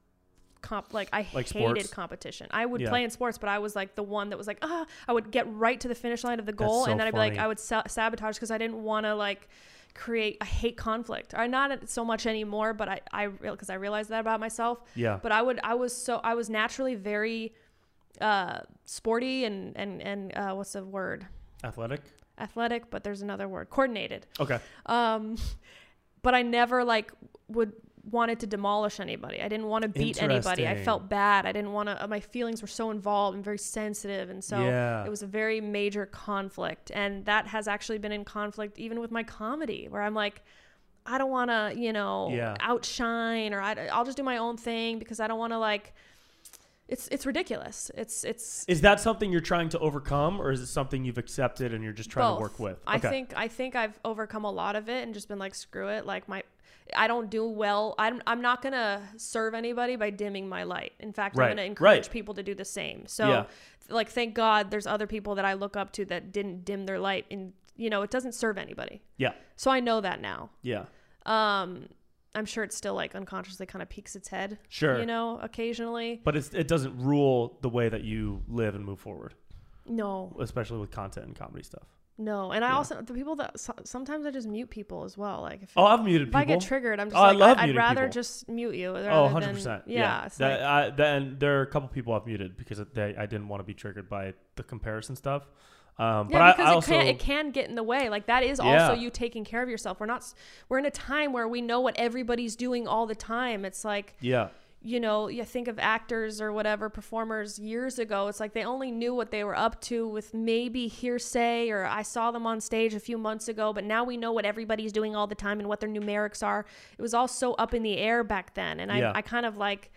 [SPEAKER 2] comp like I
[SPEAKER 1] Like
[SPEAKER 2] hated
[SPEAKER 1] sports?
[SPEAKER 2] competition. I would
[SPEAKER 1] Yeah.
[SPEAKER 2] play in sports, but I was like the one that was like, ah, I would get right to the finish line of the goal,
[SPEAKER 1] so
[SPEAKER 2] and then I'd be like,
[SPEAKER 1] funny.
[SPEAKER 2] I would sa- sabotage because I didn't want to like create. I hate conflict. I not so much anymore, but I I because I realized that about myself.
[SPEAKER 1] Yeah.
[SPEAKER 2] But I would I was so I was naturally very uh sporty and and and uh what's the word
[SPEAKER 1] Athletic.
[SPEAKER 2] athletic but there's another word coordinated
[SPEAKER 1] Okay.
[SPEAKER 2] um, but I never like would wanted to demolish anybody. I didn't want to beat anybody. I
[SPEAKER 1] Interesting.
[SPEAKER 2] felt bad. I didn't want to. My feelings were so involved and very sensitive, and so
[SPEAKER 1] Yeah.
[SPEAKER 2] it was a very major conflict. And that has actually been in conflict even with my comedy, where I'm like, I don't want to, you know,
[SPEAKER 1] Yeah.
[SPEAKER 2] outshine, or I, I'll just do my own thing because I don't want to like. It's it's ridiculous. It's it's
[SPEAKER 1] Is that something you're trying to overcome, or is it something you've accepted and you're just trying to work
[SPEAKER 2] both.
[SPEAKER 1] with?
[SPEAKER 2] I think I think I've overcome a lot of it and just been like, screw it. Like my, I don't do well. I'm I'm not gonna serve anybody by dimming my light. In fact,
[SPEAKER 1] Right,
[SPEAKER 2] I'm gonna
[SPEAKER 1] right.
[SPEAKER 2] encourage people to do the same. So,
[SPEAKER 1] Yeah.
[SPEAKER 2] like, thank God there's other people that I look up to that didn't dim their light, and you know, it doesn't serve anybody.
[SPEAKER 1] Yeah,
[SPEAKER 2] So I know that now.
[SPEAKER 1] yeah,
[SPEAKER 2] Um, I'm sure it still like unconsciously kind of peeks its head.
[SPEAKER 1] Sure.
[SPEAKER 2] You know, occasionally.
[SPEAKER 1] but it's, it doesn't rule the way that you live and move forward,
[SPEAKER 2] No,
[SPEAKER 1] especially with content and comedy stuff.
[SPEAKER 2] no. And I also the people that so- sometimes I just mute people as well. Like if
[SPEAKER 1] Oh, I've muted
[SPEAKER 2] If
[SPEAKER 1] people.
[SPEAKER 2] I get triggered, I'm just
[SPEAKER 1] Oh, I
[SPEAKER 2] like, I
[SPEAKER 1] love
[SPEAKER 2] would
[SPEAKER 1] muted
[SPEAKER 2] rather
[SPEAKER 1] people.
[SPEAKER 2] just mute you.
[SPEAKER 1] Oh,
[SPEAKER 2] rather
[SPEAKER 1] 100
[SPEAKER 2] than-
[SPEAKER 1] percent.
[SPEAKER 2] Yeah.
[SPEAKER 1] yeah.
[SPEAKER 2] it's
[SPEAKER 1] That-
[SPEAKER 2] like-
[SPEAKER 1] I- that- and there are a couple people I've muted because they, I didn't want to be triggered by the comparison stuff. Um,
[SPEAKER 2] yeah,
[SPEAKER 1] but I,
[SPEAKER 2] because
[SPEAKER 1] I
[SPEAKER 2] it,
[SPEAKER 1] also
[SPEAKER 2] can, it can get in the way. Like that is
[SPEAKER 1] Yeah.
[SPEAKER 2] also you taking care of yourself. We're not. s- We're in a time where we know what everybody's doing all the time. It's like
[SPEAKER 1] yeah,
[SPEAKER 2] you know, you think of actors or whatever performers years ago. It's like they only knew what they were up to with maybe hearsay or I saw them on stage a few months ago, but now we know what everybody's doing all the time and what their numerics are. It was all so up in the air back then. And I,
[SPEAKER 1] Yeah.
[SPEAKER 2] I kind of like,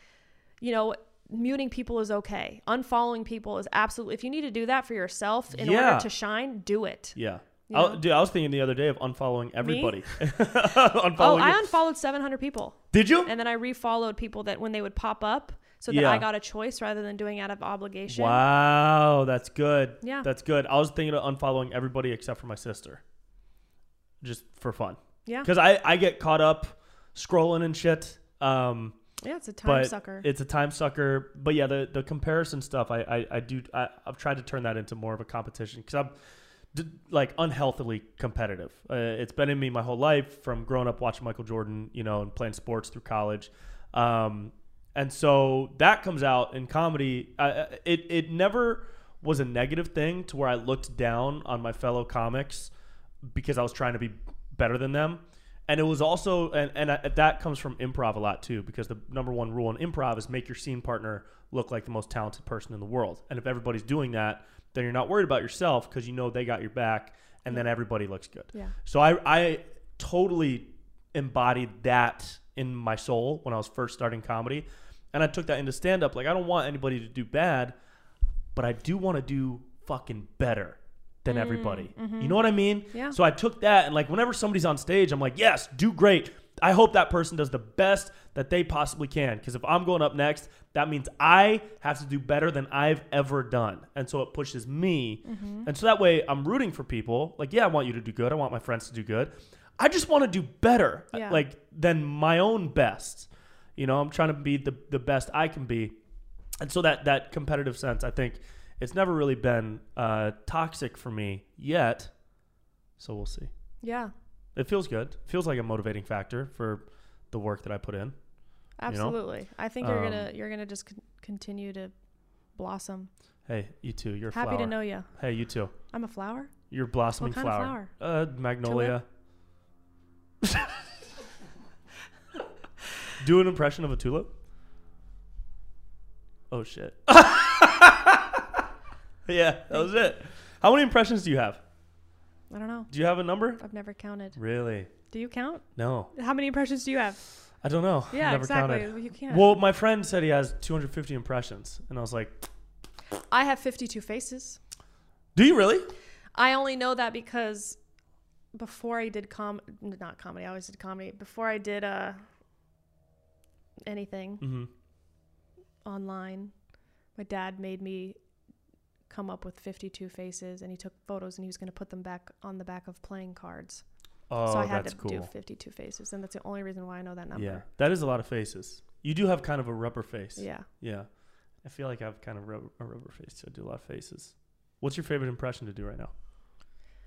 [SPEAKER 2] you know, muting people is okay. Unfollowing people is absolutely, if you need to do that for yourself in
[SPEAKER 1] Yeah.
[SPEAKER 2] order to shine, do it.
[SPEAKER 1] yeah.
[SPEAKER 2] You
[SPEAKER 1] I,
[SPEAKER 2] know?
[SPEAKER 1] dude, I was thinking the other day of unfollowing everybody. unfollowing
[SPEAKER 2] Oh,
[SPEAKER 1] you.
[SPEAKER 2] I unfollowed 700 people.
[SPEAKER 1] Did you?
[SPEAKER 2] and then I refollowed people that when they would pop up, so that
[SPEAKER 1] Yeah.
[SPEAKER 2] I got a choice rather than doing out of obligation.
[SPEAKER 1] Wow, that's good.
[SPEAKER 2] Yeah.
[SPEAKER 1] That's good. I was thinking of unfollowing everybody except for my sister. Just for fun.
[SPEAKER 2] Yeah,
[SPEAKER 1] Because I, I get caught up scrolling and shit. Um,
[SPEAKER 2] yeah, it's a time
[SPEAKER 1] but
[SPEAKER 2] sucker.
[SPEAKER 1] it's a time sucker. But yeah, the, the comparison stuff, I, I, I do, I, I've tried to turn that into more of a competition because I'm d- like unhealthily competitive. Uh, it's been in me my whole life from growing up watching Michael Jordan, you know, and playing sports through college. Um, and so that comes out in comedy. I- I, it, it never was a negative thing to where I looked down on my fellow comics because I was trying to be better than them. And it was also, and, and I, that comes from improv a lot too, because the number one rule in improv is make your scene partner look like the most talented person in the world. And if everybody's doing that, then you're not worried about yourself because you know they got your back and then everybody looks good.
[SPEAKER 2] Yeah.
[SPEAKER 1] So I, I totally embodied that in my soul when I was first starting comedy. And I took that into stand up. Like, I don't want anybody to do bad but I do want to do fucking better than everybody. You know what I mean?
[SPEAKER 2] Mm, mm-hmm. Yeah.
[SPEAKER 1] So I took that and like whenever somebody's on stage, I'm like, yes, do great. I hope that person does the best that they possibly can. Because if I'm going up next, that means I have to do better than I've ever done. And so it pushes me.
[SPEAKER 2] Mm-hmm.
[SPEAKER 1] And so that way I'm rooting for people. Like, yeah, I want you to do good. I want my friends to do good. I just want to do better.
[SPEAKER 2] Yeah.
[SPEAKER 1] Like than my own best. You know, I'm trying to be the, the best I can be and so that that competitive sense, I think, it's never really been uh, toxic for me yet. So we'll see.
[SPEAKER 2] yeah,
[SPEAKER 1] It feels good. feels like a motivating factor for the work that I put in.
[SPEAKER 2] absolutely. I think you're
[SPEAKER 1] Um,
[SPEAKER 2] gonna you're gonna just con- continue to blossom.
[SPEAKER 1] Hey, you too. You're a
[SPEAKER 2] Happy
[SPEAKER 1] flower.
[SPEAKER 2] to know you.
[SPEAKER 1] Hey, you too.
[SPEAKER 2] I'm a flower.
[SPEAKER 1] You're a blossoming
[SPEAKER 2] What kind of
[SPEAKER 1] Uh, magnolia. Do an impression of a tulip. Oh shit. yeah, that was it. How many impressions do you have?
[SPEAKER 2] I don't know.
[SPEAKER 1] Do you have a number?
[SPEAKER 2] I've never counted.
[SPEAKER 1] Really?
[SPEAKER 2] Do you count?
[SPEAKER 1] No,
[SPEAKER 2] How many impressions do you have?
[SPEAKER 1] I don't know.
[SPEAKER 2] Yeah,
[SPEAKER 1] Never
[SPEAKER 2] exactly.
[SPEAKER 1] counted.
[SPEAKER 2] You can't.
[SPEAKER 1] Well, my friend said he has 250 impressions, and I was like,
[SPEAKER 2] I have 52 faces.
[SPEAKER 1] "Do you really?"
[SPEAKER 2] I only know that because before I did com not comedy, I always did comedy. Before I did uh anything
[SPEAKER 1] Mm-hmm.
[SPEAKER 2] online, my dad made me come up with 52 faces and he took photos and he was going to put them back on the back of playing cards.
[SPEAKER 1] Oh,
[SPEAKER 2] so I had
[SPEAKER 1] that's
[SPEAKER 2] to
[SPEAKER 1] cool.
[SPEAKER 2] do 52 faces and that's the only reason why I know that
[SPEAKER 1] yeah,
[SPEAKER 2] number.
[SPEAKER 1] that is a lot of faces. You do have kind of a rubber face.
[SPEAKER 2] Yeah.
[SPEAKER 1] Yeah. I feel like I have kind of rub- a rubber face, so I do a lot of faces. What's your favorite impression to do right now?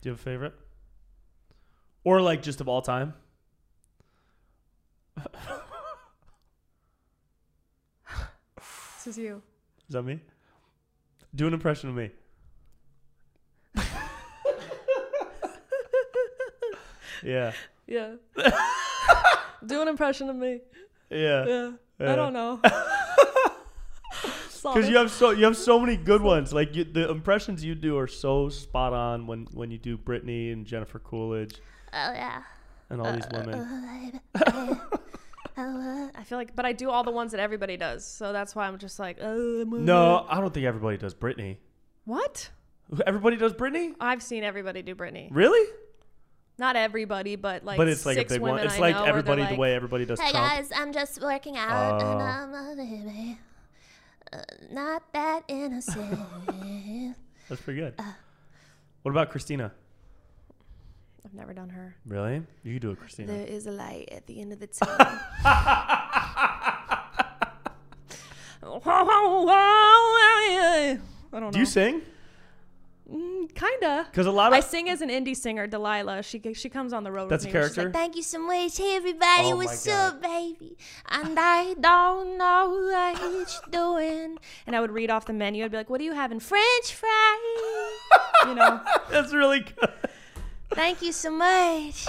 [SPEAKER 1] Do you have a favorite? Or like just of all time?
[SPEAKER 2] This is you.
[SPEAKER 1] Is that me? Do an impression of me. yeah.
[SPEAKER 2] Yeah. do an impression of me.
[SPEAKER 1] Yeah.
[SPEAKER 2] Yeah.
[SPEAKER 1] Yeah.
[SPEAKER 2] I don't know. Solid.
[SPEAKER 1] Because you have so you have so many good ones. Like you, the impressions you do are so spot on when when you do Britney and Jennifer Coolidge
[SPEAKER 4] Oh yeah.
[SPEAKER 1] and all these
[SPEAKER 2] Uh,
[SPEAKER 1] women.
[SPEAKER 2] I feel like, but I do all the ones that everybody does, so that's why I'm just like, oh, I'm-
[SPEAKER 1] No, I don't think everybody does Britney.
[SPEAKER 2] What?
[SPEAKER 1] Everybody does Britney.
[SPEAKER 2] I've seen everybody do Britney.
[SPEAKER 1] Really?
[SPEAKER 2] Not everybody, but like,
[SPEAKER 1] but it's like a
[SPEAKER 2] six
[SPEAKER 1] big
[SPEAKER 2] women
[SPEAKER 1] one. It's
[SPEAKER 2] I
[SPEAKER 1] like
[SPEAKER 2] know where they're
[SPEAKER 1] everybody the
[SPEAKER 2] like,
[SPEAKER 1] way everybody does
[SPEAKER 4] Hey
[SPEAKER 1] Trump.
[SPEAKER 4] guys, I'm just working out
[SPEAKER 1] Oh.
[SPEAKER 4] and I'm a baby. Uh, not that innocent.
[SPEAKER 1] That's pretty good.
[SPEAKER 2] Uh.
[SPEAKER 1] what about Christina?
[SPEAKER 2] I've never done her.
[SPEAKER 1] Really? You could do it, Christina.
[SPEAKER 2] There is a light at the end of the tunnel. I don't know.
[SPEAKER 1] do you sing?
[SPEAKER 2] Mm, kinda.
[SPEAKER 1] Because a lot
[SPEAKER 2] I
[SPEAKER 1] of
[SPEAKER 2] sing as an indie singer, Delilah. She she comes on the road.
[SPEAKER 1] that's a
[SPEAKER 2] with me, and she's
[SPEAKER 1] character.
[SPEAKER 4] Thank you so much, everybody.
[SPEAKER 1] Oh my
[SPEAKER 4] What's
[SPEAKER 1] God.
[SPEAKER 4] up, baby? And I don't know what you're doing.
[SPEAKER 2] like- and I would read off the menu. I'd be like, "What do you have in French fries?" you know.
[SPEAKER 1] that's really good.
[SPEAKER 4] Thank you so much.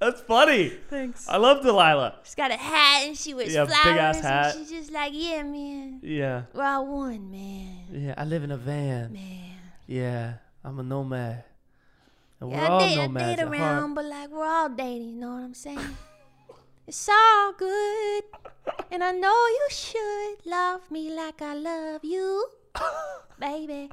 [SPEAKER 1] That's funny.
[SPEAKER 2] Thanks.
[SPEAKER 1] I love Delilah.
[SPEAKER 4] She's got a hat and she wears
[SPEAKER 1] Yeah, big
[SPEAKER 4] flowers.
[SPEAKER 1] ass
[SPEAKER 4] and
[SPEAKER 1] hat.
[SPEAKER 4] She's just like, yeah, man.
[SPEAKER 1] Yeah.
[SPEAKER 4] We're all one, man.
[SPEAKER 1] Yeah. I live in a van.
[SPEAKER 4] Man.
[SPEAKER 1] Yeah. I'm a nomad. And
[SPEAKER 4] Yeah, I date, I date around, but like we're all dating, you know what I'm saying? it's all good. And I know you should love me like I love you, baby.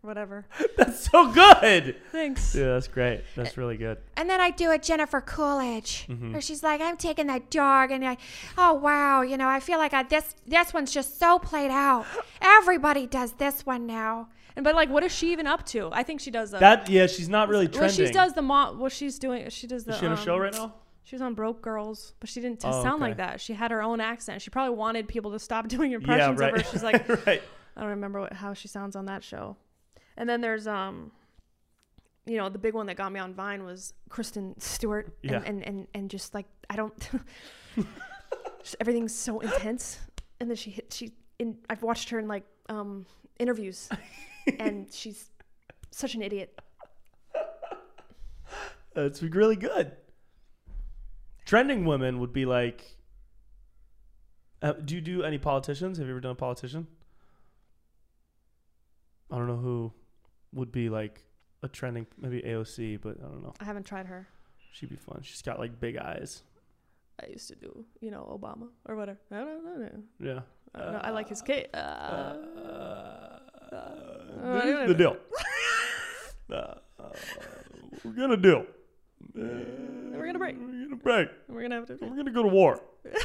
[SPEAKER 2] Whatever.
[SPEAKER 1] That's so good.
[SPEAKER 2] Thanks.
[SPEAKER 1] Yeah, that's great. That's really good.
[SPEAKER 4] And then I do a Jennifer Coolidge,
[SPEAKER 1] Mm-hmm.
[SPEAKER 4] where she's like, "I'm taking that dog," and I, oh wow, you know, I feel like I this this one's just so played out. Everybody does this one now.
[SPEAKER 2] And but like, what is she even up to? I think she does a,
[SPEAKER 1] That yeah, she's not really trending.
[SPEAKER 2] Well, she does the mom. Well, she's doing. She does the.
[SPEAKER 1] Is she on a
[SPEAKER 2] um,
[SPEAKER 1] show right now?
[SPEAKER 2] She was on Broke Girls, but she didn't t-
[SPEAKER 1] Oh,
[SPEAKER 2] sound like
[SPEAKER 1] okay.
[SPEAKER 2] that. She had her own accent. She probably wanted people to stop doing impressions
[SPEAKER 1] yeah, right.
[SPEAKER 2] of her. She's like,
[SPEAKER 1] right.
[SPEAKER 2] I don't remember what, how she sounds on that show. And then there's um, you know, the big one that got me on Vine was Kristen Stewart, and
[SPEAKER 1] Yeah.
[SPEAKER 2] and, and and just like I don't, just everything's so intense. And then she hit she in. I've watched her in like um interviews, and she's such an idiot.
[SPEAKER 1] That's really good. Trending women would be like. Uh, do you do any politicians? Have you ever done a politician? I don't know who would be like a trending, maybe AOC, but I don't know.
[SPEAKER 2] I haven't tried her.
[SPEAKER 1] She'd be fun. She's got like big eyes.
[SPEAKER 2] I used to do, you know, Obama or whatever. I don't know.
[SPEAKER 1] Yeah.
[SPEAKER 2] I, don't know. I like his case. Uh,
[SPEAKER 1] this is the deal. Uh, we're gonna deal. we're
[SPEAKER 2] gonna break.
[SPEAKER 1] We're gonna break.
[SPEAKER 2] we're gonna have to.
[SPEAKER 1] We're gonna go to war.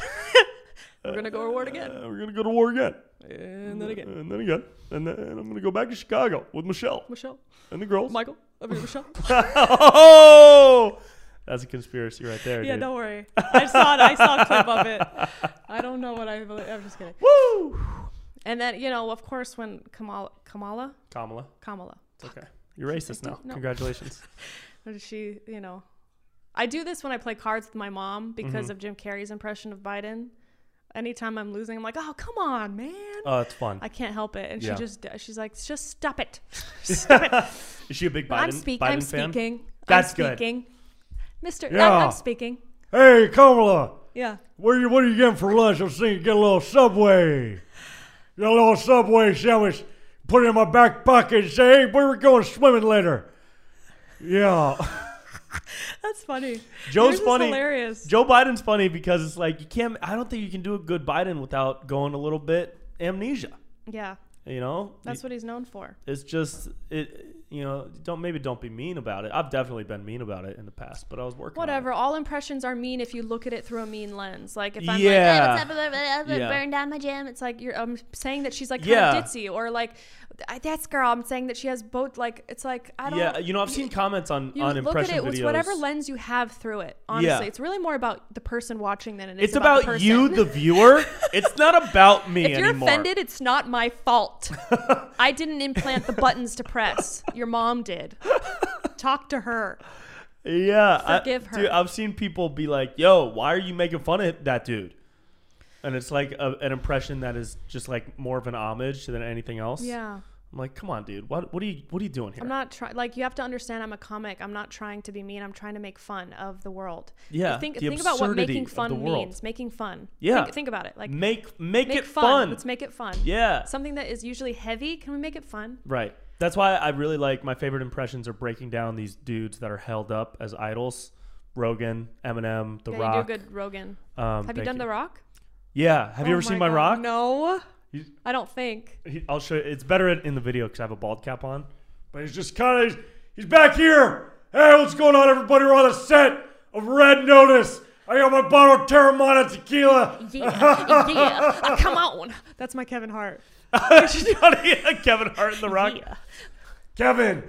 [SPEAKER 2] We're gonna go to war again,
[SPEAKER 1] Uh, we're gonna go to war again.
[SPEAKER 2] and then again.
[SPEAKER 1] And then again. And then I'm going to go back to Chicago with Michelle
[SPEAKER 2] Michelle,
[SPEAKER 1] and the girls.
[SPEAKER 2] Michael, I mean Michelle.
[SPEAKER 1] oh! That's a conspiracy right there,
[SPEAKER 2] yeah,
[SPEAKER 1] dude.
[SPEAKER 2] don't worry. I saw it. I saw a clip of it. I don't know what I. believe. I'm just kidding.
[SPEAKER 1] Woo!
[SPEAKER 2] And then you know, of course, when Kamala, Kamala,
[SPEAKER 1] Kamala.
[SPEAKER 2] Kamala,
[SPEAKER 1] It's okay. You're racist now.
[SPEAKER 2] No.
[SPEAKER 1] Congratulations.
[SPEAKER 2] Or does she, you know, I do this when I play cards with my mom because
[SPEAKER 1] Mm-hmm.
[SPEAKER 2] of Jim Carrey's impression of Biden. Anytime I'm losing, I'm like, oh, come on, man.
[SPEAKER 1] Oh, it's fun.
[SPEAKER 2] I can't help it. And
[SPEAKER 1] Yeah.
[SPEAKER 2] she just, she's like, just stop it. stop it.
[SPEAKER 1] Is she a big Biden,
[SPEAKER 2] I'm, speak-
[SPEAKER 1] Biden
[SPEAKER 2] I'm
[SPEAKER 1] fan?
[SPEAKER 2] speaking.
[SPEAKER 1] That's
[SPEAKER 2] I'm
[SPEAKER 1] good.
[SPEAKER 2] speaking. Mr.
[SPEAKER 3] Yeah.
[SPEAKER 2] I'm, I'm speaking.
[SPEAKER 3] Hey, Kamala,
[SPEAKER 2] Yeah.
[SPEAKER 3] where you, what are you getting for lunch? I'm seeing you get a little Subway. Get a little Subway sandwich. Put it in my back pocket and say, hey, where we going swimming later? Yeah.
[SPEAKER 2] That's funny.
[SPEAKER 1] Joe's
[SPEAKER 2] Yours is
[SPEAKER 1] funny.
[SPEAKER 2] hilarious.
[SPEAKER 1] Joe Biden's funny because it's like you can't. I don't think you can do a good Biden without going a little bit amnesia.
[SPEAKER 2] yeah.
[SPEAKER 1] You know,
[SPEAKER 2] That's what he's known for.
[SPEAKER 1] it's just it. You know, don't maybe don't be mean about it. I've definitely been mean about it in the past, but I was working. on it.
[SPEAKER 2] Whatever. All impressions are mean if you look at it through a mean lens. Like if I'm like,
[SPEAKER 1] Yeah.
[SPEAKER 4] Hey, what's up? Blah, blah, blah,
[SPEAKER 1] Yeah.
[SPEAKER 4] Burn down my gym.
[SPEAKER 2] It's like you're um, saying that she's like kind
[SPEAKER 1] Yeah.
[SPEAKER 2] of ditzy, or like I, that's girl. I'm saying that she has both. Like it's like I don't.
[SPEAKER 1] Yeah, you know, I've seen comments on
[SPEAKER 2] You
[SPEAKER 1] on
[SPEAKER 2] look at
[SPEAKER 1] impression
[SPEAKER 2] it with
[SPEAKER 1] videos.
[SPEAKER 2] whatever lens you have through it. Honestly,
[SPEAKER 1] Yeah.
[SPEAKER 2] it's really more about the person watching than it is
[SPEAKER 1] it's
[SPEAKER 2] about,
[SPEAKER 1] about,
[SPEAKER 2] the person.
[SPEAKER 1] you, the viewer. it's not about me
[SPEAKER 2] if you're
[SPEAKER 1] anymore.
[SPEAKER 2] offended, it's not my fault. I didn't implant the buttons to press. Your mom did. Talk to her.
[SPEAKER 1] yeah, I-
[SPEAKER 2] forgive her.
[SPEAKER 1] Dude, I've seen people be like, "Yo, why are you making fun of that dude?" And it's like a, an impression that is just like more of an homage than anything else.
[SPEAKER 2] Yeah.
[SPEAKER 1] I'm like, come on, dude. What what are you what are you doing here?
[SPEAKER 2] I'm not trying. Like you have to understand, I'm a comic. I'm not trying to be mean. I'm trying to make fun of the world.
[SPEAKER 1] Yeah,
[SPEAKER 2] Think,
[SPEAKER 1] the
[SPEAKER 2] think about what
[SPEAKER 1] absurdity
[SPEAKER 2] making
[SPEAKER 1] of
[SPEAKER 2] fun
[SPEAKER 1] the world.
[SPEAKER 2] means. Making fun.
[SPEAKER 1] Yeah.
[SPEAKER 2] Think, think about it. Like
[SPEAKER 1] make make,
[SPEAKER 2] make
[SPEAKER 1] it fun.
[SPEAKER 2] Let's make it fun.
[SPEAKER 1] yeah.
[SPEAKER 2] Something that is usually heavy. Can we make it fun?
[SPEAKER 1] Right. That's why I really like my favorite impressions are breaking down these dudes that are held up as idols. Rogan, Eminem, The
[SPEAKER 2] yeah,
[SPEAKER 1] Rock.
[SPEAKER 2] you do good, Rogan.
[SPEAKER 1] Um,
[SPEAKER 2] Have you
[SPEAKER 1] thank
[SPEAKER 2] done The Rock? Oh
[SPEAKER 1] Yeah. Have you ever seen my Rock?
[SPEAKER 2] No.
[SPEAKER 1] You-
[SPEAKER 2] I don't think.
[SPEAKER 1] He- I'll show. You. It's better in in the video because I have a bald cap on.
[SPEAKER 3] But he's just kind of, he's, he's back here. Hey, what's going on, everybody? We're on the set of Red Notice. I got my bottle of Terramana tequila.
[SPEAKER 2] Yeah, yeah. Ah, come on. That's my Kevin Hart.
[SPEAKER 1] Kevin Hart and The Rock.
[SPEAKER 2] Yeah.
[SPEAKER 3] Kevin,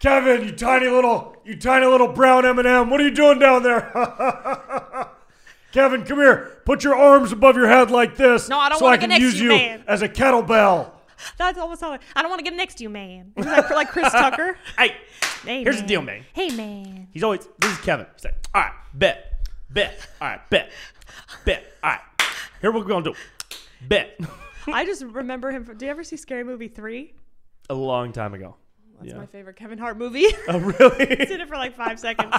[SPEAKER 3] Kevin, you tiny little, you tiny little brown M&M. What are you doing down there? Kevin, come here. Put your arms above your head like this.
[SPEAKER 2] No, I don't
[SPEAKER 3] so
[SPEAKER 2] wanna
[SPEAKER 3] I can
[SPEAKER 2] get next to
[SPEAKER 3] use
[SPEAKER 2] you,
[SPEAKER 3] you
[SPEAKER 2] man.
[SPEAKER 3] as a kettlebell.
[SPEAKER 2] That's almost how I, I don't want to get next to you, man. Is that like Chris Tucker?
[SPEAKER 1] Hey,
[SPEAKER 2] Hey,
[SPEAKER 1] here's
[SPEAKER 2] man.
[SPEAKER 1] the deal, man.
[SPEAKER 4] Hey, man.
[SPEAKER 1] He's always this is Kevin. He's like, all right, bet, bet, all right, bet, bet, all right. Here what we're gonna do. Bet.
[SPEAKER 2] I just remember him. From, do you ever see Scary Movie three?
[SPEAKER 1] a long time ago.
[SPEAKER 2] That's
[SPEAKER 1] Yeah.
[SPEAKER 2] my favorite Kevin Hart movie.
[SPEAKER 1] Oh, really?
[SPEAKER 2] Did it for like five seconds,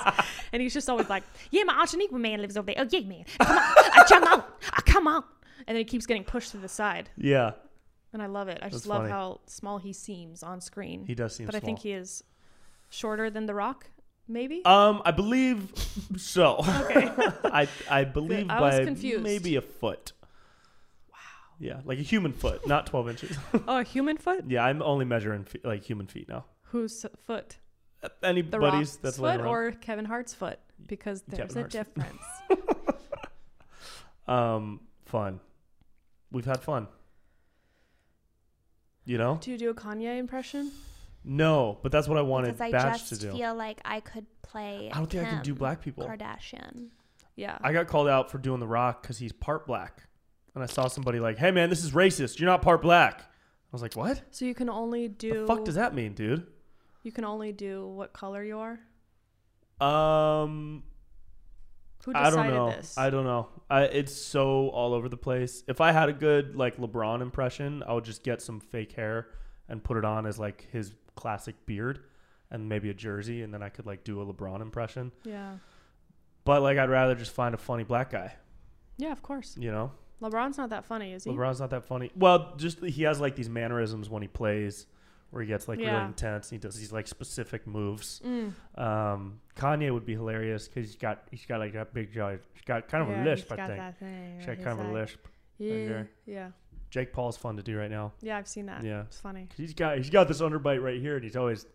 [SPEAKER 2] and he's just always like, "Yeah, my Ashaniqua man lives over there. Oh yeah, man, come on, I come on, I come on." And then he keeps getting pushed to the side,
[SPEAKER 1] yeah.
[SPEAKER 2] and I love it. I just
[SPEAKER 1] That's
[SPEAKER 2] love
[SPEAKER 1] funny.
[SPEAKER 2] how small he seems on screen.
[SPEAKER 1] He does seem
[SPEAKER 2] but I think
[SPEAKER 1] small.
[SPEAKER 2] he is shorter than The Rock, maybe.
[SPEAKER 1] Um, I believe so.
[SPEAKER 2] okay,
[SPEAKER 1] I I believe
[SPEAKER 2] Good. I was
[SPEAKER 1] by
[SPEAKER 2] confused.
[SPEAKER 1] maybe a foot. Wow. Yeah, like a human foot, not 12 inches.
[SPEAKER 2] oh, a human foot.
[SPEAKER 1] yeah, I'm only measuring fe- like human feet now.
[SPEAKER 2] Whose foot?
[SPEAKER 1] Uh,
[SPEAKER 2] The
[SPEAKER 1] Anybody's
[SPEAKER 2] Rock's
[SPEAKER 1] that's laying
[SPEAKER 2] foot
[SPEAKER 1] around.
[SPEAKER 2] or Kevin Hart's foot? Because there's
[SPEAKER 1] Kevin
[SPEAKER 2] a
[SPEAKER 1] Hart's foot.
[SPEAKER 2] difference.
[SPEAKER 1] um fun. We've had fun. You know?
[SPEAKER 2] Do you do a Kanye impression?
[SPEAKER 1] No, but that's what I wanted
[SPEAKER 4] Because I
[SPEAKER 1] Batch to
[SPEAKER 4] just
[SPEAKER 1] do.
[SPEAKER 4] feel like I could play.
[SPEAKER 1] I don't think I can do
[SPEAKER 4] Kim
[SPEAKER 1] black people.
[SPEAKER 4] Kardashian.
[SPEAKER 2] Yeah.
[SPEAKER 1] I got called out for doing The Rock because he's part black. And I saw somebody like, hey man, this is racist. You're not part black. I was like, what?
[SPEAKER 2] so you can only do.
[SPEAKER 1] The fuck does that mean, dude?
[SPEAKER 2] You can only do what color you are.
[SPEAKER 1] Um,
[SPEAKER 2] Who
[SPEAKER 1] I
[SPEAKER 2] decided
[SPEAKER 1] don't know.
[SPEAKER 2] this?
[SPEAKER 1] I don't know. I, it's so all over the place. If I had a good like LeBron impression, I would just get some fake hair and put it on as like his classic beard and maybe a jersey, and then I could like do a LeBron impression.
[SPEAKER 2] yeah.
[SPEAKER 1] But like, I'd rather just find a funny black guy.
[SPEAKER 2] Yeah, of course.
[SPEAKER 1] You know,
[SPEAKER 2] LeBron's not that funny, is he?
[SPEAKER 1] LeBron's not that funny. Well, just he has like these mannerisms when he plays, where he gets like really
[SPEAKER 2] Yeah.
[SPEAKER 1] intense. And he does these like specific moves.
[SPEAKER 2] Mm.
[SPEAKER 1] Um, Kanye would be hilarious because he's got he's got like that big jaw. He's got kind of
[SPEAKER 2] yeah,
[SPEAKER 1] a lisp,
[SPEAKER 2] he's
[SPEAKER 1] I
[SPEAKER 2] got
[SPEAKER 1] think.
[SPEAKER 2] that thing
[SPEAKER 1] He's
[SPEAKER 2] where
[SPEAKER 1] got kind
[SPEAKER 2] he's
[SPEAKER 1] of a
[SPEAKER 2] like,
[SPEAKER 1] lisp.
[SPEAKER 2] Yeah,
[SPEAKER 1] there.
[SPEAKER 2] yeah,
[SPEAKER 1] Jake Paul's fun to do right now.
[SPEAKER 2] yeah. I've seen that.
[SPEAKER 1] Yeah.
[SPEAKER 2] it's funny.
[SPEAKER 1] 'Cause He's got he's got this underbite right here, and he's always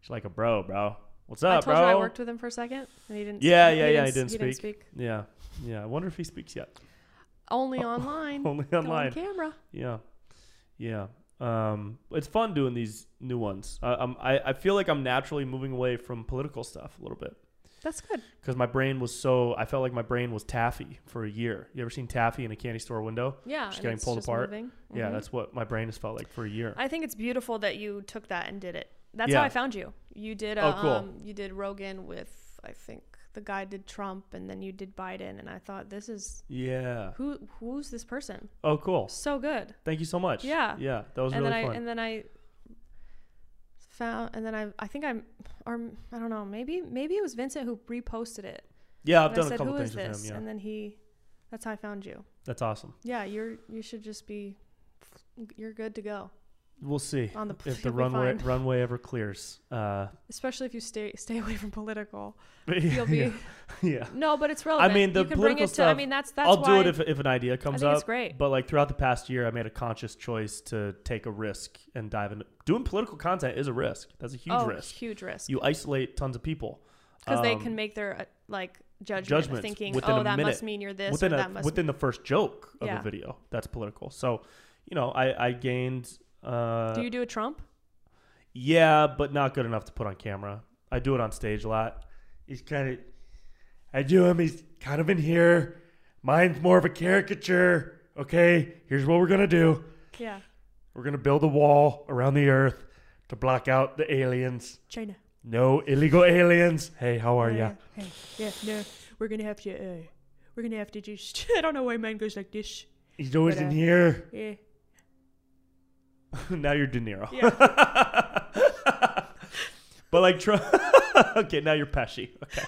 [SPEAKER 1] he's like a bro, bro. What's up,
[SPEAKER 2] I told
[SPEAKER 1] bro?
[SPEAKER 2] you I worked with him for a second, and he didn't.
[SPEAKER 1] yeah,
[SPEAKER 2] he
[SPEAKER 1] yeah, yeah. He
[SPEAKER 2] didn't,
[SPEAKER 1] didn't,
[SPEAKER 2] s-
[SPEAKER 1] speak. Yeah, yeah. I wonder if he speaks yet.
[SPEAKER 2] Only online.
[SPEAKER 1] Only
[SPEAKER 2] Go
[SPEAKER 1] online.
[SPEAKER 2] On camera.
[SPEAKER 1] Yeah, yeah. Um, it's fun doing these new ones. I, I'm, I I feel like I'm naturally moving away from political stuff a little bit
[SPEAKER 2] That's good.
[SPEAKER 1] because my brain was so I felt like my brain was taffy for a year. You ever seen taffy in a candy store window?
[SPEAKER 2] Yeah,
[SPEAKER 1] Just
[SPEAKER 2] and
[SPEAKER 1] getting
[SPEAKER 2] it's
[SPEAKER 1] pulled apart.
[SPEAKER 2] moving.
[SPEAKER 1] Yeah,
[SPEAKER 2] Mhm.
[SPEAKER 1] that's what my brain has felt like for a year.
[SPEAKER 2] I think it's beautiful that you took that and did it. That's
[SPEAKER 1] Yeah.
[SPEAKER 2] how I found you. You did.
[SPEAKER 1] Oh,
[SPEAKER 2] Uh,
[SPEAKER 1] cool.
[SPEAKER 2] um, you did Rogan with I think the guy did Trump, and then you did Biden, and I thought this is
[SPEAKER 1] yeah.
[SPEAKER 2] who who's this person?
[SPEAKER 1] Oh, cool.
[SPEAKER 2] So good.
[SPEAKER 1] Thank you so much.
[SPEAKER 2] Yeah.
[SPEAKER 1] Yeah, that was
[SPEAKER 2] and
[SPEAKER 1] really
[SPEAKER 2] then
[SPEAKER 1] fun.
[SPEAKER 2] I and then I found and then I I think I'm or I don't know maybe maybe it was Vincent who reposted it.
[SPEAKER 1] yeah, I've
[SPEAKER 2] and I
[SPEAKER 1] done a
[SPEAKER 2] said,
[SPEAKER 1] couple
[SPEAKER 2] "Who
[SPEAKER 1] things
[SPEAKER 2] is
[SPEAKER 1] with him.
[SPEAKER 2] this?"
[SPEAKER 1] Yeah,
[SPEAKER 2] And then he, that's how I found you.
[SPEAKER 1] that's awesome.
[SPEAKER 2] Yeah, you're you should just be, you're good to go.
[SPEAKER 1] We'll see
[SPEAKER 2] On the-
[SPEAKER 1] if the
[SPEAKER 2] you'll be
[SPEAKER 1] runway
[SPEAKER 2] fine.
[SPEAKER 1] runway ever clears. Uh,
[SPEAKER 2] Especially if you stay stay away from political,
[SPEAKER 1] but yeah,
[SPEAKER 2] you'll be.
[SPEAKER 1] yeah, yeah.
[SPEAKER 2] No, but it's relevant.
[SPEAKER 1] mean, the
[SPEAKER 2] you can
[SPEAKER 1] political
[SPEAKER 2] bring it To, I
[SPEAKER 1] stuff,
[SPEAKER 2] mean, that's that's
[SPEAKER 1] I'll
[SPEAKER 2] why
[SPEAKER 1] do it if, if an idea comes
[SPEAKER 2] think
[SPEAKER 1] up.
[SPEAKER 2] it's great.
[SPEAKER 1] But like throughout the past year, I made a conscious choice to take a risk and dive in. Doing political content is a risk. That's a huge
[SPEAKER 2] oh,
[SPEAKER 1] risk.
[SPEAKER 2] huge risk
[SPEAKER 1] You isolate tons of people
[SPEAKER 2] because they
[SPEAKER 1] Um,
[SPEAKER 2] can make their uh, like judgment,
[SPEAKER 1] judgments
[SPEAKER 2] thinking,
[SPEAKER 1] within
[SPEAKER 2] oh,
[SPEAKER 1] a
[SPEAKER 2] that
[SPEAKER 1] minute,
[SPEAKER 2] must mean you're this
[SPEAKER 1] within
[SPEAKER 2] or
[SPEAKER 1] a,
[SPEAKER 2] that must.
[SPEAKER 1] within the first joke of
[SPEAKER 2] Yeah.
[SPEAKER 1] a video that's political. So, you know, I I gained. Uh,
[SPEAKER 2] do you do a Trump?
[SPEAKER 1] Yeah, but not good enough to put on camera. I do it on stage a lot.
[SPEAKER 3] He's kind of, I do him. He's kind of in here. Mine's more of a caricature. Okay, here's what we're gonna do.
[SPEAKER 2] Yeah,
[SPEAKER 3] We're gonna build a wall around the Earth to block out the aliens.
[SPEAKER 2] China.
[SPEAKER 3] No illegal aliens. Hey, how are ya?
[SPEAKER 2] Yeah, yeah, no, we're gonna have to. Uh, we're gonna have to just. I don't know why mine goes like this.
[SPEAKER 3] He's always
[SPEAKER 2] But, uh,
[SPEAKER 3] in here.
[SPEAKER 2] Yeah.
[SPEAKER 1] now you're De Niro.
[SPEAKER 2] Yeah.
[SPEAKER 1] But like Trump. okay, now you're Pesci. Okay.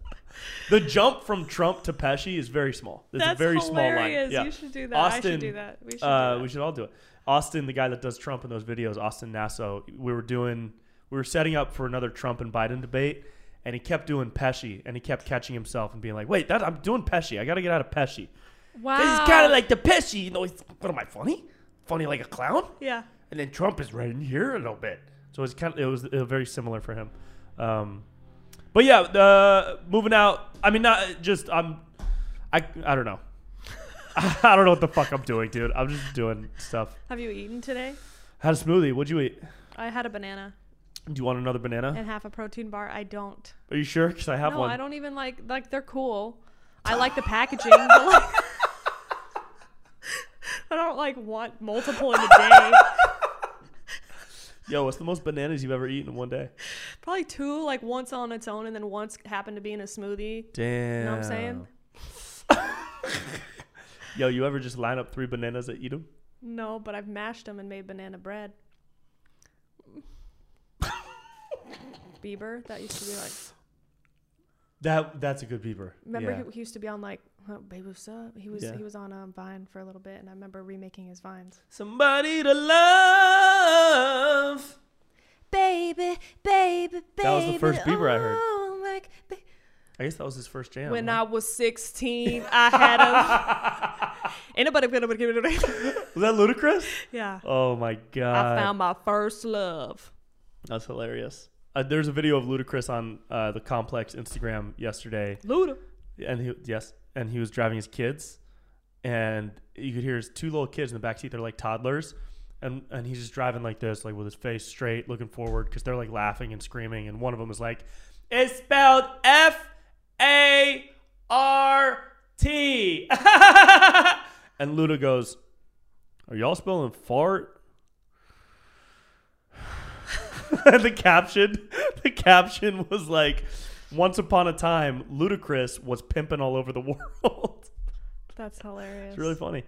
[SPEAKER 1] the jump from Trump to Pesci is very small. It's a
[SPEAKER 2] That's
[SPEAKER 1] very
[SPEAKER 2] hilarious.
[SPEAKER 1] small line. Yeah.
[SPEAKER 2] You should do that. I
[SPEAKER 1] Austin,
[SPEAKER 2] should do that. We should.
[SPEAKER 1] uh,
[SPEAKER 2] do that.
[SPEAKER 1] we should all do it. Austin, the guy that does Trump in those videos, Austin Nassau, we were doing, we were setting up for another Trump and Biden debate, and he kept doing Pesci, and he kept catching himself and being like, "Wait, that I'm doing Pesci. I got to get out of Pesci.
[SPEAKER 2] wow.
[SPEAKER 1] This is kind of like the Pesci. You know, he's, what am I funny? Funny like a clown?
[SPEAKER 2] yeah.
[SPEAKER 1] And then Trump is right in here a little bit. So it's kind of it was uh, very similar for him. Um, but yeah, uh, moving out. I mean, not just I'm. I I don't know. I don't know what the fuck I'm doing, dude. I'm just doing stuff.
[SPEAKER 2] Have you eaten today?
[SPEAKER 1] Had a smoothie. What'd you eat?
[SPEAKER 2] I had a banana
[SPEAKER 1] Do you want another banana?
[SPEAKER 2] and half a protein bar. I don't.
[SPEAKER 1] Are you sure? Because I have
[SPEAKER 2] no,
[SPEAKER 1] one.
[SPEAKER 2] I don't even like like they're cool. I like the packaging, but like I don't like want multiple in a day.
[SPEAKER 1] Yo, what's the most bananas you've ever eaten in one day?
[SPEAKER 2] Probably two, like once on its own, and then once happened to be in a smoothie.
[SPEAKER 1] Damn.
[SPEAKER 2] You know what I'm saying?
[SPEAKER 1] Yo, you ever just line up three bananas and eat them?
[SPEAKER 2] No, but I've mashed them and made banana bread. Bieber, that used to be like.
[SPEAKER 1] That that's a good beaver.
[SPEAKER 2] Remember,
[SPEAKER 1] Yeah.
[SPEAKER 2] he, he used to be on like oh, Babe What's Up. He was
[SPEAKER 1] Yeah.
[SPEAKER 2] he was on um, Vine for a little bit, and I remember remaking his vines.
[SPEAKER 1] Somebody to love.
[SPEAKER 4] Baby, baby, baby.
[SPEAKER 1] That was the first Bieber I heard.
[SPEAKER 4] oh, my g- ba-
[SPEAKER 1] I guess that was his first jam.
[SPEAKER 2] When
[SPEAKER 1] huh?
[SPEAKER 2] I was 16, I had a. Ain't nobody gonna give it away.
[SPEAKER 1] was that ludicrous?
[SPEAKER 2] yeah.
[SPEAKER 1] Oh my god,
[SPEAKER 2] I found my first love.
[SPEAKER 1] that's hilarious. Uh, there's a video of Ludacris on uh, the Complex Instagram yesterday,
[SPEAKER 2] Luda.
[SPEAKER 1] and he yes, and he was driving his kids, and you could hear his two little kids in the backseat. They're like toddlers, and and he's just driving like this, like with his face straight, looking forward, because they're like laughing and screaming, and one of them is like, "It's spelled F A R T," and Luda goes, "Are y'all spelling fart?" and the caption, the caption was like, "Once upon a time, Ludacris was pimping all over the world."
[SPEAKER 2] That's hilarious.
[SPEAKER 1] it's really funny.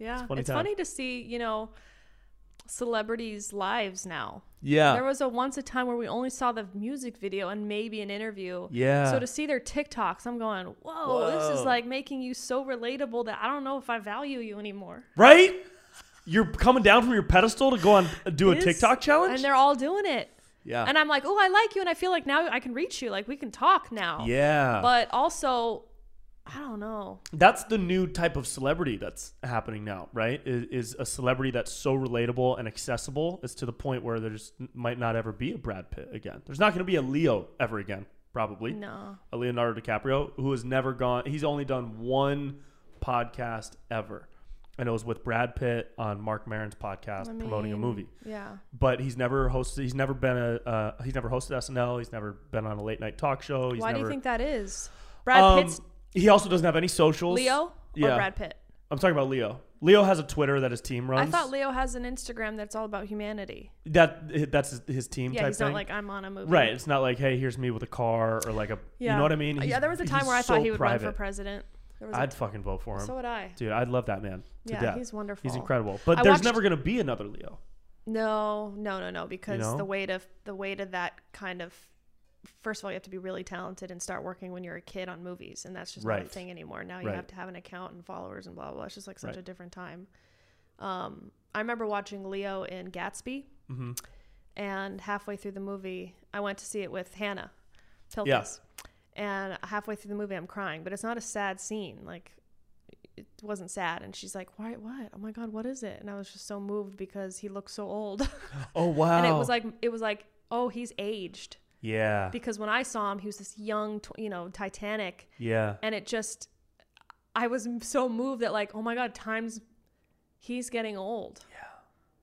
[SPEAKER 2] yeah.
[SPEAKER 1] funny
[SPEAKER 2] it's
[SPEAKER 1] time.
[SPEAKER 2] funny to see, you know, celebrities' lives now.
[SPEAKER 1] Yeah.
[SPEAKER 2] There was a once a time where we only saw the music video and maybe an interview.
[SPEAKER 1] Yeah.
[SPEAKER 2] So to see their TikToks, I'm going, whoa, this
[SPEAKER 1] Whoa.
[SPEAKER 2] is like making you so relatable that I don't know if I value you anymore.
[SPEAKER 1] right? You're coming down from your pedestal to go on do a
[SPEAKER 2] This-
[SPEAKER 1] TikTok challenge?
[SPEAKER 2] And they're all doing it.
[SPEAKER 1] yeah.
[SPEAKER 2] And I'm like, oh, I like you. And I feel like now I can reach you. Like we can talk now.
[SPEAKER 1] yeah.
[SPEAKER 2] But also, I don't know.
[SPEAKER 1] that's the new type of celebrity that's happening now, right? Is, is a celebrity that's so relatable and accessible. It's to the point where there's might not ever be a Brad Pitt again. There's not going to be a Leo ever again, probably.
[SPEAKER 2] No.
[SPEAKER 1] A Leonardo DiCaprio who has never gone. He's only done one podcast ever, and it was with Brad Pitt on Mark Maron's podcast promoting a
[SPEAKER 2] mean,
[SPEAKER 1] movie.
[SPEAKER 2] Yeah.
[SPEAKER 1] but he's never hosted. He's never been a. Uh, he's never hosted SNL. He's never been on a late night talk show. He's
[SPEAKER 2] Why
[SPEAKER 1] never,
[SPEAKER 2] do you think that is? Brad
[SPEAKER 1] Um,
[SPEAKER 2] Pitt's
[SPEAKER 1] he also doesn't have any socials.
[SPEAKER 2] Leo or
[SPEAKER 1] yeah.
[SPEAKER 2] Brad Pitt?
[SPEAKER 1] I'm talking about Leo. Leo has a Twitter that his team
[SPEAKER 2] I
[SPEAKER 1] runs.
[SPEAKER 2] thought Leo has an Instagram that's all about humanity.
[SPEAKER 1] that that's his, his team
[SPEAKER 2] Yeah,
[SPEAKER 1] type
[SPEAKER 2] he's
[SPEAKER 1] thing.
[SPEAKER 2] not like I'm on a movie.
[SPEAKER 1] right. It's not like hey, here's me with a car or like a.
[SPEAKER 2] Yeah. Uh,
[SPEAKER 1] You know what I mean?
[SPEAKER 2] yeah,
[SPEAKER 1] He's-
[SPEAKER 2] there was a time
[SPEAKER 1] he's
[SPEAKER 2] where I
[SPEAKER 1] so
[SPEAKER 2] thought he would
[SPEAKER 1] private.
[SPEAKER 2] run for president. There was a
[SPEAKER 1] I'd fucking vote for him.
[SPEAKER 2] so would I.
[SPEAKER 1] Dude, I'd love that man. to
[SPEAKER 2] Yeah,
[SPEAKER 1] death.
[SPEAKER 2] he's wonderful.
[SPEAKER 1] He's incredible. But
[SPEAKER 2] I
[SPEAKER 1] there's
[SPEAKER 2] watched-
[SPEAKER 1] never gonna be another Leo.
[SPEAKER 2] No, no, no, no. Because
[SPEAKER 1] know?
[SPEAKER 2] the weight of the weight of that kind of first of all, you have to be really talented and start working when you're a kid on movies, and that's just not
[SPEAKER 1] Right.
[SPEAKER 2] a thing anymore. Now you
[SPEAKER 1] Right.
[SPEAKER 2] have to have an account and followers and blah blah. blah. It's just like such
[SPEAKER 1] Right.
[SPEAKER 2] a different time. Um, I remember watching Leo in Gatsby,
[SPEAKER 1] Mm-hmm.
[SPEAKER 2] and halfway through the movie, I went to see it with Hannah Pilkis.
[SPEAKER 1] Yeah.
[SPEAKER 2] And halfway through the movie, I'm crying, but it's not a sad scene. Like, it wasn't sad. And she's like, "Why? What? Oh my God, what is it?" And I was just so moved because he looks so old.
[SPEAKER 1] Oh wow.
[SPEAKER 2] and it was like it was like oh he's aged
[SPEAKER 1] Yeah.
[SPEAKER 2] because when i saw him he was this young tw- you know titanic
[SPEAKER 1] Yeah.
[SPEAKER 2] and it just i was m- so moved that like oh my god times he's getting old yeah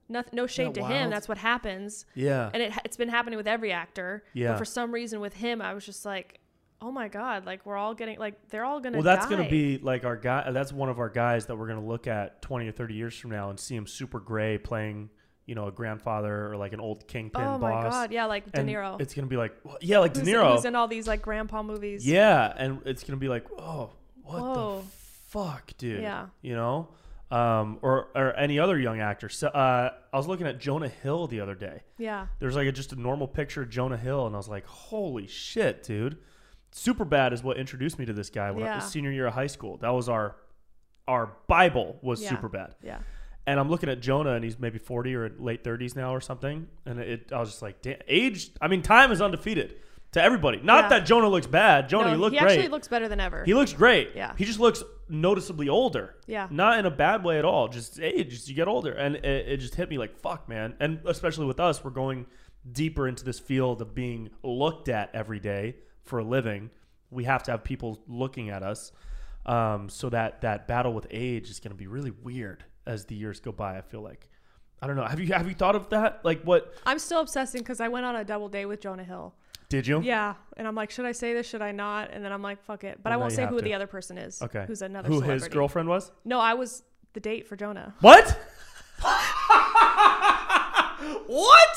[SPEAKER 2] no, no shade to
[SPEAKER 1] that
[SPEAKER 2] him
[SPEAKER 1] wild?
[SPEAKER 2] that's what happens
[SPEAKER 1] Yeah.
[SPEAKER 2] and it, ha- it's been happening with every actor
[SPEAKER 1] Yeah.
[SPEAKER 2] but for some reason with him i was just like oh my god like we're all getting like they're all gonna
[SPEAKER 1] Well, that's going
[SPEAKER 2] die.
[SPEAKER 1] to be like our guy. That's one of our guys that we're going to look at 20 or 30 years from now and see him super gray playing, you know, a grandfather or like an old kingpin
[SPEAKER 2] oh
[SPEAKER 1] boss.
[SPEAKER 2] my god yeah like de
[SPEAKER 1] And
[SPEAKER 2] niro
[SPEAKER 1] It's going to be like, wh- yeah, like De
[SPEAKER 2] who's,
[SPEAKER 1] Niro.
[SPEAKER 2] who's in all these like grandpa movies
[SPEAKER 1] yeah. And it's going to be like, oh, what
[SPEAKER 2] Whoa.
[SPEAKER 1] the fuck, dude?
[SPEAKER 2] Yeah.
[SPEAKER 1] You know? um, or or any other young actor. So, uh, I was looking at Jonah Hill the other day.
[SPEAKER 2] Yeah.
[SPEAKER 1] There's like a, just a normal picture of Jonah Hill, and I was like, holy shit, dude. Super bad is what introduced me to this guy when I
[SPEAKER 2] Yeah.
[SPEAKER 1] was senior year of high school. That was our our Bible was
[SPEAKER 2] Yeah.
[SPEAKER 1] super bad.
[SPEAKER 2] Yeah.
[SPEAKER 1] And I'm looking at Jonah, and he's maybe 40 or late 30s now or something. And it, I was just like, damn, age. I mean, time is undefeated to everybody. Not
[SPEAKER 2] Yeah.
[SPEAKER 1] that Jonah looks bad. Jonah,
[SPEAKER 2] no,
[SPEAKER 1] you look
[SPEAKER 2] he
[SPEAKER 1] Oh, great.
[SPEAKER 2] actually looks better than ever.
[SPEAKER 1] He looks great.
[SPEAKER 2] Yeah.
[SPEAKER 1] He just looks noticeably older.
[SPEAKER 2] Yeah.
[SPEAKER 1] Not in a bad way at all. Just age. Just you get older, and it, it just hit me like fuck, man. And especially with us, we're going deeper into this field of being looked at every day for a living. We have to have people looking at us. Um, so that that battle with age is going to be really weird as the years go by. I feel like. I don't know. Have you have you thought of that? Like, what
[SPEAKER 2] I'm still obsessing because I went on a double date with Jonah Hill.
[SPEAKER 1] did you?
[SPEAKER 2] Yeah, and I'm like, should I say this? Should I not? And then I'm like, fuck it. But
[SPEAKER 1] Well,
[SPEAKER 2] I
[SPEAKER 1] now
[SPEAKER 2] won't
[SPEAKER 1] you
[SPEAKER 2] say
[SPEAKER 1] have
[SPEAKER 2] who
[SPEAKER 1] to.
[SPEAKER 2] the other person is.
[SPEAKER 1] Okay.
[SPEAKER 2] Who's another
[SPEAKER 1] Who
[SPEAKER 2] celebrity?
[SPEAKER 1] his girlfriend was?
[SPEAKER 2] No, I was the date for Jonah.
[SPEAKER 1] What? what?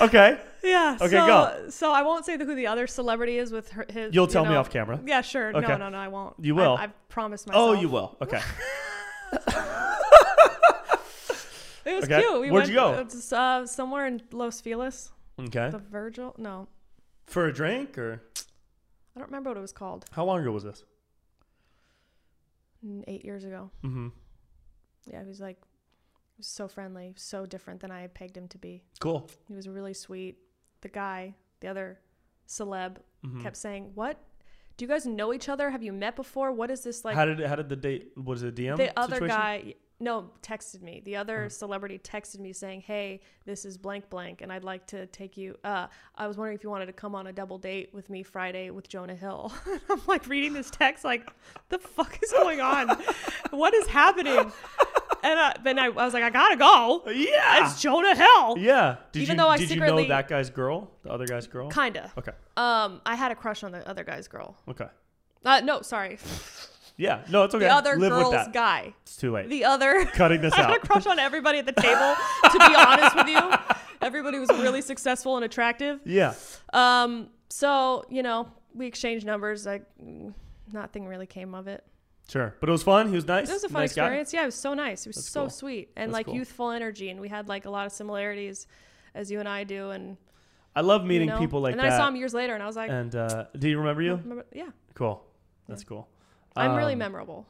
[SPEAKER 1] Okay.
[SPEAKER 2] Yeah.
[SPEAKER 1] Okay,
[SPEAKER 2] so,
[SPEAKER 1] go.
[SPEAKER 2] So I won't say the, who the other celebrity is with her, his.
[SPEAKER 1] You'll
[SPEAKER 2] you
[SPEAKER 1] tell me
[SPEAKER 2] know-
[SPEAKER 1] off camera.
[SPEAKER 2] Yeah, sure.
[SPEAKER 1] Okay.
[SPEAKER 2] No, no, no, I won't.
[SPEAKER 1] You will.
[SPEAKER 2] I, have promised myself.
[SPEAKER 1] Oh, you will. Okay.
[SPEAKER 2] It was
[SPEAKER 1] Okay.
[SPEAKER 2] cute. We
[SPEAKER 1] Where'd
[SPEAKER 2] went,
[SPEAKER 1] you go?
[SPEAKER 2] uh, just, uh, somewhere in Los Feliz.
[SPEAKER 1] Okay.
[SPEAKER 2] The Virgil? No,
[SPEAKER 1] For a drink or
[SPEAKER 2] I don't remember what it was called.
[SPEAKER 1] how long ago was this?
[SPEAKER 2] Mm, Eight years ago.
[SPEAKER 1] Mm-hmm.
[SPEAKER 2] Yeah, he was like, he was so friendly, so different than I had pegged him to be.
[SPEAKER 1] Cool.
[SPEAKER 2] He was really sweet. The guy, the other celeb, kept saying, "What? Do you guys know each other? Have you met before? What is this like?"
[SPEAKER 1] how did how did the date? Was it a DM?
[SPEAKER 2] the other
[SPEAKER 1] situation? Uh-huh.
[SPEAKER 2] guy, no, texted me. The other celebrity texted me saying, "Hey, this is blank blank, and I'd like to take you. Uh, I was wondering if you wanted to come on a double date with me Friday with Jonah Hill." I'm like reading this text, like, "The fuck is going on? what is happening?" And uh, then I, I was like, "I gotta go.
[SPEAKER 1] Yeah.
[SPEAKER 2] It's Jonah Hill."
[SPEAKER 1] Yeah. Did
[SPEAKER 2] Even
[SPEAKER 1] you,
[SPEAKER 2] though I
[SPEAKER 1] did you know
[SPEAKER 2] secretly-
[SPEAKER 1] that guy's girl, the other guy's girl?
[SPEAKER 2] Kinda.
[SPEAKER 1] Okay.
[SPEAKER 2] Um, I had a crush on the other guy's girl.
[SPEAKER 1] Okay.
[SPEAKER 2] Uh, no, sorry,
[SPEAKER 1] Yeah. No, it's okay.
[SPEAKER 2] the other
[SPEAKER 1] Live with
[SPEAKER 2] girl's
[SPEAKER 1] that.
[SPEAKER 2] guy.
[SPEAKER 1] It's too late.
[SPEAKER 2] The other.
[SPEAKER 1] Cutting this
[SPEAKER 2] I had a
[SPEAKER 1] out.
[SPEAKER 2] crush on everybody at the table. to be honest with you, everybody was really successful and attractive.
[SPEAKER 1] yeah.
[SPEAKER 2] Um, so you know, we exchanged numbers. Like, mm, nothing really came of it.
[SPEAKER 1] Sure. But it was fun. He was nice.
[SPEAKER 2] It was a fun
[SPEAKER 1] nice guy.
[SPEAKER 2] experience. Yeah, it was so nice. It was so
[SPEAKER 1] cool.
[SPEAKER 2] sweet and
[SPEAKER 1] That's
[SPEAKER 2] like
[SPEAKER 1] cool.
[SPEAKER 2] youthful energy, and we had like a lot of similarities, as you and I do, and
[SPEAKER 1] I love
[SPEAKER 2] you
[SPEAKER 1] meeting
[SPEAKER 2] know?
[SPEAKER 1] people like
[SPEAKER 2] and
[SPEAKER 1] that.
[SPEAKER 2] then I saw him years later, and I was like,
[SPEAKER 1] And uh, do you remember you?
[SPEAKER 2] remember- yeah,
[SPEAKER 1] Cool. That's cool.
[SPEAKER 2] I'm really
[SPEAKER 1] Um,
[SPEAKER 2] memorable.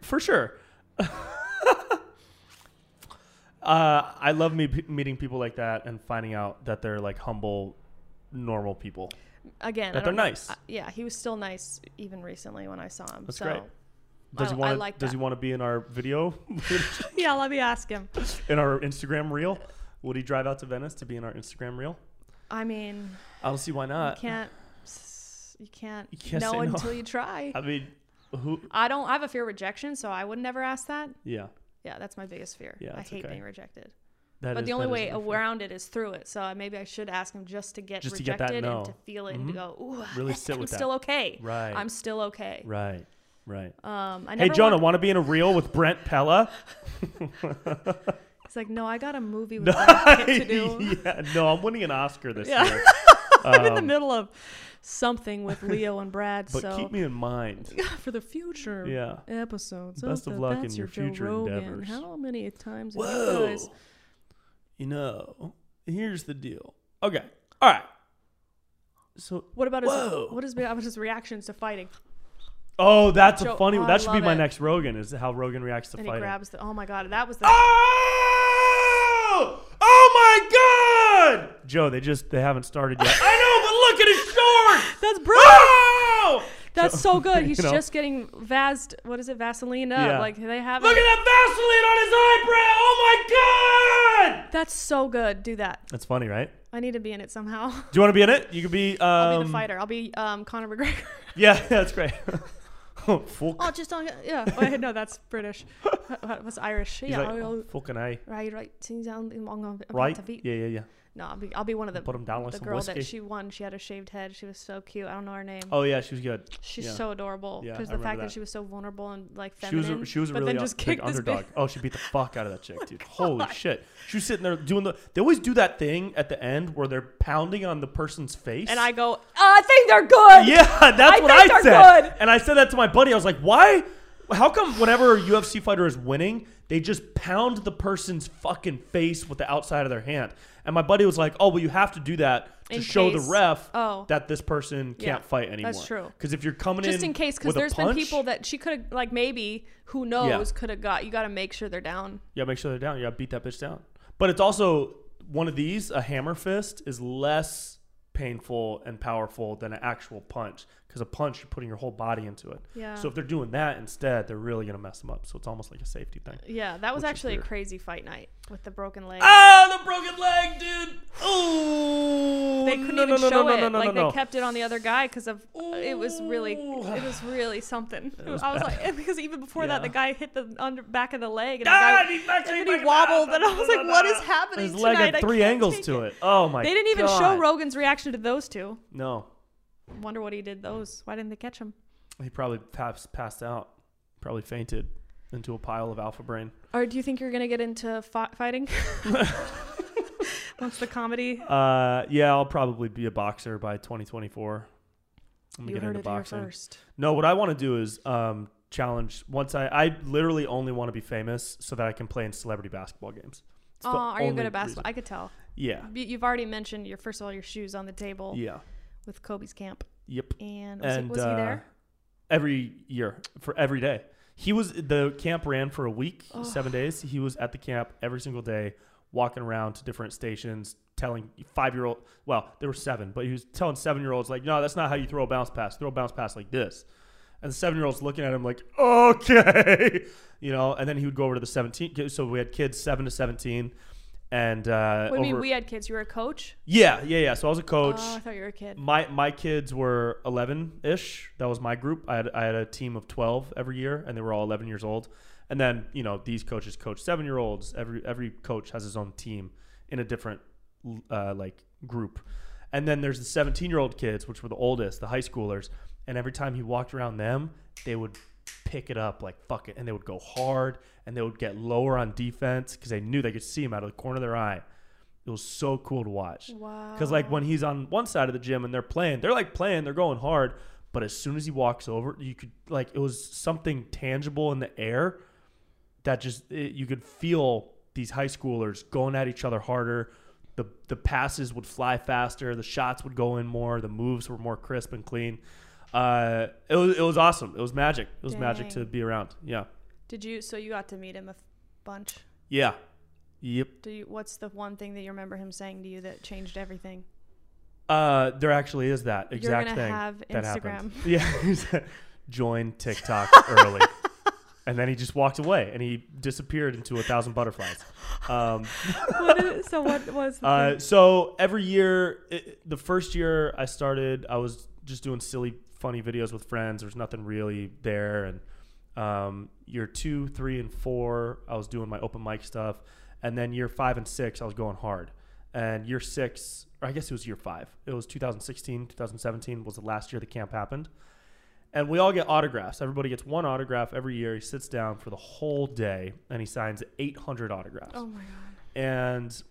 [SPEAKER 1] for sure. uh, I love me- meeting people like that and finding out that they're like humble, normal people.
[SPEAKER 2] Again,
[SPEAKER 1] that
[SPEAKER 2] I
[SPEAKER 1] they're
[SPEAKER 2] don't know-
[SPEAKER 1] nice.
[SPEAKER 2] I- yeah, he was still nice even recently when I saw him.
[SPEAKER 1] That's
[SPEAKER 2] so.
[SPEAKER 1] great. Does
[SPEAKER 2] I-
[SPEAKER 1] he want?
[SPEAKER 2] I
[SPEAKER 1] to
[SPEAKER 2] like
[SPEAKER 1] does
[SPEAKER 2] that.
[SPEAKER 1] he want to be in our video,
[SPEAKER 2] Yeah, let me ask him.
[SPEAKER 1] in our Instagram reel? Would he drive out to Venice to be in our Instagram reel?
[SPEAKER 2] I mean,
[SPEAKER 1] I don't see why
[SPEAKER 2] you
[SPEAKER 1] not.
[SPEAKER 2] can't s- you can't,
[SPEAKER 1] You can't
[SPEAKER 2] know
[SPEAKER 1] say no.
[SPEAKER 2] until you try.
[SPEAKER 1] I mean, who?
[SPEAKER 2] I don't I have a fear of rejection, so I would never ask that.
[SPEAKER 1] Yeah,
[SPEAKER 2] Yeah, that's my biggest fear.
[SPEAKER 1] Yeah,
[SPEAKER 2] I
[SPEAKER 1] it's
[SPEAKER 2] hate
[SPEAKER 1] okay.
[SPEAKER 2] being rejected.
[SPEAKER 1] that
[SPEAKER 2] but
[SPEAKER 1] is-
[SPEAKER 2] the only
[SPEAKER 1] that is
[SPEAKER 2] way
[SPEAKER 1] a good feeling.
[SPEAKER 2] around it is through it. So I- maybe I should ask him just to get
[SPEAKER 1] Just to get
[SPEAKER 2] rejected
[SPEAKER 1] that no. Mm-hmm.
[SPEAKER 2] and to feel it and to go, ooh,
[SPEAKER 1] Really sit
[SPEAKER 2] I'm
[SPEAKER 1] with that.
[SPEAKER 2] still okay.
[SPEAKER 1] Right.
[SPEAKER 2] I'm still okay.
[SPEAKER 1] Right. Right.
[SPEAKER 2] Um, I
[SPEAKER 1] hey,
[SPEAKER 2] never
[SPEAKER 1] Jonah,
[SPEAKER 2] want-
[SPEAKER 1] want to be in a reel with Brent Pella?
[SPEAKER 2] He's like, no, I got a movie with that kid to do.
[SPEAKER 1] yeah. No, I'm winning an Oscar this
[SPEAKER 2] Yeah.
[SPEAKER 1] year.
[SPEAKER 2] I'm in the middle of something with Leo and Brad.
[SPEAKER 1] But
[SPEAKER 2] so
[SPEAKER 1] keep me in mind.
[SPEAKER 2] for the future
[SPEAKER 1] Yeah.
[SPEAKER 2] episodes.
[SPEAKER 1] Best
[SPEAKER 2] of,
[SPEAKER 1] of
[SPEAKER 2] the
[SPEAKER 1] luck in
[SPEAKER 2] That's
[SPEAKER 1] your
[SPEAKER 2] Joe
[SPEAKER 1] future
[SPEAKER 2] Rogan.
[SPEAKER 1] endeavors.
[SPEAKER 2] How many times have
[SPEAKER 1] Whoa.
[SPEAKER 2] you guys?
[SPEAKER 1] You know, here's the deal. Okay. All right. So,
[SPEAKER 2] What about his?
[SPEAKER 1] Whoa.
[SPEAKER 2] What is his reactions to fighting?
[SPEAKER 1] oh, that's a
[SPEAKER 2] Joe-
[SPEAKER 1] funny
[SPEAKER 2] oh,
[SPEAKER 1] one.
[SPEAKER 2] I
[SPEAKER 1] That should be
[SPEAKER 2] love
[SPEAKER 1] my
[SPEAKER 2] it.
[SPEAKER 1] next Rogan. Is how Rogan reacts to
[SPEAKER 2] And he
[SPEAKER 1] fighting. Ah!
[SPEAKER 2] grabs the. Oh my god, that was the.
[SPEAKER 1] oh! Oh my God! Joe, they just they haven't started yet. I know, but look at his shorts.
[SPEAKER 2] That's brilliant.
[SPEAKER 1] Oh!
[SPEAKER 2] That's so good. He's
[SPEAKER 1] You know?
[SPEAKER 2] just getting vased. What is it? Vaseline up.
[SPEAKER 1] Yeah.
[SPEAKER 2] Like they have.
[SPEAKER 1] Look at that Vaseline on his eyebrow. Oh my God!
[SPEAKER 2] That's so good. Do that.
[SPEAKER 1] That's funny, right?
[SPEAKER 2] I need to be in it somehow.
[SPEAKER 1] Do you want to be in it? You could be. Um,
[SPEAKER 2] I'll be the fighter. I'll be um, Conor McGregor.
[SPEAKER 1] Yeah, that's great. Full.
[SPEAKER 2] oh, just on. Yeah. Oh, I no, that's British. What- what- What's Irish?
[SPEAKER 1] He's
[SPEAKER 2] yeah.
[SPEAKER 1] like,
[SPEAKER 2] I'll-
[SPEAKER 1] oh,
[SPEAKER 2] I'll-
[SPEAKER 1] fucking a.
[SPEAKER 2] Right, right. Sitting down, I'm on- I'm on
[SPEAKER 1] Right?
[SPEAKER 2] the feet.
[SPEAKER 1] Yeah, yeah, yeah.
[SPEAKER 2] No, I'll be, I'll be one of the
[SPEAKER 1] Put 'em down with
[SPEAKER 2] the
[SPEAKER 1] some
[SPEAKER 2] girl
[SPEAKER 1] whiskey.
[SPEAKER 2] that she won. She had a shaved head. She was so cute. I don't know her name.
[SPEAKER 1] Oh yeah, she was good.
[SPEAKER 2] She's
[SPEAKER 1] yeah.
[SPEAKER 2] so adorable
[SPEAKER 1] Yeah,
[SPEAKER 2] because
[SPEAKER 1] I
[SPEAKER 2] the fact
[SPEAKER 1] remember
[SPEAKER 2] that.
[SPEAKER 1] that.
[SPEAKER 2] she was so vulnerable and like
[SPEAKER 1] She
[SPEAKER 2] feminine.
[SPEAKER 1] was a, she was a
[SPEAKER 2] but
[SPEAKER 1] really
[SPEAKER 2] then
[SPEAKER 1] un-
[SPEAKER 2] just
[SPEAKER 1] big
[SPEAKER 2] kicked this Oh
[SPEAKER 1] underdog.
[SPEAKER 2] big-
[SPEAKER 1] Oh, she beat the fuck out of that chick, dude. Holy shit! She was sitting there doing the. They always do that thing at the end where they're pounding on the person's face.
[SPEAKER 2] And Uh, I go, I think they're good.
[SPEAKER 1] Yeah, that's
[SPEAKER 2] I
[SPEAKER 1] what
[SPEAKER 2] think
[SPEAKER 1] I
[SPEAKER 2] they're
[SPEAKER 1] said.
[SPEAKER 2] good.
[SPEAKER 1] And I said that to my buddy. I was like, why? How come whenever a UFC fighter is winning, they just pound the person's fucking face with the outside of their hand? And my buddy was like, "Oh, well, you have to do that to
[SPEAKER 2] In
[SPEAKER 1] show
[SPEAKER 2] case-
[SPEAKER 1] the ref
[SPEAKER 2] oh.
[SPEAKER 1] that this person
[SPEAKER 2] Yeah,
[SPEAKER 1] can't fight anymore."
[SPEAKER 2] that's true.
[SPEAKER 1] Because if you're coming
[SPEAKER 2] just
[SPEAKER 1] in,
[SPEAKER 2] in case because
[SPEAKER 1] with a
[SPEAKER 2] there's been
[SPEAKER 1] punch-
[SPEAKER 2] people that she could have like maybe who knows could have got you got to make sure they're down
[SPEAKER 1] Yeah, make sure they're down. You gotta beat that bitch down. But it's also one of these, a hammer fist, is less painful and powerful than an actual punch. Because a punch, you're putting your whole body into it.
[SPEAKER 2] Yeah.
[SPEAKER 1] So if they're doing that instead, they're really gonna mess them up. So it's almost like a safety thing.
[SPEAKER 2] yeah that was
[SPEAKER 1] Which is
[SPEAKER 2] actually a
[SPEAKER 1] weird.
[SPEAKER 2] crazy fight night with the broken leg
[SPEAKER 1] Ah, the broken leg, dude. Ooh.
[SPEAKER 2] they couldn't
[SPEAKER 1] no,
[SPEAKER 2] even
[SPEAKER 1] no, no,
[SPEAKER 2] show
[SPEAKER 1] no,
[SPEAKER 2] it
[SPEAKER 1] no, no,
[SPEAKER 2] like
[SPEAKER 1] no, no.
[SPEAKER 2] they kept it on the other guy because of it was really
[SPEAKER 1] Ooh.
[SPEAKER 2] it was really something i was like because even before that
[SPEAKER 1] Yeah.
[SPEAKER 2] the guy hit the under back of the leg and, the
[SPEAKER 1] Ah,
[SPEAKER 2] guy-
[SPEAKER 1] he's actually
[SPEAKER 2] and then he
[SPEAKER 1] breaking
[SPEAKER 2] wobbled
[SPEAKER 1] down.
[SPEAKER 2] and i was like what is happening
[SPEAKER 1] His leg
[SPEAKER 2] tonight?
[SPEAKER 1] had
[SPEAKER 2] I
[SPEAKER 1] three
[SPEAKER 2] can't
[SPEAKER 1] angles
[SPEAKER 2] take
[SPEAKER 1] to
[SPEAKER 2] it.
[SPEAKER 1] it. Oh my!
[SPEAKER 2] they didn't even show
[SPEAKER 1] God.
[SPEAKER 2] rogan's reaction to those two
[SPEAKER 1] No,
[SPEAKER 2] wonder what he did those why didn't they catch him
[SPEAKER 1] he probably passed passed out. Probably fainted into a pile of alpha brain.
[SPEAKER 2] Or do you think you're gonna get into fi- fighting? Once the comedy,
[SPEAKER 1] Uh, yeah, I'll probably be a boxer by 2024. I'm gonna
[SPEAKER 2] you
[SPEAKER 1] get
[SPEAKER 2] heard
[SPEAKER 1] into
[SPEAKER 2] it here
[SPEAKER 1] boxing.
[SPEAKER 2] first.
[SPEAKER 1] No, what I want to do is um, challenge. Once I, I literally only want to be famous so that I can play in celebrity basketball games. It's the
[SPEAKER 2] Oh, are you
[SPEAKER 1] only
[SPEAKER 2] good at
[SPEAKER 1] reason.
[SPEAKER 2] basketball? I could tell.
[SPEAKER 1] Yeah,
[SPEAKER 2] You- You've already mentioned your first of all your shoes on the table
[SPEAKER 1] yeah,
[SPEAKER 2] with Kobe's camp,
[SPEAKER 1] yep.
[SPEAKER 2] and was,
[SPEAKER 1] And
[SPEAKER 2] he, was
[SPEAKER 1] uh,
[SPEAKER 2] he there?
[SPEAKER 1] every year for every day? He was the camp ran for a week, seven days. He was at the camp every single day, walking around to different stations, telling five year old. Well, there were seven, but he was telling seven year olds like, "No, that's not how you throw a bounce pass. Throw a bounce pass like this." And the seven year olds looking at him like, "Okay," you know. And then he would go over to the seventeen. So we had kids seven to seventeen, and uh,
[SPEAKER 2] What do you mean
[SPEAKER 1] over-
[SPEAKER 2] we had kids? You were a coach.
[SPEAKER 1] yeah, yeah, yeah. So I was a coach
[SPEAKER 2] Oh, I thought you were a kid.
[SPEAKER 1] my my kids were 11 ish that was my group I had, I had a team of 12 every year and they were all 11 years old and then you know these coaches coach seven year olds every every coach has his own team in a different uh, like group and then there's the 17 year old kids which were the oldest the high schoolers and every time he walked around them they would pick it up like fuck it and they would go hard and they would get lower on defense because they knew they could see him out of the corner of their eye it was so cool to watch
[SPEAKER 2] Wow.
[SPEAKER 1] because like when he's on one side of the gym and they're playing, they're like playing, they're going hard. But as soon as he walks over, you could like it was something tangible in the air that just it, you could feel these high schoolers going at each other harder. The the passes would fly faster, the shots would go in more, the moves were more crisp and clean. Uh, it was it was awesome. It was magic. It was magic
[SPEAKER 2] Dang.
[SPEAKER 1] to be around. Yeah,
[SPEAKER 2] Did you? So you got to meet him a f- bunch.
[SPEAKER 1] yeah, yep.
[SPEAKER 2] Do you? What's the one thing that you remember him saying to you that changed everything?
[SPEAKER 1] Uh, there actually is that exact
[SPEAKER 2] gonna
[SPEAKER 1] thing
[SPEAKER 2] have
[SPEAKER 1] that happened.
[SPEAKER 2] Instagram.
[SPEAKER 1] Yeah, he said, join TikTok early, and then he just walked away and he disappeared into a thousand butterflies. Um,
[SPEAKER 2] What is, so what was? The
[SPEAKER 1] uh,
[SPEAKER 2] thing?
[SPEAKER 1] so every year, it, the first year I started, I was just doing silly, funny videos with friends. There's nothing really there. And um, year two, three, and four, I was doing my open mic stuff. And then year five and six, I was going hard. And year six, or I guess it was year five, it was 2016, 2017 was the last year the camp happened. And we all get autographs. Everybody gets one autograph every year. He sits down for the whole day and he signs 800 autographs
[SPEAKER 2] Oh my god.
[SPEAKER 1] and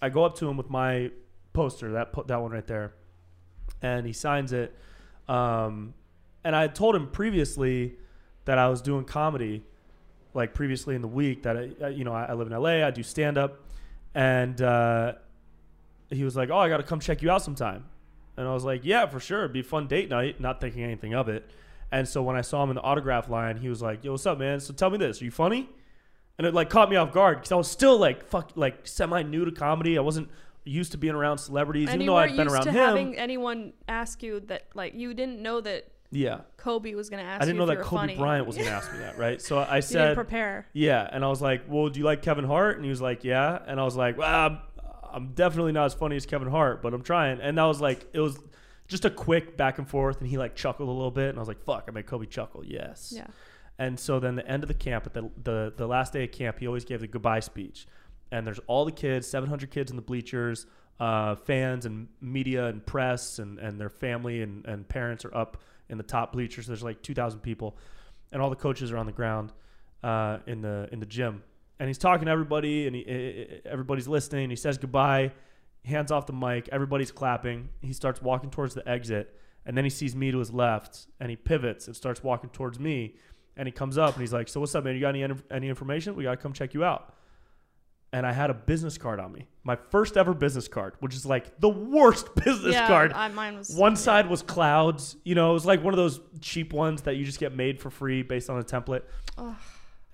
[SPEAKER 1] I go up to him with my poster, that po- that one right there, and he signs it. Um, and I had told him previously that I was doing comedy, like previously in the week that I, I- you know I, I live in LA, I do stand up, and uh, he was like, "Oh, I got to come check you out sometime," and I was like, "Yeah, for sure, it'd be a fun date night." Not thinking anything of it. And so when I saw him in the autograph line, he was like, "Yo, what's up, man? So tell me this: Are you funny?" and it like caught me off guard because I was still like fuck like semi new to comedy. I wasn't used to being around celebrities,
[SPEAKER 2] And
[SPEAKER 1] even
[SPEAKER 2] you
[SPEAKER 1] though
[SPEAKER 2] weren't
[SPEAKER 1] I'd been
[SPEAKER 2] used
[SPEAKER 1] around
[SPEAKER 2] to
[SPEAKER 1] him.
[SPEAKER 2] having anyone ask you that, like you didn't know that
[SPEAKER 1] yeah,
[SPEAKER 2] Kobe was going to ask.
[SPEAKER 1] I didn't
[SPEAKER 2] you
[SPEAKER 1] know
[SPEAKER 2] if you
[SPEAKER 1] that
[SPEAKER 2] were
[SPEAKER 1] Kobe
[SPEAKER 2] funny.
[SPEAKER 1] Bryant was gonna ask me that, right? So I
[SPEAKER 2] You didn't
[SPEAKER 1] said,
[SPEAKER 2] prepare.
[SPEAKER 1] yeah, and I was like, well, do you like Kevin Hart? And he was like, yeah, and I was like, well, I'm, I'm definitely not as funny as Kevin Hart, but I'm trying. And that was like, it was just a quick back and forth, and he like chuckled a little bit, and I was like, fuck, I made Kobe chuckle, yes,
[SPEAKER 2] Yeah.
[SPEAKER 1] And so then the end of the camp, at the, the the last day of camp, he always gave the goodbye speech. And there's all the kids, 700 kids in the bleachers, uh, fans and media and press and, and their family and, and parents are up in the top bleachers. There's like 2,000 people, and all the coaches are on the ground uh, in the in the gym. And he's talking to everybody, and he, eh, eh, everybody's listening. He says goodbye, hands off the mic. Everybody's clapping. He starts walking towards the exit, and then he sees me to his left, and he pivots and starts walking towards me and he comes up and he's like, "So what's up, man? You got any any information? We gotta come check you out." And I had a business card on me, my first ever business card, which is like the worst business
[SPEAKER 2] yeah,
[SPEAKER 1] card.
[SPEAKER 2] I, mine was
[SPEAKER 1] One side was clouds, you know, it was like one of those cheap ones that you just get made for free based on a template.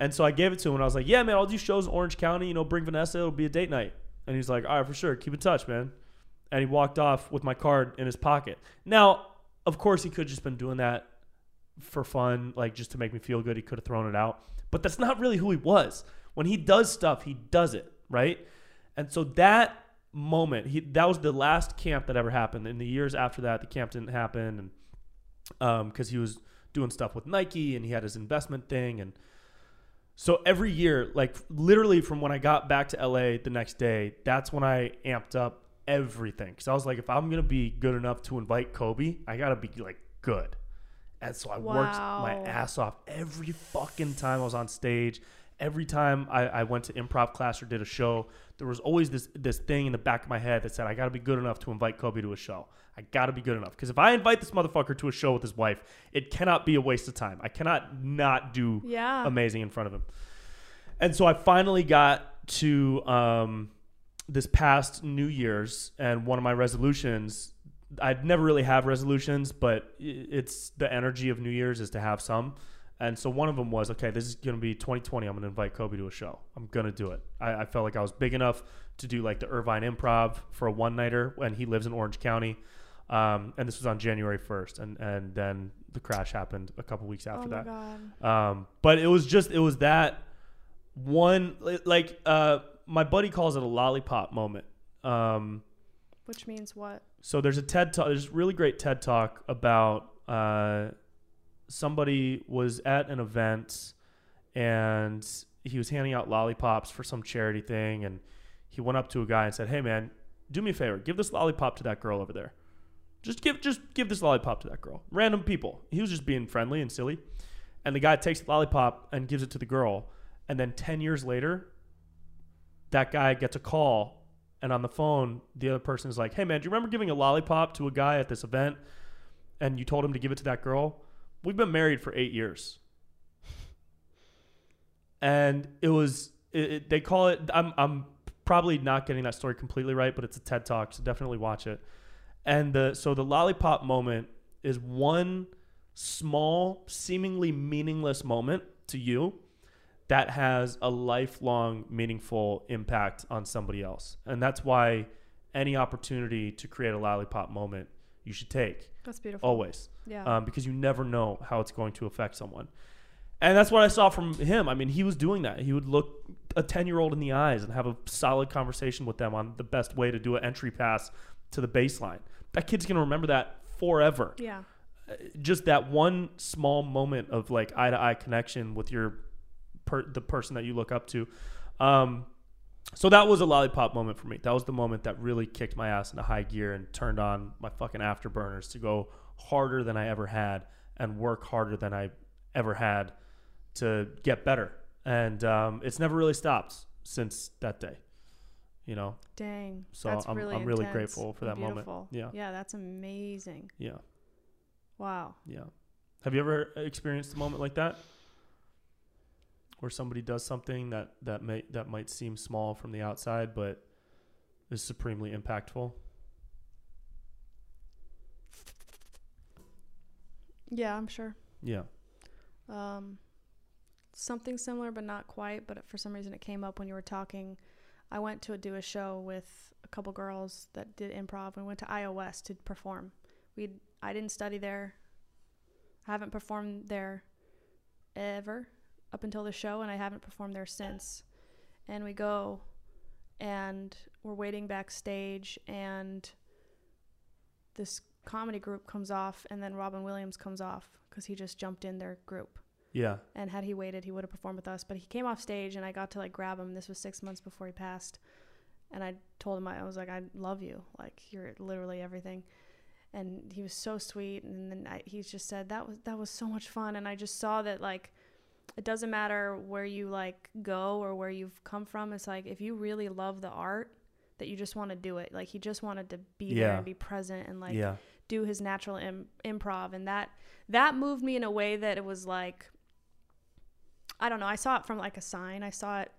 [SPEAKER 1] And so I gave it to him and I was like, Yeah, man, I'll do shows in Orange County, you know, bring Vanessa, it'll be a date night. And he's like, All right, for sure, keep in touch, man. And he walked off with my card in his pocket. Now, of course, he could have just been doing that for fun, like just to make me feel good. He could have thrown it out. But that's not really who he was. When he does stuff, he does it, right? And so that moment, he that was the last camp that ever happened. In the years after that, the camp didn't happen and because he was doing stuff with Nike and he had his investment thing and so every year, like literally from when I got back to LA the next day, that's when I amped up everything. Cause I was like, if I'm gonna be good enough to invite Kobe, I gotta be like good. And so I worked my
[SPEAKER 2] Wow.
[SPEAKER 1] ass off every fucking time I was on stage. Every time I, I went to improv class or did a show, there was always this this thing in the back of my head that said, I gotta be good enough to invite Kobe to a show. I gotta be good enough. Because if I invite this motherfucker to a show with his wife, it cannot be a waste of time. I cannot not do
[SPEAKER 2] Yeah.
[SPEAKER 1] amazing in front of him. And so I finally got to um, this past New Year's, and one of my resolutions. I'd never really have resolutions, but i- it's the energy of New Year's is to have some. And so one of them was, okay, this is going to be 2020. I'm going to invite Kobe to a show. I'm going to do it. I, I felt like I was big enough to do like the Irvine Improv for a one nighter when he lives in Orange County. Um, and this was on January 1st. And, and then the crash happened a couple weeks after
[SPEAKER 2] Oh my
[SPEAKER 1] that.
[SPEAKER 2] god.
[SPEAKER 1] Um, but it was just it was that one li- like uh, my buddy calls it a lollipop moment. Um,
[SPEAKER 2] Which means what?
[SPEAKER 1] so there's a TED talk. There's a really great TED talk about uh, somebody was at an event and he was handing out lollipops for some charity thing, and he went up to a guy and said, "Hey man, do me a favor. Give this lollipop to that girl over there. Just give just give this lollipop to that girl. Random people. He was just being friendly and silly." And the guy takes the lollipop and gives it to the girl, and then ten years later, that guy gets a call and on the phone the other person is like hey man do you remember giving a lollipop to a guy at this event and you told him to give it to that girl we've been married for eight years and it was it, it- they call it I'm, I'm probably not getting that story completely right but it's a ted talk so definitely watch it and the so the lollipop moment is one small seemingly meaningless moment to you that has a lifelong meaningful impact on somebody else. And that's why any opportunity to create a lollipop moment you should take
[SPEAKER 2] That's beautiful.
[SPEAKER 1] always
[SPEAKER 2] yeah.
[SPEAKER 1] um, because you never know how it's going to affect someone. And that's what I saw from him. I mean, he was doing that. He would look a 10 year old in the eyes and have a solid conversation with them on the best way to do an entry pass to the baseline. That kid's going to remember that forever
[SPEAKER 2] yeah.
[SPEAKER 1] just that one small moment of like eye to eye connection with your per- the person that you look up to. Um, so that was a lollipop moment for me. That was the moment that really kicked my ass into high gear and turned on my fucking afterburners to go harder than I ever had and work harder than I ever had to get better. And um, it's never really stopped since that day. You know,
[SPEAKER 2] Dang.
[SPEAKER 1] So
[SPEAKER 2] that's
[SPEAKER 1] I'm-
[SPEAKER 2] really
[SPEAKER 1] I'm really
[SPEAKER 2] intense
[SPEAKER 1] grateful for
[SPEAKER 2] and
[SPEAKER 1] that moment.
[SPEAKER 2] beautiful.
[SPEAKER 1] Yeah.
[SPEAKER 2] Yeah, that's amazing.
[SPEAKER 1] yeah,
[SPEAKER 2] Wow.
[SPEAKER 1] yeah. Have you ever experienced a moment like that? where somebody does something that that may that might seem small from the outside but is supremely impactful
[SPEAKER 2] Yeah, I'm sure.
[SPEAKER 1] yeah
[SPEAKER 2] Um, something similar, but not quite. But for some reason, it came up when you were talking. I went to do a show with a couple girls that did improv. We went to iOS to perform. We I didn't study there. I haven't performed there ever up until the show, and I haven't performed there since. And we go, and we're waiting backstage, and this comedy group comes off, and then Robin Williams comes off because he just jumped in their group
[SPEAKER 1] yeah
[SPEAKER 2] and had he waited he would have performed with us but he came off stage and i got to like grab him this was six months before he passed and i told him i I was like i love you like you're literally everything and he was so sweet and then I, he just said that was that was so much fun and i just saw that like it doesn't matter where you like go or where you've come from it's like if you really love the art that you just want to do it like he just wanted to be there
[SPEAKER 1] Yeah.
[SPEAKER 2] and be present and like
[SPEAKER 1] yeah
[SPEAKER 2] do his natural Im- improv and that that moved me in a way that it was like I don't know. I saw it from like a sign. I saw it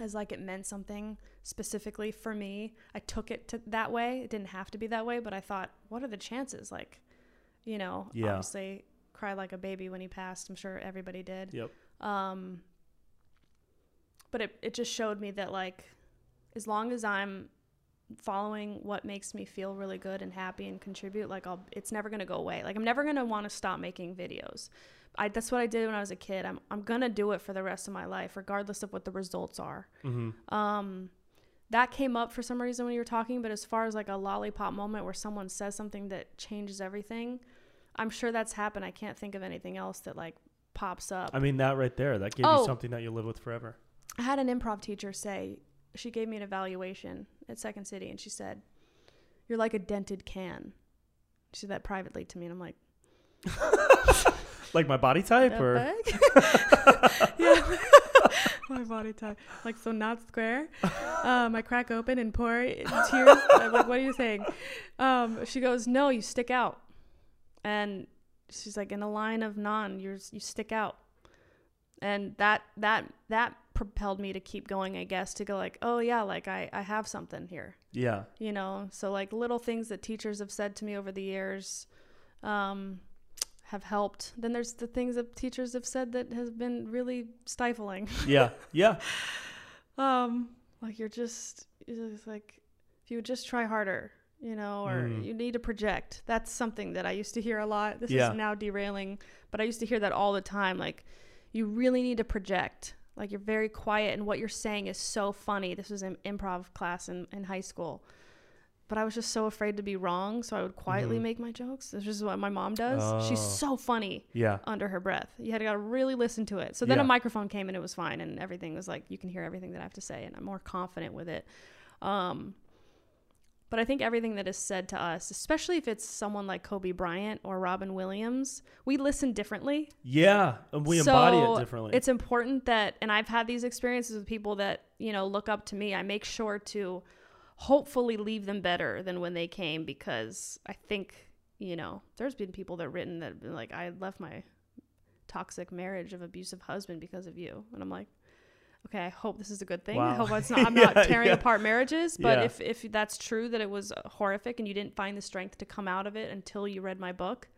[SPEAKER 2] as like it meant something specifically for me. I took it to that way. It didn't have to be that way, but I thought, what are the chances? Like, you know,
[SPEAKER 1] Yeah.
[SPEAKER 2] obviously cried like a baby when he passed. I'm sure everybody did.
[SPEAKER 1] Yep.
[SPEAKER 2] Um, but it, it just showed me that like, as long as I'm following what makes me feel really good and happy and contribute, like I'll, it's never going to go away. Like I'm never going to want to stop making videos. I, that's what I did when I was a kid. I'm, I'm going to do it for the rest of my life, regardless of what the results are. Um, that came up for some reason when you were talking, but as far as like a lollipop moment where someone says something that changes everything, I'm sure that's happened. I can't think of anything else that like pops up.
[SPEAKER 1] I mean, that right there, that gave you
[SPEAKER 2] Oh.
[SPEAKER 1] something that you'll live with forever.
[SPEAKER 2] I had an improv teacher say, she gave me an evaluation at Second City and she said, You're like a dented can. She said that privately to me, and I'm like,
[SPEAKER 1] Like my body type,
[SPEAKER 2] "The
[SPEAKER 1] or
[SPEAKER 2] fuck?" yeah. my body type. Like, so not square. Um, I crack open and pour it- tears. I'm like, what are you saying? Um, she goes, no, you stick out. And she's like, in a line of non, you're, you stick out. And that, that, that propelled me to keep going, I guess, to go like, oh yeah, like I, I have something here
[SPEAKER 1] yeah,
[SPEAKER 2] you know so like little things that teachers have said to me over the years um, have helped then there's the things that teachers have said that has been really stifling
[SPEAKER 1] yeah, yeah,
[SPEAKER 2] um, like you're just you're just like if you would just try harder you know or
[SPEAKER 1] Mm.
[SPEAKER 2] you need to project that's something that i used to hear a lot this
[SPEAKER 1] Yeah.
[SPEAKER 2] is now derailing but i used to hear that all the time like you really need to project like you're very quiet and what you're saying is so funny this was an improv class in, in high school but i was just so afraid to be wrong so i would quietly
[SPEAKER 1] Mhm.
[SPEAKER 2] make my jokes this is what my mom does she's
[SPEAKER 1] Oh.
[SPEAKER 2] so funny
[SPEAKER 1] yeah.
[SPEAKER 2] under her breath. You had got to really listen to it. So then
[SPEAKER 1] Yeah.
[SPEAKER 2] a microphone came and it was fine, and everything was like you can hear everything that I have to say, and I'm more confident with it. Um, but I think everything that is said to us, especially if it's someone like Kobe Bryant or Robin Williams, we listen differently.
[SPEAKER 1] Yeah, and we embody
[SPEAKER 2] So
[SPEAKER 1] it differently.
[SPEAKER 2] It's important that, and I've had these experiences with people that you know look up to me. I make sure to hopefully leave them better than when they came because I think you know there's been people that written that have been like I left my toxic marriage of abusive husband because of you, and I'm like. Okay, I hope this is a good thing. I
[SPEAKER 1] Wow.
[SPEAKER 2] hope it's not, I'm
[SPEAKER 1] Yeah,
[SPEAKER 2] not tearing
[SPEAKER 1] yeah.
[SPEAKER 2] apart marriages, but
[SPEAKER 1] Yeah.
[SPEAKER 2] if, if that's true that it was horrific and you didn't find the strength to come out of it until you read my book,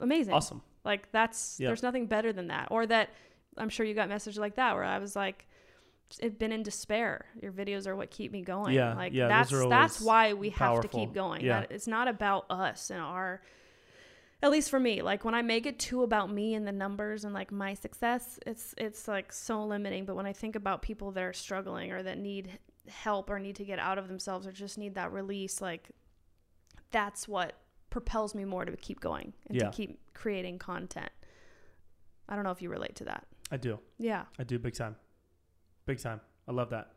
[SPEAKER 2] amazing.
[SPEAKER 1] awesome.
[SPEAKER 2] Like that's
[SPEAKER 1] Yeah.
[SPEAKER 2] there's nothing better than that. Or that I'm sure you got messages like that where I was like, "I've been in despair. Your videos are what keep me going."
[SPEAKER 1] Yeah,
[SPEAKER 2] like
[SPEAKER 1] yeah,
[SPEAKER 2] that's
[SPEAKER 1] those are
[SPEAKER 2] that's
[SPEAKER 1] always
[SPEAKER 2] why we have to
[SPEAKER 1] powerful.
[SPEAKER 2] keep going.
[SPEAKER 1] Yeah.
[SPEAKER 2] That- it's not about us and our. At least for me, like when I make it too about me and the numbers and like my success, it's it's like so limiting. But when I think about people that are struggling or that need help or need to get out of themselves or just need that release, like that's what propels me more to keep going and
[SPEAKER 1] Yeah.
[SPEAKER 2] to keep creating content. I don't know if you relate to that.
[SPEAKER 1] I do.
[SPEAKER 2] Yeah.
[SPEAKER 1] I do big time. Big time. I love that.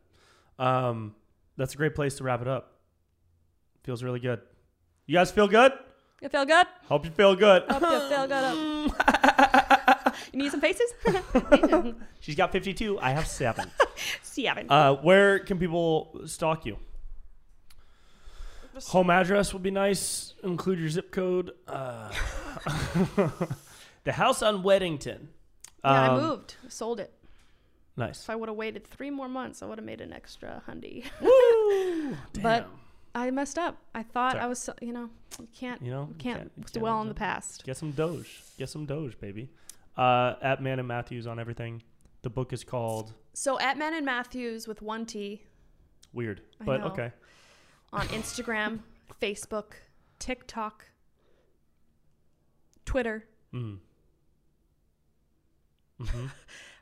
[SPEAKER 1] Um, that's a great place to wrap it up. Feels really good. You guys feel good?
[SPEAKER 2] You feel good?
[SPEAKER 1] Hope you feel good.
[SPEAKER 2] Hope you feel good. you need some faces?
[SPEAKER 1] She's got 52. I have seven.
[SPEAKER 2] Seven.
[SPEAKER 1] uh, where can people stalk you? Home address would be nice. Include your zip code. Uh, the house on Weddington.
[SPEAKER 2] yeah, I
[SPEAKER 1] Um,
[SPEAKER 2] moved. Sold it.
[SPEAKER 1] Nice.
[SPEAKER 2] If I would have waited three more months, I would have made an extra hundy.
[SPEAKER 1] Woo!
[SPEAKER 2] But-
[SPEAKER 1] Damn.
[SPEAKER 2] I messed up. I thought
[SPEAKER 1] Sorry.
[SPEAKER 2] I was, so, you know, you can't,
[SPEAKER 1] you know,
[SPEAKER 2] you
[SPEAKER 1] you
[SPEAKER 2] can't,
[SPEAKER 1] you
[SPEAKER 2] dwell on
[SPEAKER 1] do
[SPEAKER 2] the
[SPEAKER 1] it.
[SPEAKER 2] past.
[SPEAKER 1] Get some Doge. Get some Doge, baby. Uh, at Man and Matthews on everything. The book is called
[SPEAKER 2] So at Man and Matthews with one T
[SPEAKER 1] Weird,
[SPEAKER 2] I
[SPEAKER 1] but
[SPEAKER 2] know.
[SPEAKER 1] okay.
[SPEAKER 2] on Instagram, Facebook, TikTok, Twitter.
[SPEAKER 1] Mm. hmm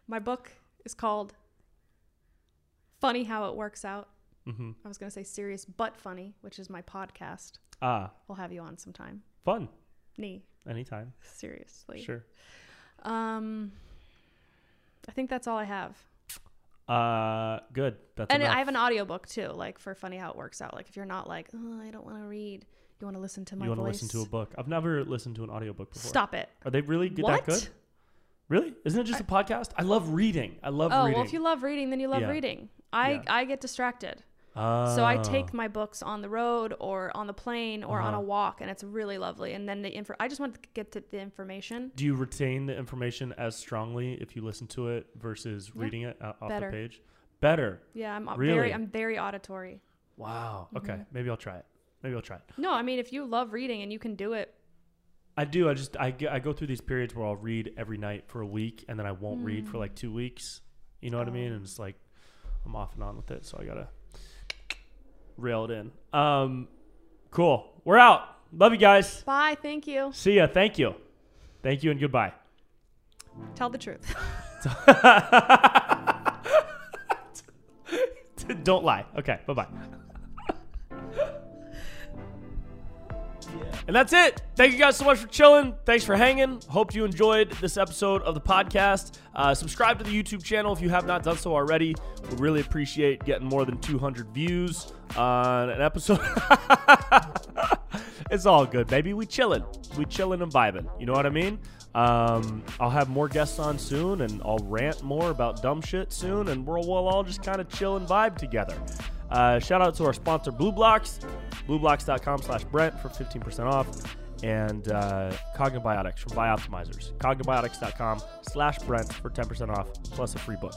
[SPEAKER 2] My book is called Funny How It Works Out.
[SPEAKER 1] hmm
[SPEAKER 2] I was going to say Serious But Funny, which is my podcast.
[SPEAKER 1] Ah,
[SPEAKER 2] We'll have you on sometime.
[SPEAKER 1] fun.
[SPEAKER 2] Nee,
[SPEAKER 1] Anytime.
[SPEAKER 2] seriously.
[SPEAKER 1] Sure.
[SPEAKER 2] Um, I think that's all I have.
[SPEAKER 1] Uh, good. That's
[SPEAKER 2] and
[SPEAKER 1] enough.
[SPEAKER 2] I have an audiobook too, like for Funny How It Works Out. Like if you're not like, oh, I don't want to read, you want to listen to my
[SPEAKER 1] you want to
[SPEAKER 2] voice.
[SPEAKER 1] listen to a book? I've never listened to an audiobook before.
[SPEAKER 2] Stop it.
[SPEAKER 1] Are they really good,
[SPEAKER 2] what?
[SPEAKER 1] that good? Really? Isn't it just a podcast? I love reading. I love
[SPEAKER 2] Oh,
[SPEAKER 1] reading.
[SPEAKER 2] well, if you love reading, then you love
[SPEAKER 1] Yeah.
[SPEAKER 2] reading. I,
[SPEAKER 1] Yeah.
[SPEAKER 2] I get distracted.
[SPEAKER 5] So I
[SPEAKER 1] Oh.
[SPEAKER 5] take my books on the road or on the plane or
[SPEAKER 1] Uh-huh.
[SPEAKER 5] on a walk, and it's really lovely. And then the info. I just want to get to the information.
[SPEAKER 1] Do you retain the information as strongly if you listen to it versus reading it o- off
[SPEAKER 5] Better.
[SPEAKER 1] the page? Better.
[SPEAKER 5] Yeah, I'm
[SPEAKER 1] Really?
[SPEAKER 5] very I'm very auditory.
[SPEAKER 1] Wow.
[SPEAKER 2] Mm-hmm.
[SPEAKER 1] Okay. Maybe I'll try it. Maybe I'll try it.
[SPEAKER 5] No, I mean if you love reading and you can do it,
[SPEAKER 1] I do. I just I, g- I go through these periods where I'll read every night for a week and then I won't read for like two weeks. You know what I mean? And it's like I'm off and on with it, so I gotta rail it in. Um, cool. We're out. Love you guys.
[SPEAKER 5] bye. Thank you.
[SPEAKER 1] See ya. Thank you. Thank you and goodbye.
[SPEAKER 5] Tell the truth.
[SPEAKER 1] Don't lie. Okay. Bye bye. And that's it. Thank you guys so much for chilling. Thanks for hanging. Hope you enjoyed this episode of the podcast. Uh, subscribe to the YouTube channel if you have not done so already. Would really appreciate getting more than 200 views on an episode. it's all good, baby. We chilling. We chilling and vibing. You know what I mean? Um, I'll have more guests on soon, and I'll rant more about dumb shit soon, and we'll, we'll all just kind of chill and vibe together. Uh, shout out to our sponsor, Blue Blocks, blueblocks.com slash Brent for 15% off, and uh, Cognibiotics from Bioptimizers, cognibiotics.com slash Brent for 10% off, plus a free book.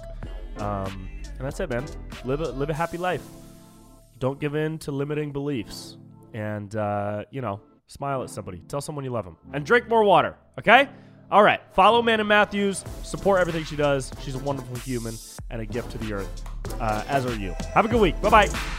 [SPEAKER 1] Um, and that's it, man. Live a, live a happy life. Don't give in to limiting beliefs. And, uh, you know, smile at somebody. Tell someone you love them. And drink more water, okay? All right. Follow Amanda Matthews. Support everything she does. She's a wonderful human and a gift to the earth, uh, as are you. Have a good week. Bye bye.